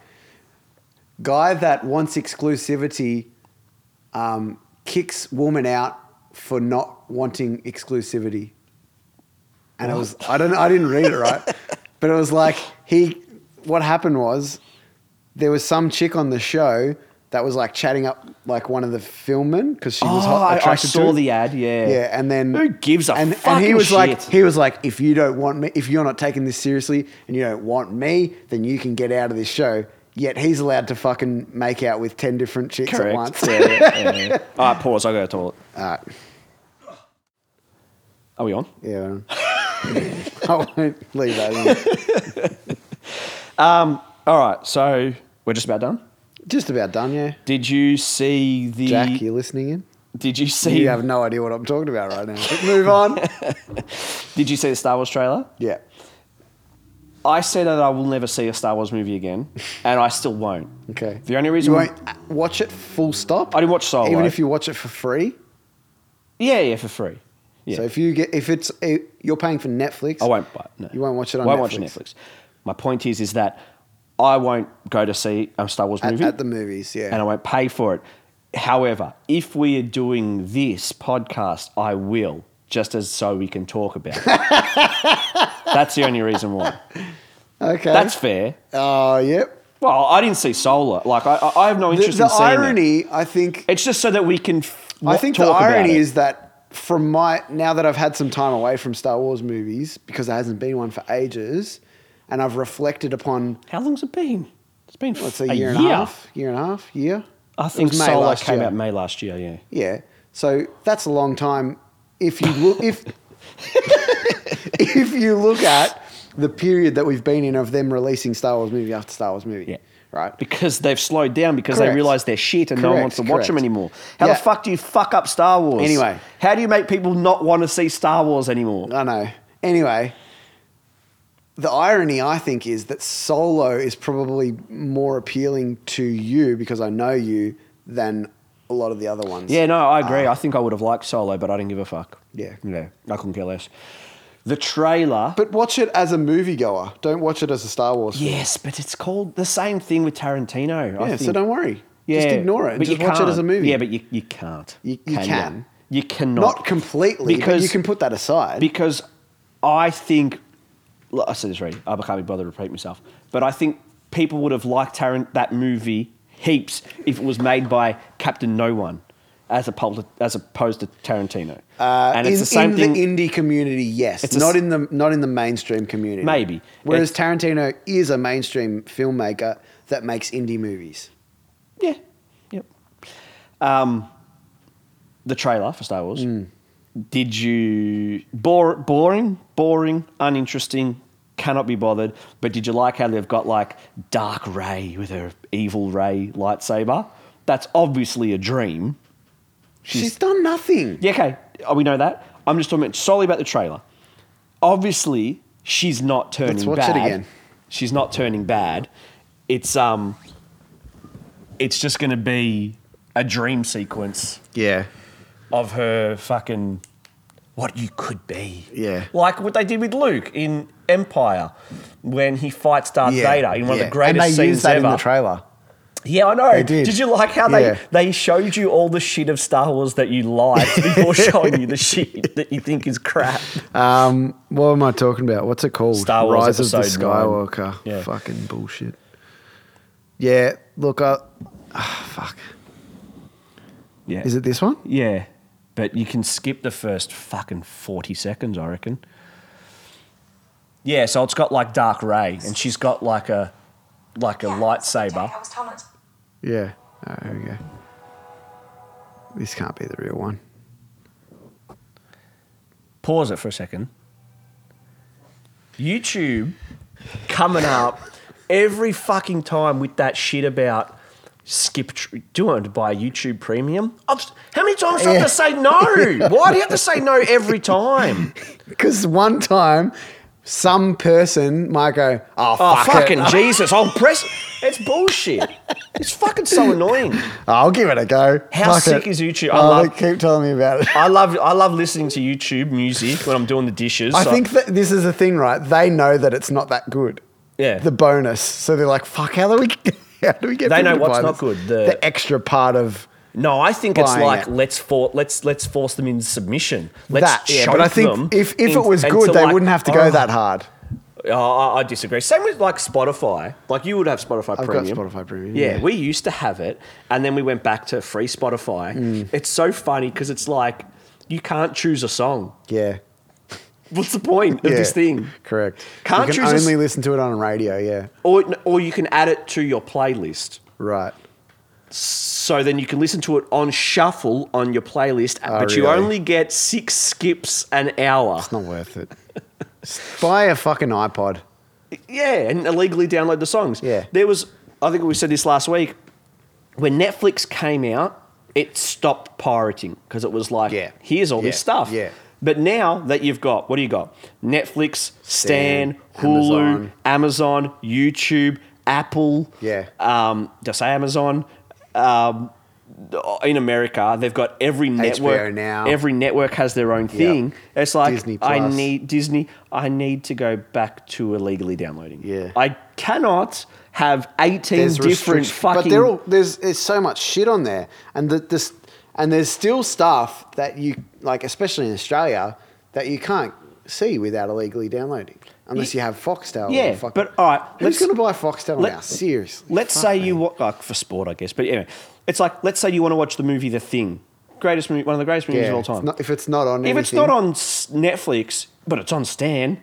"Guy that wants exclusivity um, kicks woman out for not wanting exclusivity." And it was I don't know, I didn't read it right, but it was like he. What happened was there was some chick on the show that was like chatting up like one of the filmmen because she was
Oh,
hot,
I- I,
attracted to
saw
him.
the ad. Yeah,
Yeah, and then
who gives a
and,
fucking
and he was like,
shit?
he was like, if you don't want me, if you're not taking this seriously, and you don't want me, then you can get out of this show. Yet he's allowed to fucking make out with ten different chicks at once.
Yeah, yeah, yeah. All right, pause. I'll go to the toilet.
All right.
Are we on?
Yeah. I won't leave that in.
All right, so we're just about done.
Just about done, yeah.
Did you see the?
Jack, you're listening in.
did you see?
You have no idea what I'm talking about right now. But move on.
Did you see the Star Wars trailer?
yeah.
I said that I will never see a Star Wars movie again, and I still won't.
Okay.
The only reason
You
why
won't uh, watch it full stop.
I didn't watch Solo.
Even if you watch it for free.
yeah, yeah, for free. Yeah,
So if you get if it's uh, you're paying for Netflix,
I won't buy. it, No.
You won't watch it on
won't
Netflix.
watch Netflix. My point is, is that I won't go to see a Star Wars
at,
movie
at the movies. Yeah,
and I won't pay for it. However, if we are doing this podcast, I will, just as so we can talk about it. That's the only reason why.
okay.
That's fair.
oh yep.
Well, I didn't see Solar. Like, I, I- I have no
The,
interest
the
in seeing it.
irony, I think,
It's just so that we can. F-
I
wa-
think the
talk about
irony
it.
is that from my now that I've had some time away from Star Wars movies because there hasn't been one for ages, and I've reflected upon
how long's it been? It's been
let's
a,
say a year, and a half, year and a half, year.
I
It
think
was May
Solar
last
came
year.
out May last year. Yeah.
Yeah, so that's a long time. If you look, if if you look at the period that we've been in of them releasing Star Wars movie after Star Wars movie,
Yeah.
right?
Because they've slowed down because they
Correct.
realize they're shit and no one
Correct,
wants to watch them
correct.
anymore. How
Yeah.
the fuck do you fuck up Star Wars?
Anyway.
How do you make people not want to see Star Wars anymore?
I know. Anyway, the irony I think is that solo is probably more appealing to you because I know you than a lot of the other ones.
Yeah, no, I agree. I think I would have liked Solo, but I didn't give a fuck.
Ah. Yeah.
Yeah, I couldn't care less. The trailer.
But watch it as a moviegoer. Don't watch it as a Star Wars. film.
yes, but it's called the same thing with Tarantino. I
Yeah.
think.
so don't worry. Just ignore it. And
but
just
you
watch it as a
can't.
movie.
Yeah, but you, you can't.
You- you
ya?
can.
You cannot.
not completely. Because
Because-
but you can put that aside.
Because I think, look, I said this already. I can't be bothered to repeat myself. But I think people would have liked Tarant that movie heaps if it was made by Captain No One, as opposed as opposed to Tarantino.
Uh,
and it's
in,
the same
in
thing.
the indie community, yes.
It's a
not
s-
in the not in the mainstream community.
Maybe.
Whereas Tarantino is a mainstream filmmaker that makes indie movies.
yeah. Yep. Um, the trailer for Star Wars. Did you bore, boring, boring, uninteresting? Cannot be bothered. But did you like how they've got like Dark Ray with her evil Ray lightsaber? That's obviously a dream.
She's, done nothing.
Yeah, okay. Oh, we know that. I'm just talking about- solely about the trailer. Obviously, she's not turning
Let's watch it
bad.
again.
She's not turning bad. It's um it's just gonna be a dream sequence
Yeah.
of her fucking what you could be.
Yeah.
Like what they did with Luke in Empire when he fights Darth Vader in one of the greatest
and they
scenes
used that
ever.
in the trailer.
Yeah, I know.
They did.
you like how
Yeah.
they, they showed you all the shit of Star Wars that you liked before showing you the shit that you think is crap?
Um, what am I talking about? What's it called?
Star Wars
Rise of the
Episode Nine.
Skywalker.
Yeah.
Fucking bullshit. Yeah. Look, I. ah, fuck.
Yeah.
Is it this one?
Yeah. But you can skip the first fucking 40 seconds, I reckon. Yeah, so it's got like Dark Ray and she's got like a like a
Yeah, it's okay.
lightsaber.
I was told not to
Yeah. Oh, here we go. This can't be the real one.
Pause it for a second. YouTube coming up every fucking time with that shit about skip. Tr- do you want to buy YouTube Premium? I've, how many times do I have to say no? Why do you have to say no every time?
Because one time, some person might go, "Oh,
Oh,
fuck
fucking
it.
Jesus! I'll press. It's bullshit. It's fucking so annoying.
I'll give it a go."
How
Fuck
sick
it.
is YouTube? I
Oh,
love-
they keep telling me about it.
I love I love listening to YouTube music when I'm doing the dishes.
I
so-
think that this is the thing, right? They know that it's not that good.
Yeah.
The bonus, so they're like, "Fuck, how do we, how do we get?"
They
people
know
to
what's
buy
not
this?
good, the-
The, extra part of
No, I think it's
Buying
like
it.
let's for let's let's force them into submission. Let's
that. Yeah, but
choke
I think
them
if if it
in-
was
into
good, they
like-
wouldn't have to
oh,
go that hard.
oh, I, I disagree. Same with like Spotify. Like you would have Spotify
I've got
Premium.
Spotify Premium,
Yeah,
yeah.
we used to have it, and then we went back to free Spotify.
Mm.
It's so funny because it's like you can't choose a song.
Yeah.
What's the point of
yeah.
this thing?
Correct.
Can't
you can
choose a s-
only listen to it on radio. Yeah.
Or or you can add it to your playlist.
Right.
So then you can listen to it on shuffle on your playlist, but you
Oh, really?
only get six skips an hour.
It's not worth it. Buy a fucking iPod.
Yeah, and illegally download the songs.
Yeah.
There was, I think we said this last week, when Netflix came out, it stopped pirating because it was like,
Yeah.
here's all
Yeah.
this stuff.
Yeah.
But now that you've got, what do you got? Netflix, Stan,
Stan,
Hulu,
Amazon.
Amazon. YouTube, Apple.
Yeah.
Um, did I say Amazon? Um, in America, they've got every network.
now.
Every network has their own thing. It's like
Disney
I
Plus.
need Disney, I need to go back to illegally downloading.
Yeah.
I cannot have 18 different
restrict-
fucking.
But they're all, there's there's so much shit on there, and the, this and there's still stuff that you like, especially in Australia, that you can't see without illegally downloading unless
Ye-
you have Foxtel.
Yeah,
or fucking,
but all right,
who's
let's-
going to buy Foxtel
let-
now? Seriously,
let's
Fuck
say
me.
you want, like, for sport, I guess. But anyway, it's like, let's say you want to watch the movie The Thing. Greatest movie, one of the greatest movies
Yeah,
of all
it's
time.
not- if it's not on,
if it's
anything-
not on S- Netflix, but it's on Stan,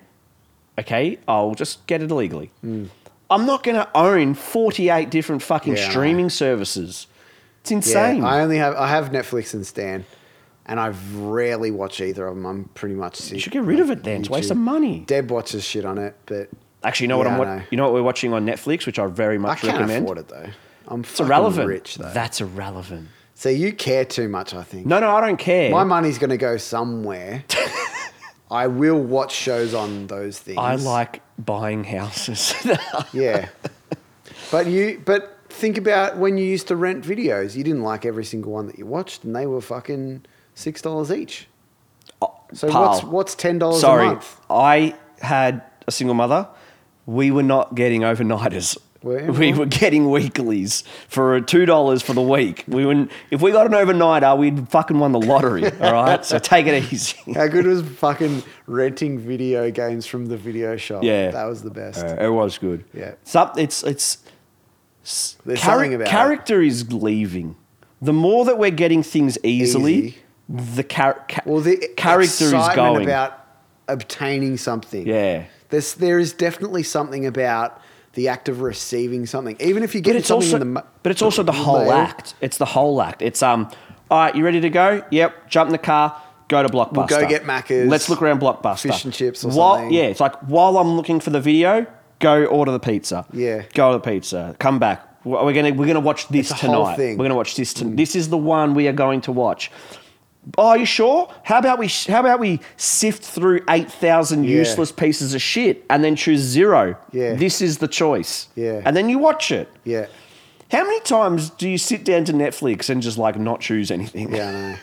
okay, I'll just get it illegally. I'm not going to own 48 different fucking
Hmm. Yeah, I know.
streaming services. It's
yeah,
insane.
I only have I have Netflix and Stan. and I rarely watch either of them. I'm pretty much.
You should get rid of it then. It's a waste of money.
Deb watches shit on it, but
Actually, you know what
Yeah,
I'm.
I know.
Wa- you know what we're watching on Netflix, which I very
I
much
can't
recommend.
afford it though. I'm
It's irrelevant.
rich though.
That's irrelevant.
so you care too much, I think.
No, no, I don't care.
My money's going to go somewhere. I will watch shows on those things.
I like buying houses.
Yeah. but you but think about when you used to rent videos, you didn't like every single one that you watched and they were fucking six dollars each. So
Pal,
what's what's ten dollars a
Oh, Sorry,
month?
I had a single mother. We were not getting overnighters.
Were you?
we were getting weeklies for two dollars for the week. We wouldn't. If we got an overnighter, we'd fucking won the lottery. all right, so take it easy.
How good was fucking renting video games from the video shop?
Yeah,
That was the best.
Uh, it was good.
Yeah.
Some- it's it's. s-
There's
charac-
something about it.
character is leaving. The more that we're getting things easily,
Easy.
the char- ca-
well the
character is
excitement
going.
about obtaining something.
Yeah.
There's there is definitely something about the act of receiving something. Even if you get
but it's
something
also
in the mo-
but it's also the whole
mail.
act. It's the whole act. It's um. All right, you ready to go? Yep. Jump in the car. Go to Blockbuster.
We'll go get Macca's,
Let's look around Blockbuster.
fish and chips or
While-
something.
Yeah, it's like while I'm looking for the video, go order the pizza.
Yeah.
Go to the pizza. Come back. We're we're gonna we're gonna watch this
It's a
tonight.
whole thing. Mm.
We're gonna watch this. To- This is the one we are going to watch. Oh, are you sure? How about we how about we sift through eight thousand
Yeah.
useless pieces of shit and then choose zero?
Yeah.
This is the choice.
Yeah.
And then you watch it.
Yeah.
How many times do you sit down to Netflix and just like not choose anything?
Yeah,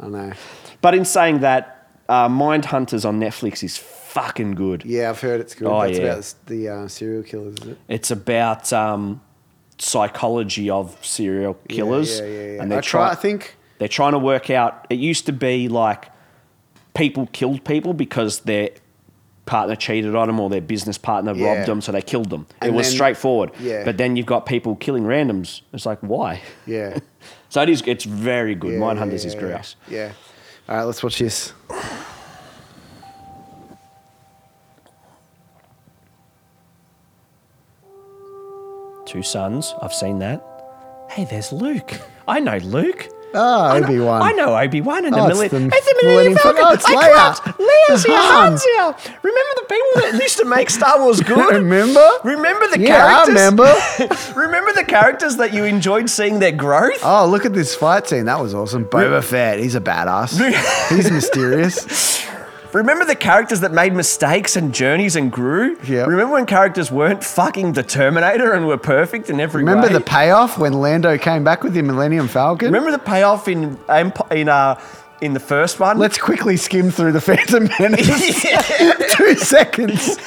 I know. I know.
But in saying that, uh, Mind Hunters on Netflix is fucking good.
Yeah, I've heard it's good.
Oh,
That's
yeah.
about s- the uh, serial killers, is it?
It's about um, psychology of serial killers,
Yeah, yeah, yeah. yeah.
and
I
they're
try. I
trying.
think.
They're trying to work out. It used to be like people killed people because their partner cheated on them or their business partner
Yeah.
robbed them, so they killed them. it
And
was
then-
straightforward.
yeah.
But then you've got people killing randoms. It's like why?
Yeah.
So it is. It's very good.
yeah
Mind
yeah,
Hunters is
yeah,
grouse.
Yeah. yeah. All right, let's watch this.
Two sons. I've seen that. Hey, there's Luke. I know Luke.
Ah,
I know-
Obi Wan.
I know Obi Wan and
Oh,
the
it's
Millennium.
the
It's the Millennium
Millennium Falcon.
Falcon.
Oh, it's Leia.
I can't. Leia's
It's
here.
Han.
Han's here. Remember the people that used to make Star Wars good?
Remember?
Remember the
Yeah, I
characters?
remember.
remember the characters that you enjoyed seeing their growth?
Oh, look at this fight scene. That was awesome. Boba Fett. He's a badass. he's mysterious.
Remember the characters that made mistakes and journeys and grew?
Yep.
Remember when characters weren't fucking the Terminator and were perfect in every
Remember
way?
the payoff when Lando came back with the Millennium Falcon?
Remember the payoff in Emp- in uh in the first one?
Let's quickly skim through the Phantom Menace.
Yeah.
Two seconds.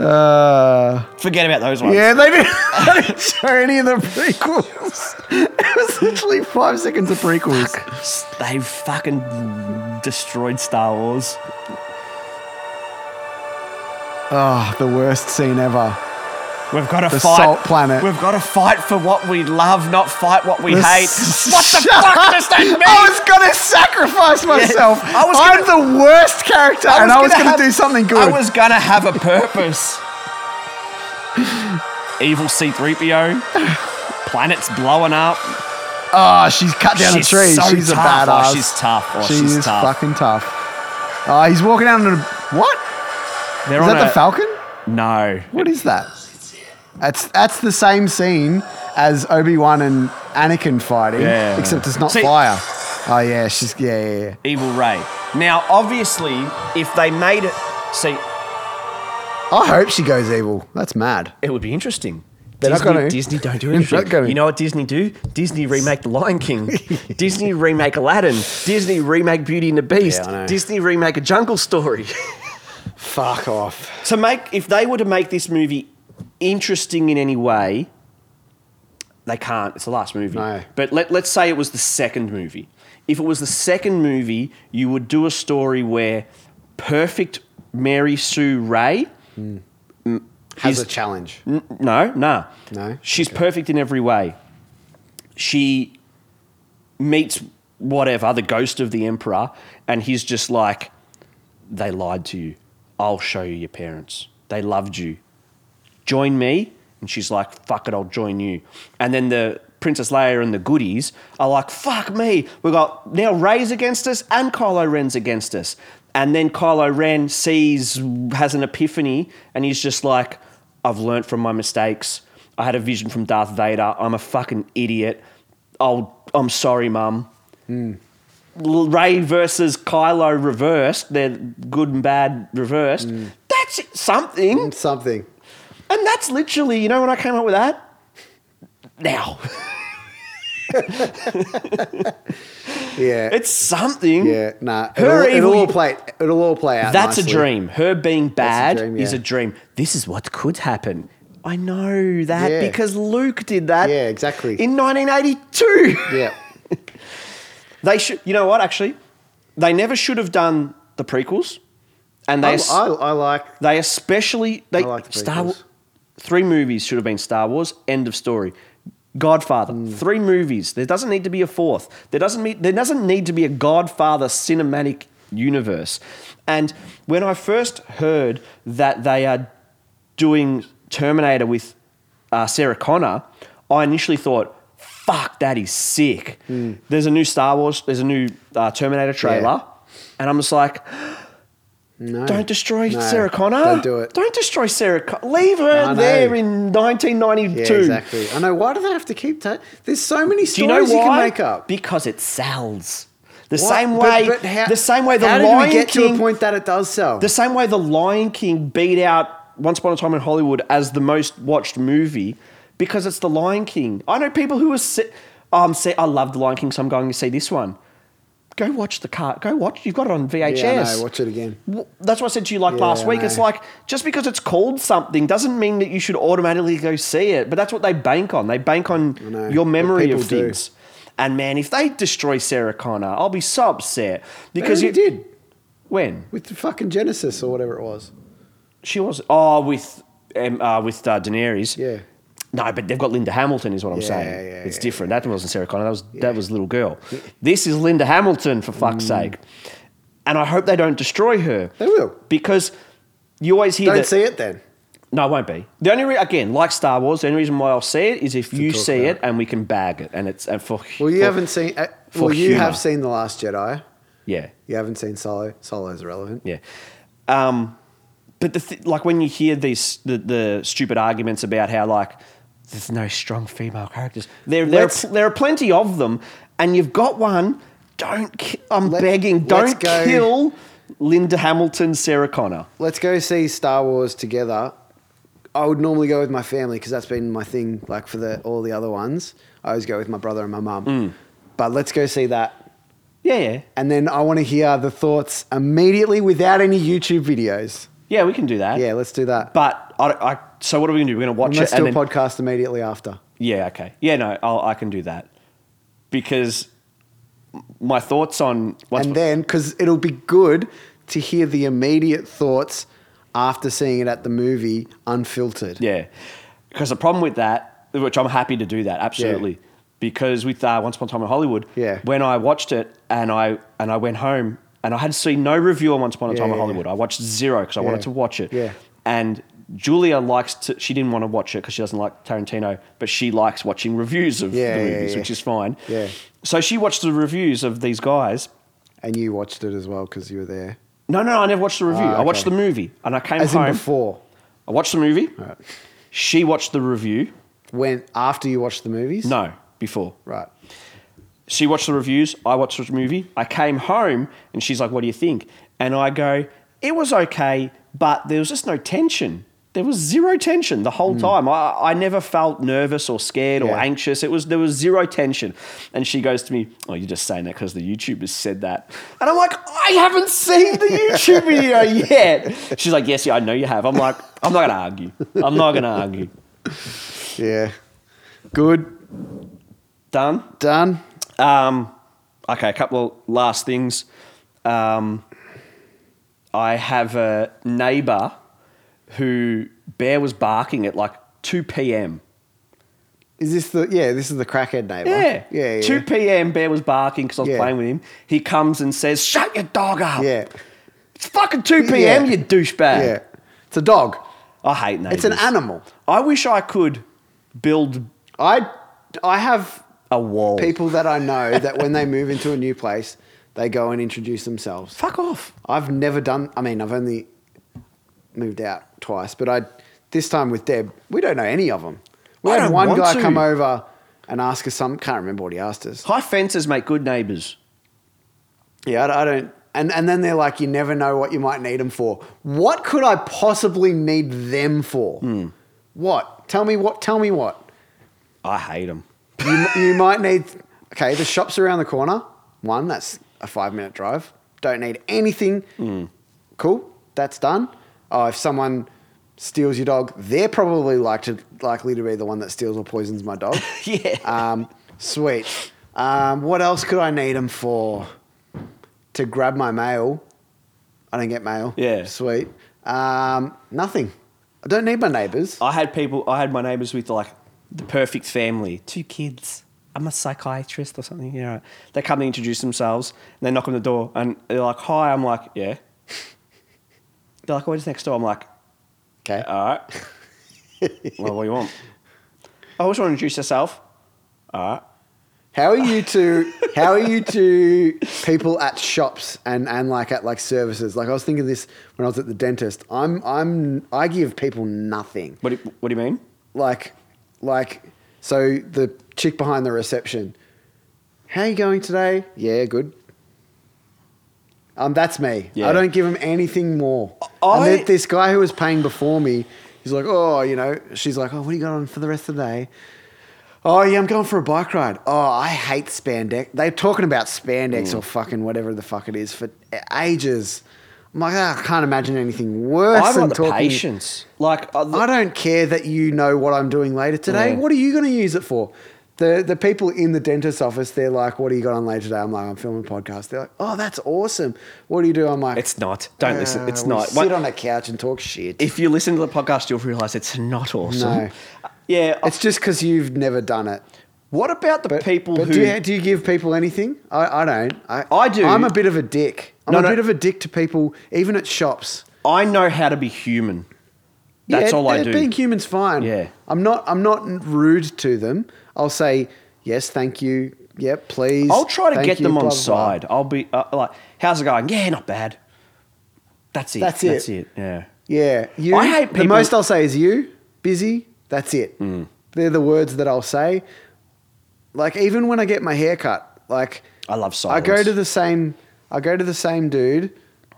uh,
Forget about those ones.
yeah, they didn't, they didn't show any of the prequels. It was literally five seconds of prequels.
They fucking destroyed Star Wars.
Oh, the worst scene ever.
We've got to
The
fight.
salt planet.
We've got to fight for what we love, not fight what we
The
hate.
s-
what the
Shut
fuck
up.
does that mean?
I was gonna sacrifice myself.
I was
I'm the worst character, and I was gonna,
have-
do something good.
I was gonna have a purpose. Evil C3PO. Planets blowing up.
oh, she's cut down
She's
a tree.
so
she's
tough.
a
Oh,
badass.
she's tough. Oh,
she
she's
is
tough.
fucking tough. Oh, he's walking out on a what?
They're
Is
on
that
a,
the Falcon?
No.
What is that? That's that's the same scene as Obi Wan and Anakin fighting,
Yeah.
except it's not
See-
fire. Oh yeah, she's yeah yeah yeah.
Evil Ray. Now, obviously, if they made it, see,
I hope she goes evil. That's mad.
It would be interesting.
They're not
Disney,
gonna.
Disney don't do
They're
anything.
not gonna.
You know what Disney do? Disney remake The Lion King. Disney remake Aladdin. Disney remake Beauty and the Beast.
Yeah, I know.
Disney remake A Jungle Story.
Fuck off.
to make, if they were to make this movie interesting in any way, they can't. It's the last movie.
No.
But let, let's say it was the second movie. If it was the second movie, you would do a story where perfect Mary Sue Ray
Has
Is-
a challenge.
N- no, nah.
No?
She's perfect in every way. She meets whatever, the ghost of the emperor, and he's just like, they lied to you. I'll show you your parents. They loved you. Join me. And she's like, fuck it, I'll join you. And then the Princess Leia and the goodies are like, fuck me. We've got now Ray's against us and Kylo Ren's against us. And then Kylo Ren sees, has an epiphany, and he's just like, I've learnt from my mistakes. I had a vision from Darth Vader. I'm a fucking idiot. I'll, I'm sorry, mum. Ray versus Kylo reversed. They're good and bad reversed. That's something.
Something.
And that's literally, you know, when I came up with that, now
Yeah.
it's something.
yeah. Nah.
Her
it'll, it'll
evil-
all play. It'll all play out.
That's
nicely.
a dream. Her being bad
dream,
is
yeah.
a dream. This is what could happen. I know that
Yeah.
because Luke did that.
Yeah, exactly.
In 1982.
Yeah.
They should. You know what? Actually, they never should have done the prequels, and they
I,
es-
I, I like.
they especially they
I like the
Star
prequels.
Three movies should have been Star Wars. End of story. Godfather.
Hmm.
Three movies. There doesn't need to be a fourth. There doesn't meet, there doesn't need to be a Godfather cinematic universe. And when I first heard that they are doing Terminator with uh, Sarah Connor, I initially thought, "Fuck, that is sick."
Hmm.
There's a new Star Wars. There's a new uh, Terminator trailer, and I'm just like.
No.
Don't destroy
No.
Sarah Connor.
Don't do it.
Don't destroy Sarah Connor. Leave her
I know.
there in 1992.
yeah. Exactly. I know. Why do they have to keep? Ta- There's so many
Do you
stories
know why?
you can make up.
Because it sells. The
What?
same
But-
way.
but how-
the same way. The
how did
Lion
we get
King.
to a point that it does sell?
The same way the Lion King beat out Once Upon a Time in Hollywood as the most watched movie because it's the Lion King. I know people who are si- um, say, I love the Lion King, so I'm going to see this one. Go watch the car. Go watch. You've got it on VHS.
yeah, I know. Watch it again.
W- That's what I said to you like
Yeah,
last
I
week. It's
know.
like just because it's called something doesn't mean that you should automatically go see it. But that's what they bank on. They bank on
know,
your
but
memory
people
of
do.
things. And man, if they destroy Sarah Connor, I'll be so upset
Because
because
you
it-
did
When
with the fucking Genesis or whatever it was.
she was oh with um, uh, with uh, Daenerys.
Yeah.
No, but they've got Linda Hamilton, is what I'm
Yeah,
saying.
yeah,
it's
yeah,
different. That wasn't Sarah Connor. That was that was little girl. This is Linda Hamilton for fuck's sake. And I hope they don't destroy her.
Mm. They will.
because you always hear
Don't
that.
see it then.
No, it won't be. The only re- again, like Star Wars, the only reason why I'll see it is if you
talk
see
about
it and we can bag it, and it's and for
Well, you
for-
haven't seen. Uh,
for
well, you
humour.
have seen the Last Jedi.
yeah
You haven't seen Solo. Solo's relevant.
yeah. Um, but the th- like when you hear these the, the stupid arguments about how like there's no strong female characters, there there are,
Let's-
pl- there are plenty of them, and you've got one. Don't ki- I'm
Let-
begging,
let's
don't
go-
kill Linda Hamilton, Sarah Connor.
Let's go see Star Wars together. I would normally go with my family because that's been my thing. Like for the all the other ones, I always go with my brother and my mum.
Mm.
But let's go see that,
Yeah, yeah,
and then I want to hear the thoughts immediately without any YouTube videos.
yeah. We can do that.
Yeah, let's do that.
But I, I so what are we gonna do? We're gonna watch
And let's
it
do
and
a
then
podcast immediately after.
Yeah, okay. Yeah, no, I'll, I can do that. Because my thoughts on once
and then because it'll be good to hear the immediate thoughts after seeing it at the movie unfiltered.
yeah. Because the problem with that, which I'm happy to do that, absolutely. Because with uh, Once Upon a Time in Hollywood,
Yeah.
when I watched it and I and I went home and I had seen no review on Once Upon a
Yeah,
Time
yeah,
in
yeah.
Hollywood. I watched zero because I wanted
Yeah.
to watch it.
Yeah.
And Julia likes to. She didn't want to watch it because she doesn't like Tarantino, but she likes watching reviews of
Yeah,
the
yeah,
movies,
yeah.
which is fine.
Yeah.
So she watched the reviews of these guys.
And you watched it as well because you were there.
No, no, I never watched the review.
Ah,
I watched
okay.
the movie and I came
As in
home.
before.
I watched the movie.
Right.
She watched the review.
When after you watched the movies?
No, before.
Right.
She watched the reviews. I watched the movie. I came home and she's like, What do you think? And I go, It was okay, but there was just no tension. There was zero tension the whole time. I, I never felt nervous or scared or
Yeah.
anxious. It was there was zero tension. And she goes to me, "Oh, you're just saying that because the YouTubers said that." And I'm like, "I haven't seen the YouTube video yet." She's like, "Yes, yeah, I know you have." I'm like, "I'm not gonna argue. I'm not gonna argue."
Yeah. Good.
Done.
Done.
Um, okay, a couple of last things. Um, I have a neighbor who bear was barking at like 2 p.m.
Is this the yeah? This is the crackhead neighbor.
Yeah.
Yeah. Yeah.
2 p.m. Bear was barking because I was
Yeah.
playing with him. He comes and says, Shut your dog up.
yeah.
It's fucking 2 p.m.,
Yeah.
you douchebag.
yeah. It's a dog.
I hate
It's
neighbors.
an animal.
I wish I could build
I I have
A wall.
people that I know that when they move into a new place, they go and introduce themselves.
Fuck off.
I've never done. I mean, I've only moved out twice, but I this time with Deb, we don't know any of them. We
I
had
don't
one
want
guy
to.
come over and ask us some. Can't remember what he asked us.
High fences make good neighbours.
Yeah, I don't- I don't. And and then they're like, you never know what you might need them for. What could I possibly need them for?
Hmm.
What? Tell me what? Tell me what?
I hate them.
you, you might need okay the shop's around the corner one that's a five minute drive don't need anything
Mm.
cool that's done oh if someone steals your dog they're probably like to, likely to be the one that steals or poisons my dog
Yeah.
um, sweet um, what else could i need them for to grab my mail i don't get mail
Yeah.
sweet um, nothing i don't need my neighbors
I had people, I had my neighbours with like the perfect family, two kids. I'm a psychiatrist or something. You know, they come and introduce themselves, and they knock on the door, and they're like, "Hi." I'm like, "Yeah." They're like, "Oh, "What's next door?" I'm like,
okay
"All right." well, what do you want? I always want to introduce yourself. All right.
How are you to how are you to people at shops and, and like at like services? Like I was thinking this when I was at the dentist. I'm I'm I give people nothing.
What do, you- what do you mean?
Like like so the chick behind the reception. How you going today? Yeah, good. Um, that's me.
Yeah.
I don't give him anything more.
I-
and th- this guy who was paying before me, he's like, oh, you know, she's like, oh, what do you got on for the rest of the day? Oh yeah, I'm going for a bike ride. Oh, I hate spandex. They're talking about spandex
Mm.
or fucking whatever the fuck it is for ages. I'm like, "Ah, I can't imagine anything worse
I've
than
got the
talking.
patience. Like, uh,
I don't care that you know what I'm doing later today.
Yeah.
What are you going to use it for? The the people in the dentist's office, they're like, "What do you got on later today?" I'm like, "I'm filming a podcast." They're like, "Oh, that's awesome. What do you do?" I'm like,
it's not. Don't listen.
"Ah,
It's
we
not.
Sit
What-
on a couch and talk shit.
if you listen to the podcast, you'll realise it's not awesome.
No.
Yeah. I-
it's just because you've never done it.
what about the
But,
people
but
who?
do, you, do you give people anything? I, I don't. I,
I do.
I'm a bit of a dick. I'm
No,
a
no.
bit of a dick to people, even at shops.
I know how to be human. That's
Yeah,
all I
uh,
do.
Being human's fine.
Yeah.
I'm not. I'm not rude to them. I'll say yes, thank you. Yep, please.
I'll try to
thank
get
you,
them
blah,
on
blah, blah.
side. I'll be uh, like, "How's it going?" Yeah, not bad. That's it.
That's
That's
it.
it. Yeah.
Yeah, you.
I hate
The
people- Hmm.
most I'll say is you. Busy. That's it. They're the words that I'll say. Like even when I get my hair cut, like
I love
I
silence.
go to the same. I go to the same dude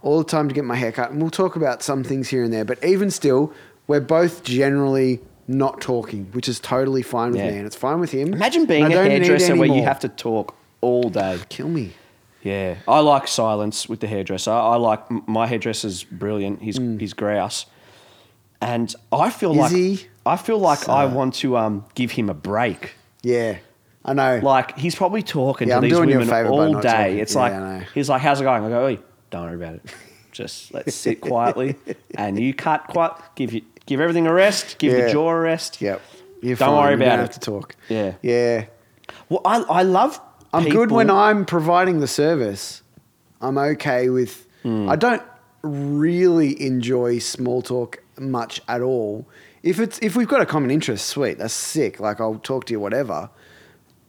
all the time to get my hair cut, and we'll talk about some things here and there. But even still, we're both generally not talking, which is totally fine with
Yeah.
me, and it's fine with him.
Imagine
And
being
I
a
don't need
hairdresser
any
where you
more.
have to talk all day.
kill me.
Yeah, I like silence with the hairdresser. I like m- my hairdresser's brilliant. He's he's grouse, and I feel
Mm. Is
like
he?
I feel like
So-
I want to um, give him a break.
Yeah, I know.
Like he's probably talking
Yeah,
to
I'm
these
doing you a
women
favour by
all
not
day.
talking.
It's
Yeah,
like
I know.
he's like, "How's it going?" I go, "Oi, don't worry about it. Just let's sit quietly." and you cut quite give you give everything a rest. Give
Yeah.
your jaw a rest.
yep. You're
Don't
fine.
worry
You
about
Have
it.
to talk.
Yeah.
Yeah.
Well, I I love.
I'm good
people-
when I'm providing the service. I'm okay with. I don't really enjoy small talk much at all. If it's if we've got a common interest, sweet, that's sick. Like I'll talk to you, whatever.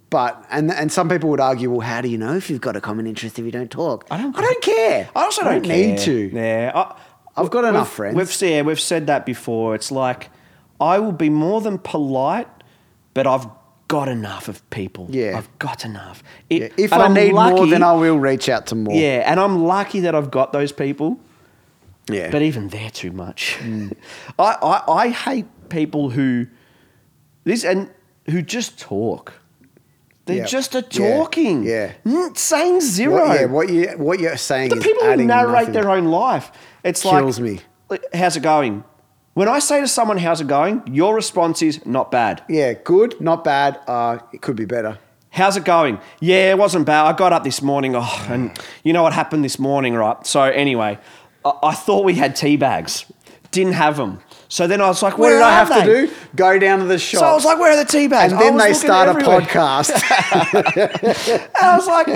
But and and some people would argue, well, how do you know if you've got a common interest if you don't talk?
I don't-
I don't care.
I also don't,
need
care.
to.
Yeah, I,
I've got
we've-
enough friends.
We've said yeah, we've said that before. It's like I will be more than polite, but I've got enough of people.
Yeah.
I've got enough.
Yeah,
It,
If
and
I
I'm
need more,
lucky-
then I will reach out to more.
Yeah, and I'm lucky that I've got those people.
yeah. Mm.
But even they're too much. I, I I hate people who this and who just talk. They're
Yeah.
just a
Yeah.
talking.
Yeah.
Mm, Saying zero.
What, yeah, what you what you're saying
The
is
people who
adding
narrate
nothing.
their own life. It's
Kills me.
like How's it going? When I say to someone how's it going, your response is not bad.
Yeah, good, not bad. Uh, it could be better.
How's it going? Yeah, it wasn't bad. I got up this morning. Oh, and you know what happened this morning, right? So anyway, I, I thought we had tea bags. Didn't have them. So then I was like, what
What
did I have to do?
do? Go down to the shop.
So I was like, where are the tea bags?
and
I
then
was
they
looking
start a
everywhere.
podcast.
And I was like,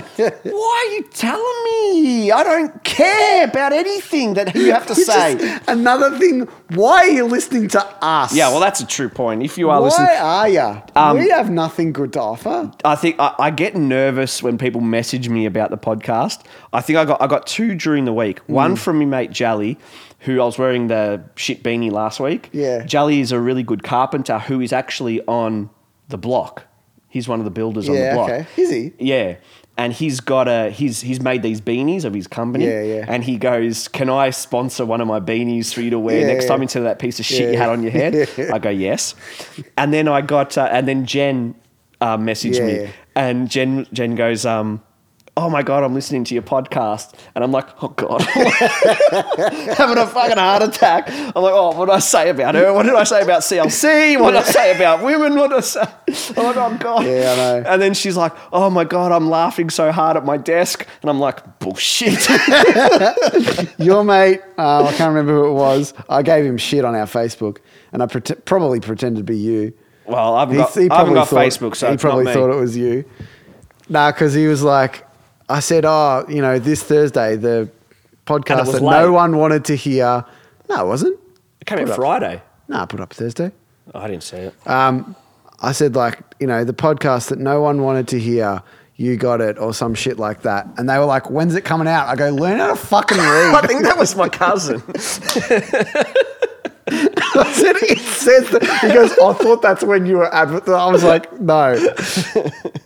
why are you telling me? I don't care about anything that you have to
Which is
say.
another thing. Why are you listening to us?
yeah, well, that's a true point. If you are
why
listening,
are you?
Um,
we have nothing good to offer.
I think I, I get nervous when people message me about the podcast. I think I got I got two during the week.
Hmm.
One from my mate Jally, who I was wearing the shit beanie last week.
Yeah.
Jally is a really good carpenter who is actually on the block. He's one of the builders on the
Yeah,
block.
okay. Is he?
Yeah. And he's got a he's he's made these beanies of his company.
Yeah, yeah.
And he goes, Can I sponsor one of my beanies for you to wear
Yeah,
next
yeah.
time instead of that piece of shit you
Yeah.
had on your head? I go, Yes. And then I got uh, and then Jen uh, messaged
Yeah,
me
yeah.
and Jen Jen goes, um, Oh my god, I'm listening to your podcast. And I'm like, oh god. Having a fucking heart attack. I'm like, oh, what did I say about her? What did I say about CLC? What did I say about women? What did I say? Oh my god.
Yeah, I know.
And then she's like, oh my god, I'm laughing so hard at my desk. And I'm like, bullshit.
Your mate, uh, I can't remember who it was. I gave him shit on our Facebook, and I pret- probably pretended to be you.
well, I've
He,
got,
he
I
probably
haven't got
thought,
Facebook, so
he
it's not
probably
me.
thought it was you. Nah, because he was like, I said, oh, you know, this Thursday the
And it
podcast
was
that
late.
no one wanted to hear. No, it wasn't.
It came out
Put up.
Friday.
Nah, I put up Thursday.
Oh, I didn't see it.
Um, I said like, you know, the podcast that no one wanted to hear. You got it, or some shit like that. And they were like, "When's it coming out?" I go, "Learn how to fucking read."
I think that was my cousin.
I said, it says that. He goes, I thought that's when you were advert. I was like, no.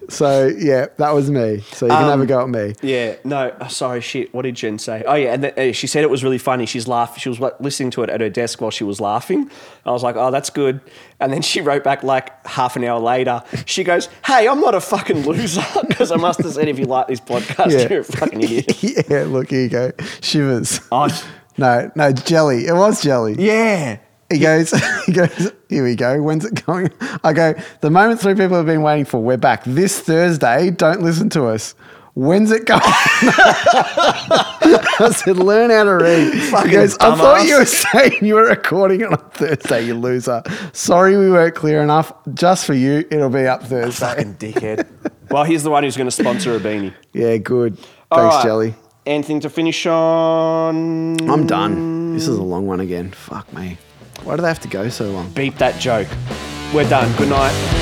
So, yeah, that was me. So you can have a go at me.
Yeah, no, oh, sorry, shit. What did Jen say? Oh, yeah, and th- uh, she said it was really funny. She's laughing. She was like, listening to it at her desk while she was laughing. I was like, oh, that's good. And then she wrote back like half an hour later. She goes, hey, I'm not a fucking loser because I must have said if you like this podcast,
Yeah.
you're a fucking idiot.
Yeah, look, here you go. Shivers.
Oh, sh-
No, no, jelly. It was jelly.
yeah.
He goes, he goes, here we go. When's it going? I go, the moment three people have been waiting for, we're back. This Thursday, don't listen to us. When's it going? I said, learn how to read.
Fucking
he goes, I thought
dumbass."
you were saying you were recording it on Thursday, you loser. Sorry we weren't clear enough. Just for you, it'll be up Thursday.
Fucking dickhead. well, he's the one who's going to sponsor a beanie.
Yeah, good. Thanks,
All right.
Jelly.
Anything to finish on?
I'm done. This is a long one again. Fuck me. Why do they have to go so long?
Beep that joke. We're done. Good night.